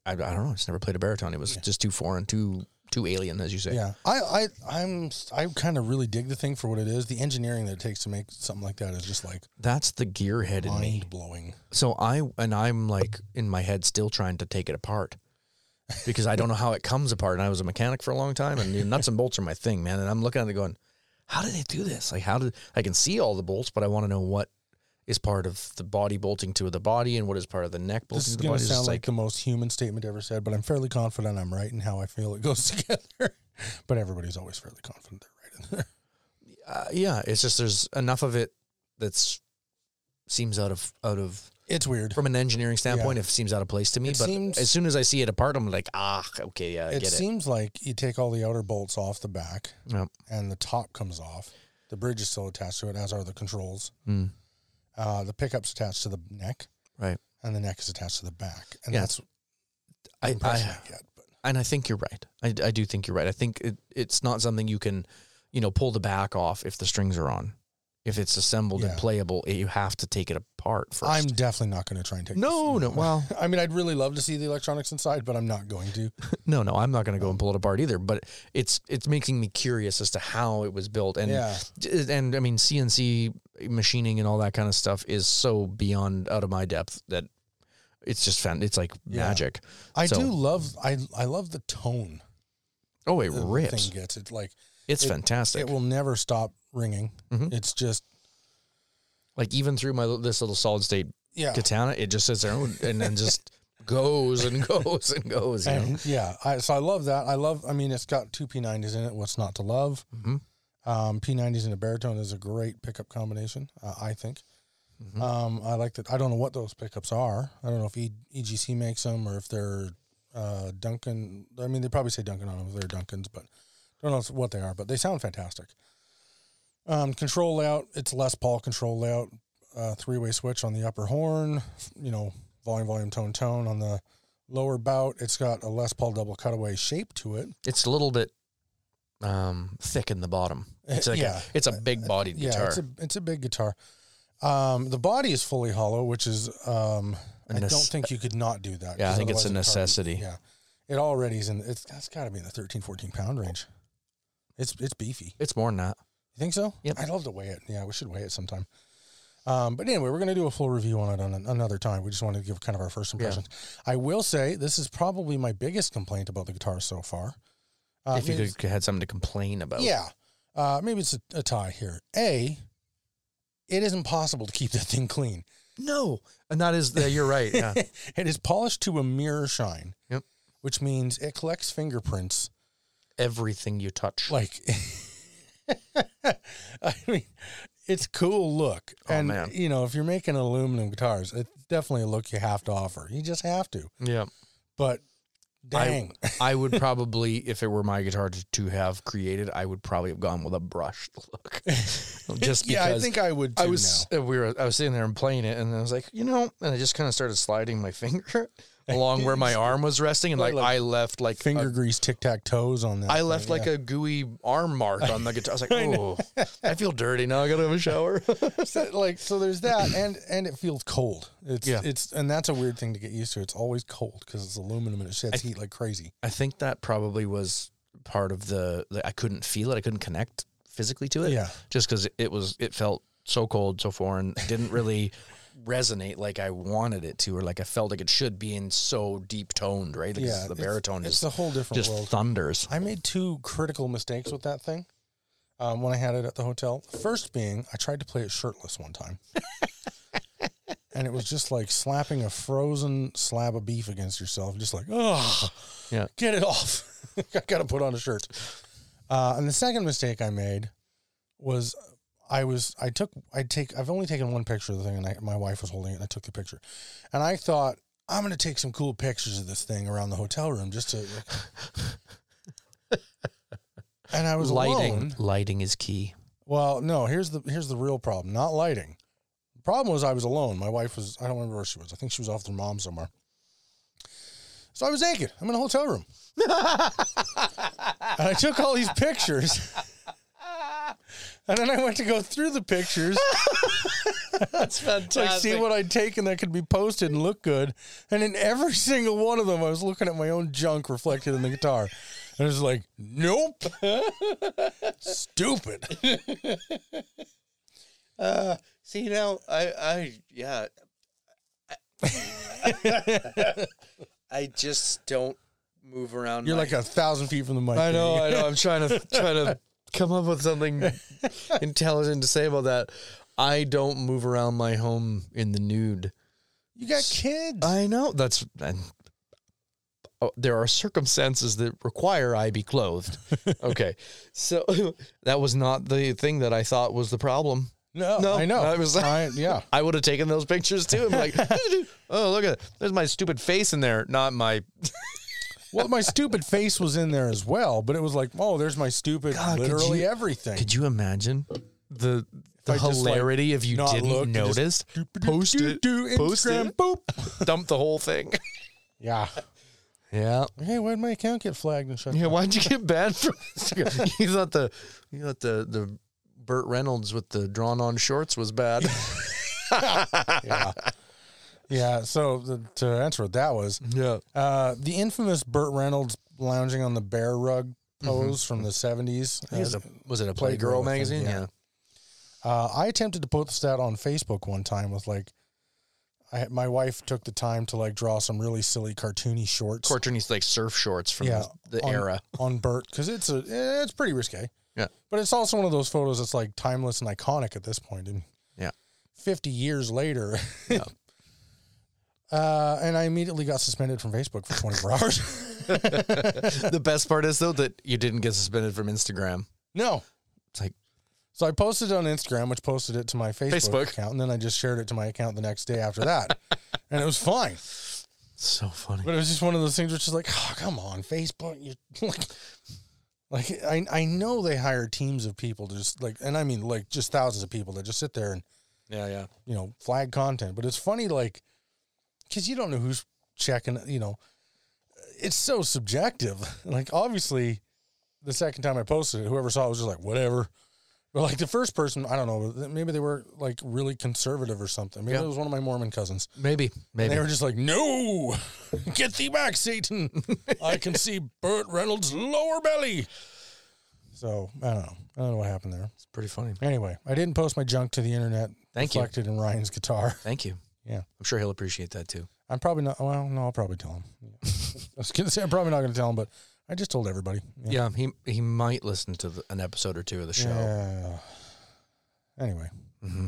[SPEAKER 2] I, I don't know. I just never played a baritone. It was
[SPEAKER 1] Yeah.
[SPEAKER 2] just too foreign, too too alien, as you say.
[SPEAKER 1] Yeah, I, I, I'm, s- I kind of really dig the thing for what it is. The engineering that it takes to make something like that is just like
[SPEAKER 2] That's the gearhead in me.
[SPEAKER 1] mind blowing.
[SPEAKER 2] So I and I'm like in my head still trying to take it apart because I don't know how it comes apart. And I was a mechanic for a long time, and the nuts and bolts are my thing, man. And I'm looking at it going, how did they do this? Like, how did I can see all the bolts, but I want to know what is part of the body bolting to the body and what is part of the neck bolting
[SPEAKER 1] This is
[SPEAKER 2] to the
[SPEAKER 1] going
[SPEAKER 2] body.
[SPEAKER 1] to
[SPEAKER 2] It's just
[SPEAKER 1] sound like the most human statement ever said, but I'm fairly confident I'm right in how I feel it goes together. but everybody's always fairly confident they're right in there.
[SPEAKER 2] uh, yeah, it's just there's enough of it that's seems out of out of
[SPEAKER 1] It's weird.
[SPEAKER 2] from an engineering standpoint, it seems out of place to me.
[SPEAKER 1] It
[SPEAKER 2] but
[SPEAKER 1] seems-
[SPEAKER 2] as soon as I see it apart, I'm like, ah, okay, yeah, I
[SPEAKER 1] it
[SPEAKER 2] get
[SPEAKER 1] seems like you take all the outer bolts off the back
[SPEAKER 2] it. Yep.
[SPEAKER 1] and the top comes off. The bridge is still attached to it, as are the controls.
[SPEAKER 2] Mm.
[SPEAKER 1] Uh, the pickup's attached to the neck.
[SPEAKER 2] Right.
[SPEAKER 1] And the neck is attached to the back. And
[SPEAKER 2] Yeah,
[SPEAKER 1] that's the
[SPEAKER 2] I,
[SPEAKER 1] impression
[SPEAKER 2] I
[SPEAKER 1] I, get. But
[SPEAKER 2] and I think you're right. I, I do think you're right. I think it, it's not something you can, you know, pull the back off if the strings are on. If it's assembled
[SPEAKER 1] Yeah.
[SPEAKER 2] and playable, it, you have to take it apart 1st
[SPEAKER 1] I'm definitely not going to try and take
[SPEAKER 2] no, no, well,
[SPEAKER 1] I mean, I'd really love to see the electronics inside, but I'm not going to.
[SPEAKER 2] no, no. I'm not going to go and pull it apart either. But it's it's making me curious as to how it was built, and
[SPEAKER 1] yeah.
[SPEAKER 2] and I mean CNC machining and all that kind of stuff is so beyond out of my depth that it's just fan. It's like
[SPEAKER 1] Yeah.
[SPEAKER 2] magic.
[SPEAKER 1] I
[SPEAKER 2] So-
[SPEAKER 1] do love I I love the tone
[SPEAKER 2] Oh, it
[SPEAKER 1] the
[SPEAKER 2] rips.
[SPEAKER 1] thing gets. It's like
[SPEAKER 2] It's
[SPEAKER 1] it-
[SPEAKER 2] fantastic.
[SPEAKER 1] it will never stop ringing.
[SPEAKER 2] Mhm.
[SPEAKER 1] It's just
[SPEAKER 2] like even through my this little solid state
[SPEAKER 1] yeah.
[SPEAKER 2] katana, it just sits there and then just goes and goes and goes. You know?
[SPEAKER 1] And, yeah, I, so I love that. I love. I mean, it's got two P90s in it. What's not to love?
[SPEAKER 2] Mhm.
[SPEAKER 1] Um, P90s and a baritone is a great pickup combination. Uh, I think.
[SPEAKER 2] Mhm.
[SPEAKER 1] Um, I like that. I don't know what those pickups are. I don't know if e, EGC makes them or if they're uh, Duncan. I mean, they probably say Duncan on them if they're Duncans, but don't know if- what they are. But they sound fantastic. Um, control layout. It's Les Paul control layout. Uh, three-way switch on the upper horn. You know, volume, volume, tone, tone on the lower bout. It's got a Les Paul double cutaway shape to it.
[SPEAKER 2] It's a little bit um, thick in the bottom.
[SPEAKER 1] Eh,
[SPEAKER 2] It's like
[SPEAKER 1] yeah.
[SPEAKER 2] a, it's a big bodied
[SPEAKER 1] Yeah,
[SPEAKER 2] guitar.
[SPEAKER 1] it's a it's a big guitar. Um, the body is fully hollow, which is um,
[SPEAKER 2] A
[SPEAKER 1] I
[SPEAKER 2] nes-
[SPEAKER 1] don't think you could not do that.
[SPEAKER 2] Yeah, I
[SPEAKER 1] 'cause
[SPEAKER 2] think it's a
[SPEAKER 1] otherwise it's
[SPEAKER 2] necessity.
[SPEAKER 1] Already, yeah, it already is in. It's that's got to be in the 13, 14 pound range. It's it's beefy.
[SPEAKER 2] it's more than that.
[SPEAKER 1] You think so?
[SPEAKER 2] Yep.
[SPEAKER 1] I'd love to weigh it. Yeah, we should weigh it sometime. Um, but anyway, we're going to do a full review on it on an, another time. We just wanted to give kind of our first impressions. I will say this is probably my biggest complaint about the guitar so far. Uh,
[SPEAKER 2] if you
[SPEAKER 1] maybe-
[SPEAKER 2] could had something to complain about,
[SPEAKER 1] yeah. Uh, maybe it's a, a tie here. A, it is impossible to keep that thing clean.
[SPEAKER 2] No, and that is the, you're right. Yeah,
[SPEAKER 1] It is polished to a mirror shine.
[SPEAKER 2] Yep.
[SPEAKER 1] Which means it collects fingerprints.
[SPEAKER 2] everything you touch.
[SPEAKER 1] Like, I mean, it's cool look.
[SPEAKER 2] Oh,
[SPEAKER 1] and,
[SPEAKER 2] man.
[SPEAKER 1] you know, if you're making aluminum guitars, it's definitely a look you have to offer. You just have to.
[SPEAKER 2] yeah,
[SPEAKER 1] But dang.
[SPEAKER 2] I would probably, if it were my guitar to, to have created, I would probably have gone with a brushed look, just because
[SPEAKER 1] yeah, I think I would too
[SPEAKER 2] I was
[SPEAKER 1] now.
[SPEAKER 2] uh, we were I was sitting there and playing it, and I was like, you know, and I just kind of started sliding my finger along where my arm was resting, and
[SPEAKER 1] Like-
[SPEAKER 2] like,
[SPEAKER 1] like
[SPEAKER 2] I left like
[SPEAKER 1] Finger
[SPEAKER 2] A,
[SPEAKER 1] grease, tic tac toes on that.
[SPEAKER 2] I
[SPEAKER 1] thing,
[SPEAKER 2] left like
[SPEAKER 1] yeah.
[SPEAKER 2] a gooey arm mark on the guitar. I was like, oh, I feel dirty now. I gotta have a shower.
[SPEAKER 1] so, like so there's that and and it feels cold it's
[SPEAKER 2] Yeah.
[SPEAKER 1] it's and that's a weird thing to get used to it's always cold because it's aluminum and it sheds heat like crazy
[SPEAKER 2] I think that probably was part of the, the I couldn't feel it. I couldn't connect physically to it.
[SPEAKER 1] Yeah.
[SPEAKER 2] just because it was it felt so cold, so foreign. It didn't really resonate like I wanted it to, or like I felt like it should be in so deep toned, right? Because
[SPEAKER 1] yeah
[SPEAKER 2] the
[SPEAKER 1] it's-
[SPEAKER 2] baritone
[SPEAKER 1] it's,
[SPEAKER 2] is
[SPEAKER 1] a whole different
[SPEAKER 2] just
[SPEAKER 1] world
[SPEAKER 2] thunders.
[SPEAKER 1] i made two critical mistakes with that thing um, when i had it at the hotel first being i tried to play it shirtless one time and it was just like slapping a frozen slab of beef against yourself just like oh
[SPEAKER 2] Yeah.
[SPEAKER 1] get it off i gotta put on a shirt uh, and the second mistake i made was I was I took I take I've only taken one picture of the thing and I, my wife was holding it and I took the picture, and I thought I'm gonna take some cool pictures of this thing around the hotel room just to. like- and I was
[SPEAKER 2] lighting.
[SPEAKER 1] alone.
[SPEAKER 2] Lighting is key.
[SPEAKER 1] Well, no. Here's the here's the real problem. Not lighting. The problem was I was alone. My wife was. I don't remember where she was. I think she was off with her mom somewhere. So I was naked. I'm in a hotel room. and I took all these pictures. And then I went to go through the pictures
[SPEAKER 2] That's
[SPEAKER 1] to
[SPEAKER 2] fantastic.
[SPEAKER 1] like, see what I'd taken that could be posted and look good. And in every single one of them, I was looking at my own junk reflected in the guitar. And it was like, nope. Stupid.
[SPEAKER 2] uh, see now, I, I, yeah, I just don't move around.
[SPEAKER 1] You're like a thousand feet from the mic.
[SPEAKER 2] I know,
[SPEAKER 1] dude.
[SPEAKER 2] I know. I'm trying to trying to come up with something intelligent to say about that. I don't move around my home in the nude.
[SPEAKER 1] You got kids.
[SPEAKER 2] I know that's. And, oh, there are circumstances that require I be clothed. Okay, so that was not the thing that I thought was the problem.
[SPEAKER 1] no,
[SPEAKER 2] no,
[SPEAKER 1] I know.
[SPEAKER 2] I was-
[SPEAKER 1] I- yeah.
[SPEAKER 2] I would have taken those pictures too. and be like, oh look at there's my stupid face in there, not my
[SPEAKER 1] Well, my stupid face was in there as well, but it was like, oh, there's my stupid,
[SPEAKER 2] God, could
[SPEAKER 1] literally
[SPEAKER 2] you-
[SPEAKER 1] everything.
[SPEAKER 2] Could you imagine the the
[SPEAKER 1] I just, like,
[SPEAKER 2] hilarity if you
[SPEAKER 1] not
[SPEAKER 2] didn't
[SPEAKER 1] look and just
[SPEAKER 2] notice? Post it,
[SPEAKER 1] Do
[SPEAKER 2] post
[SPEAKER 1] Instagram,
[SPEAKER 2] it.
[SPEAKER 1] boop.
[SPEAKER 2] Dump the whole thing.
[SPEAKER 1] Yeah.
[SPEAKER 2] Yeah.
[SPEAKER 1] Hey, why'd my account get flagged and shut?
[SPEAKER 2] Yeah. Why'd you get banned from Instagram? you thought the you thought the the Burt Reynolds with the drawn on shorts was bad.
[SPEAKER 1] Yeah. yeah. So the, to answer what that was,
[SPEAKER 2] yeah.
[SPEAKER 1] uh, the infamous Burt Reynolds lounging on the bear rug pose
[SPEAKER 2] Mm-hmm.
[SPEAKER 1] from the 70s.
[SPEAKER 2] Was it, a, was it a Playgirl,
[SPEAKER 1] Playgirl, I think,
[SPEAKER 2] magazine?
[SPEAKER 1] yeah.
[SPEAKER 2] yeah.
[SPEAKER 1] Uh, I attempted to post that on Facebook one time with like, I had, my wife took the time to like draw some really silly cartoony shorts
[SPEAKER 2] Cartoonies like surf shorts from
[SPEAKER 1] Yeah,
[SPEAKER 2] the, the
[SPEAKER 1] on-
[SPEAKER 2] era.
[SPEAKER 1] on Bert because it's a eh, it's pretty risque.
[SPEAKER 2] Yeah.
[SPEAKER 1] but it's also one of those photos that's like timeless and iconic at this point. And
[SPEAKER 2] Yeah.
[SPEAKER 1] fifty years later.
[SPEAKER 2] Yeah.
[SPEAKER 1] Uh, and I immediately got suspended from Facebook for 24 hours.
[SPEAKER 2] the best part is though that you didn't get suspended from Instagram.
[SPEAKER 1] no.
[SPEAKER 2] It's like
[SPEAKER 1] So I posted it on Instagram, which posted it to my Facebook,
[SPEAKER 2] Facebook.
[SPEAKER 1] account. And then I just shared it to my account the next day after that. and it was fine.
[SPEAKER 2] so funny.
[SPEAKER 1] But it was just one of those things which is like, oh, come on, Facebook. You like, like I I know they hire teams of people to just like, and I mean like just thousands of people that just sit there and
[SPEAKER 2] Yeah, yeah.
[SPEAKER 1] you know flag content. But it's funny like, because you don't know who's checking. You know, it's so subjective. Like obviously, the second time I posted it, whoever saw it was just like whatever. But like the first person, I don't know, maybe they were like really conservative or something. Maybe
[SPEAKER 2] Yeah.
[SPEAKER 1] it was one of my Mormon cousins.
[SPEAKER 2] Maybe,
[SPEAKER 1] And
[SPEAKER 2] maybe.
[SPEAKER 1] they were just like, "No, get thee back, Satan! I can see Burt Reynolds' lower belly." So I don't know. I don't know what happened there.
[SPEAKER 2] it's pretty funny.
[SPEAKER 1] Anyway, I didn't post my junk to the internet.
[SPEAKER 2] Thank you.
[SPEAKER 1] reflected in Ryan's guitar.
[SPEAKER 2] Thank you.
[SPEAKER 1] Yeah.
[SPEAKER 2] I'm sure he'll appreciate that too.
[SPEAKER 1] I'm probably not. Well, no, I'll probably tell him. I was gonna say I'm probably not gonna tell him, but I just told everybody.
[SPEAKER 2] Yeah, he he might listen to the, an episode or two of the show.
[SPEAKER 1] Yeah. Anyway,
[SPEAKER 2] hmm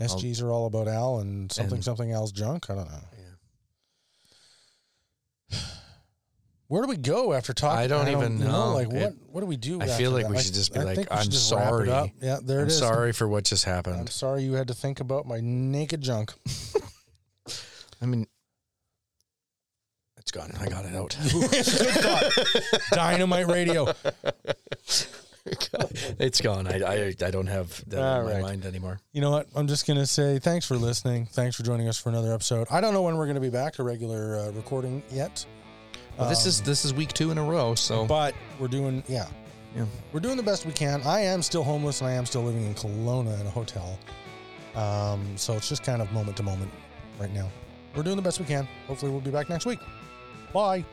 [SPEAKER 1] SGs are all about Al and something
[SPEAKER 2] And-
[SPEAKER 1] something Al's junk. I don't know.
[SPEAKER 2] Yeah.
[SPEAKER 1] Where do we go after talking?
[SPEAKER 2] I don't even know.
[SPEAKER 1] Like
[SPEAKER 2] It-
[SPEAKER 1] what? What do we do?
[SPEAKER 2] I
[SPEAKER 1] after
[SPEAKER 2] feel like
[SPEAKER 1] that?
[SPEAKER 2] we should just be
[SPEAKER 1] I
[SPEAKER 2] like,
[SPEAKER 1] think we should
[SPEAKER 2] "I'm
[SPEAKER 1] just wrap it
[SPEAKER 2] sorry.
[SPEAKER 1] up. Yeah, there it
[SPEAKER 2] I'm
[SPEAKER 1] is.
[SPEAKER 2] sorry for what just
[SPEAKER 1] I'm
[SPEAKER 2] happened.
[SPEAKER 1] sorry you had to think about my naked junk.
[SPEAKER 2] I mean, it's gone. I got it out.
[SPEAKER 1] Dynamite radio.
[SPEAKER 2] it's gone. I, I I don't have that
[SPEAKER 1] All
[SPEAKER 2] in my
[SPEAKER 1] right.
[SPEAKER 2] mind anymore.
[SPEAKER 1] You know what? I'm just gonna say thanks for listening. Thanks for joining us for another episode. I don't know when we're gonna be back to regular uh, recording yet. Um,
[SPEAKER 2] Well, this is this is week two in a row. So
[SPEAKER 1] But we're doing, yeah.
[SPEAKER 2] Yeah.
[SPEAKER 1] We're doing the best we can. I am still homeless and I am still living in Kelowna in a hotel. Um, so it's just kind of moment to moment right now. We're doing the best we can. Hopefully, we'll be back next week. Bye.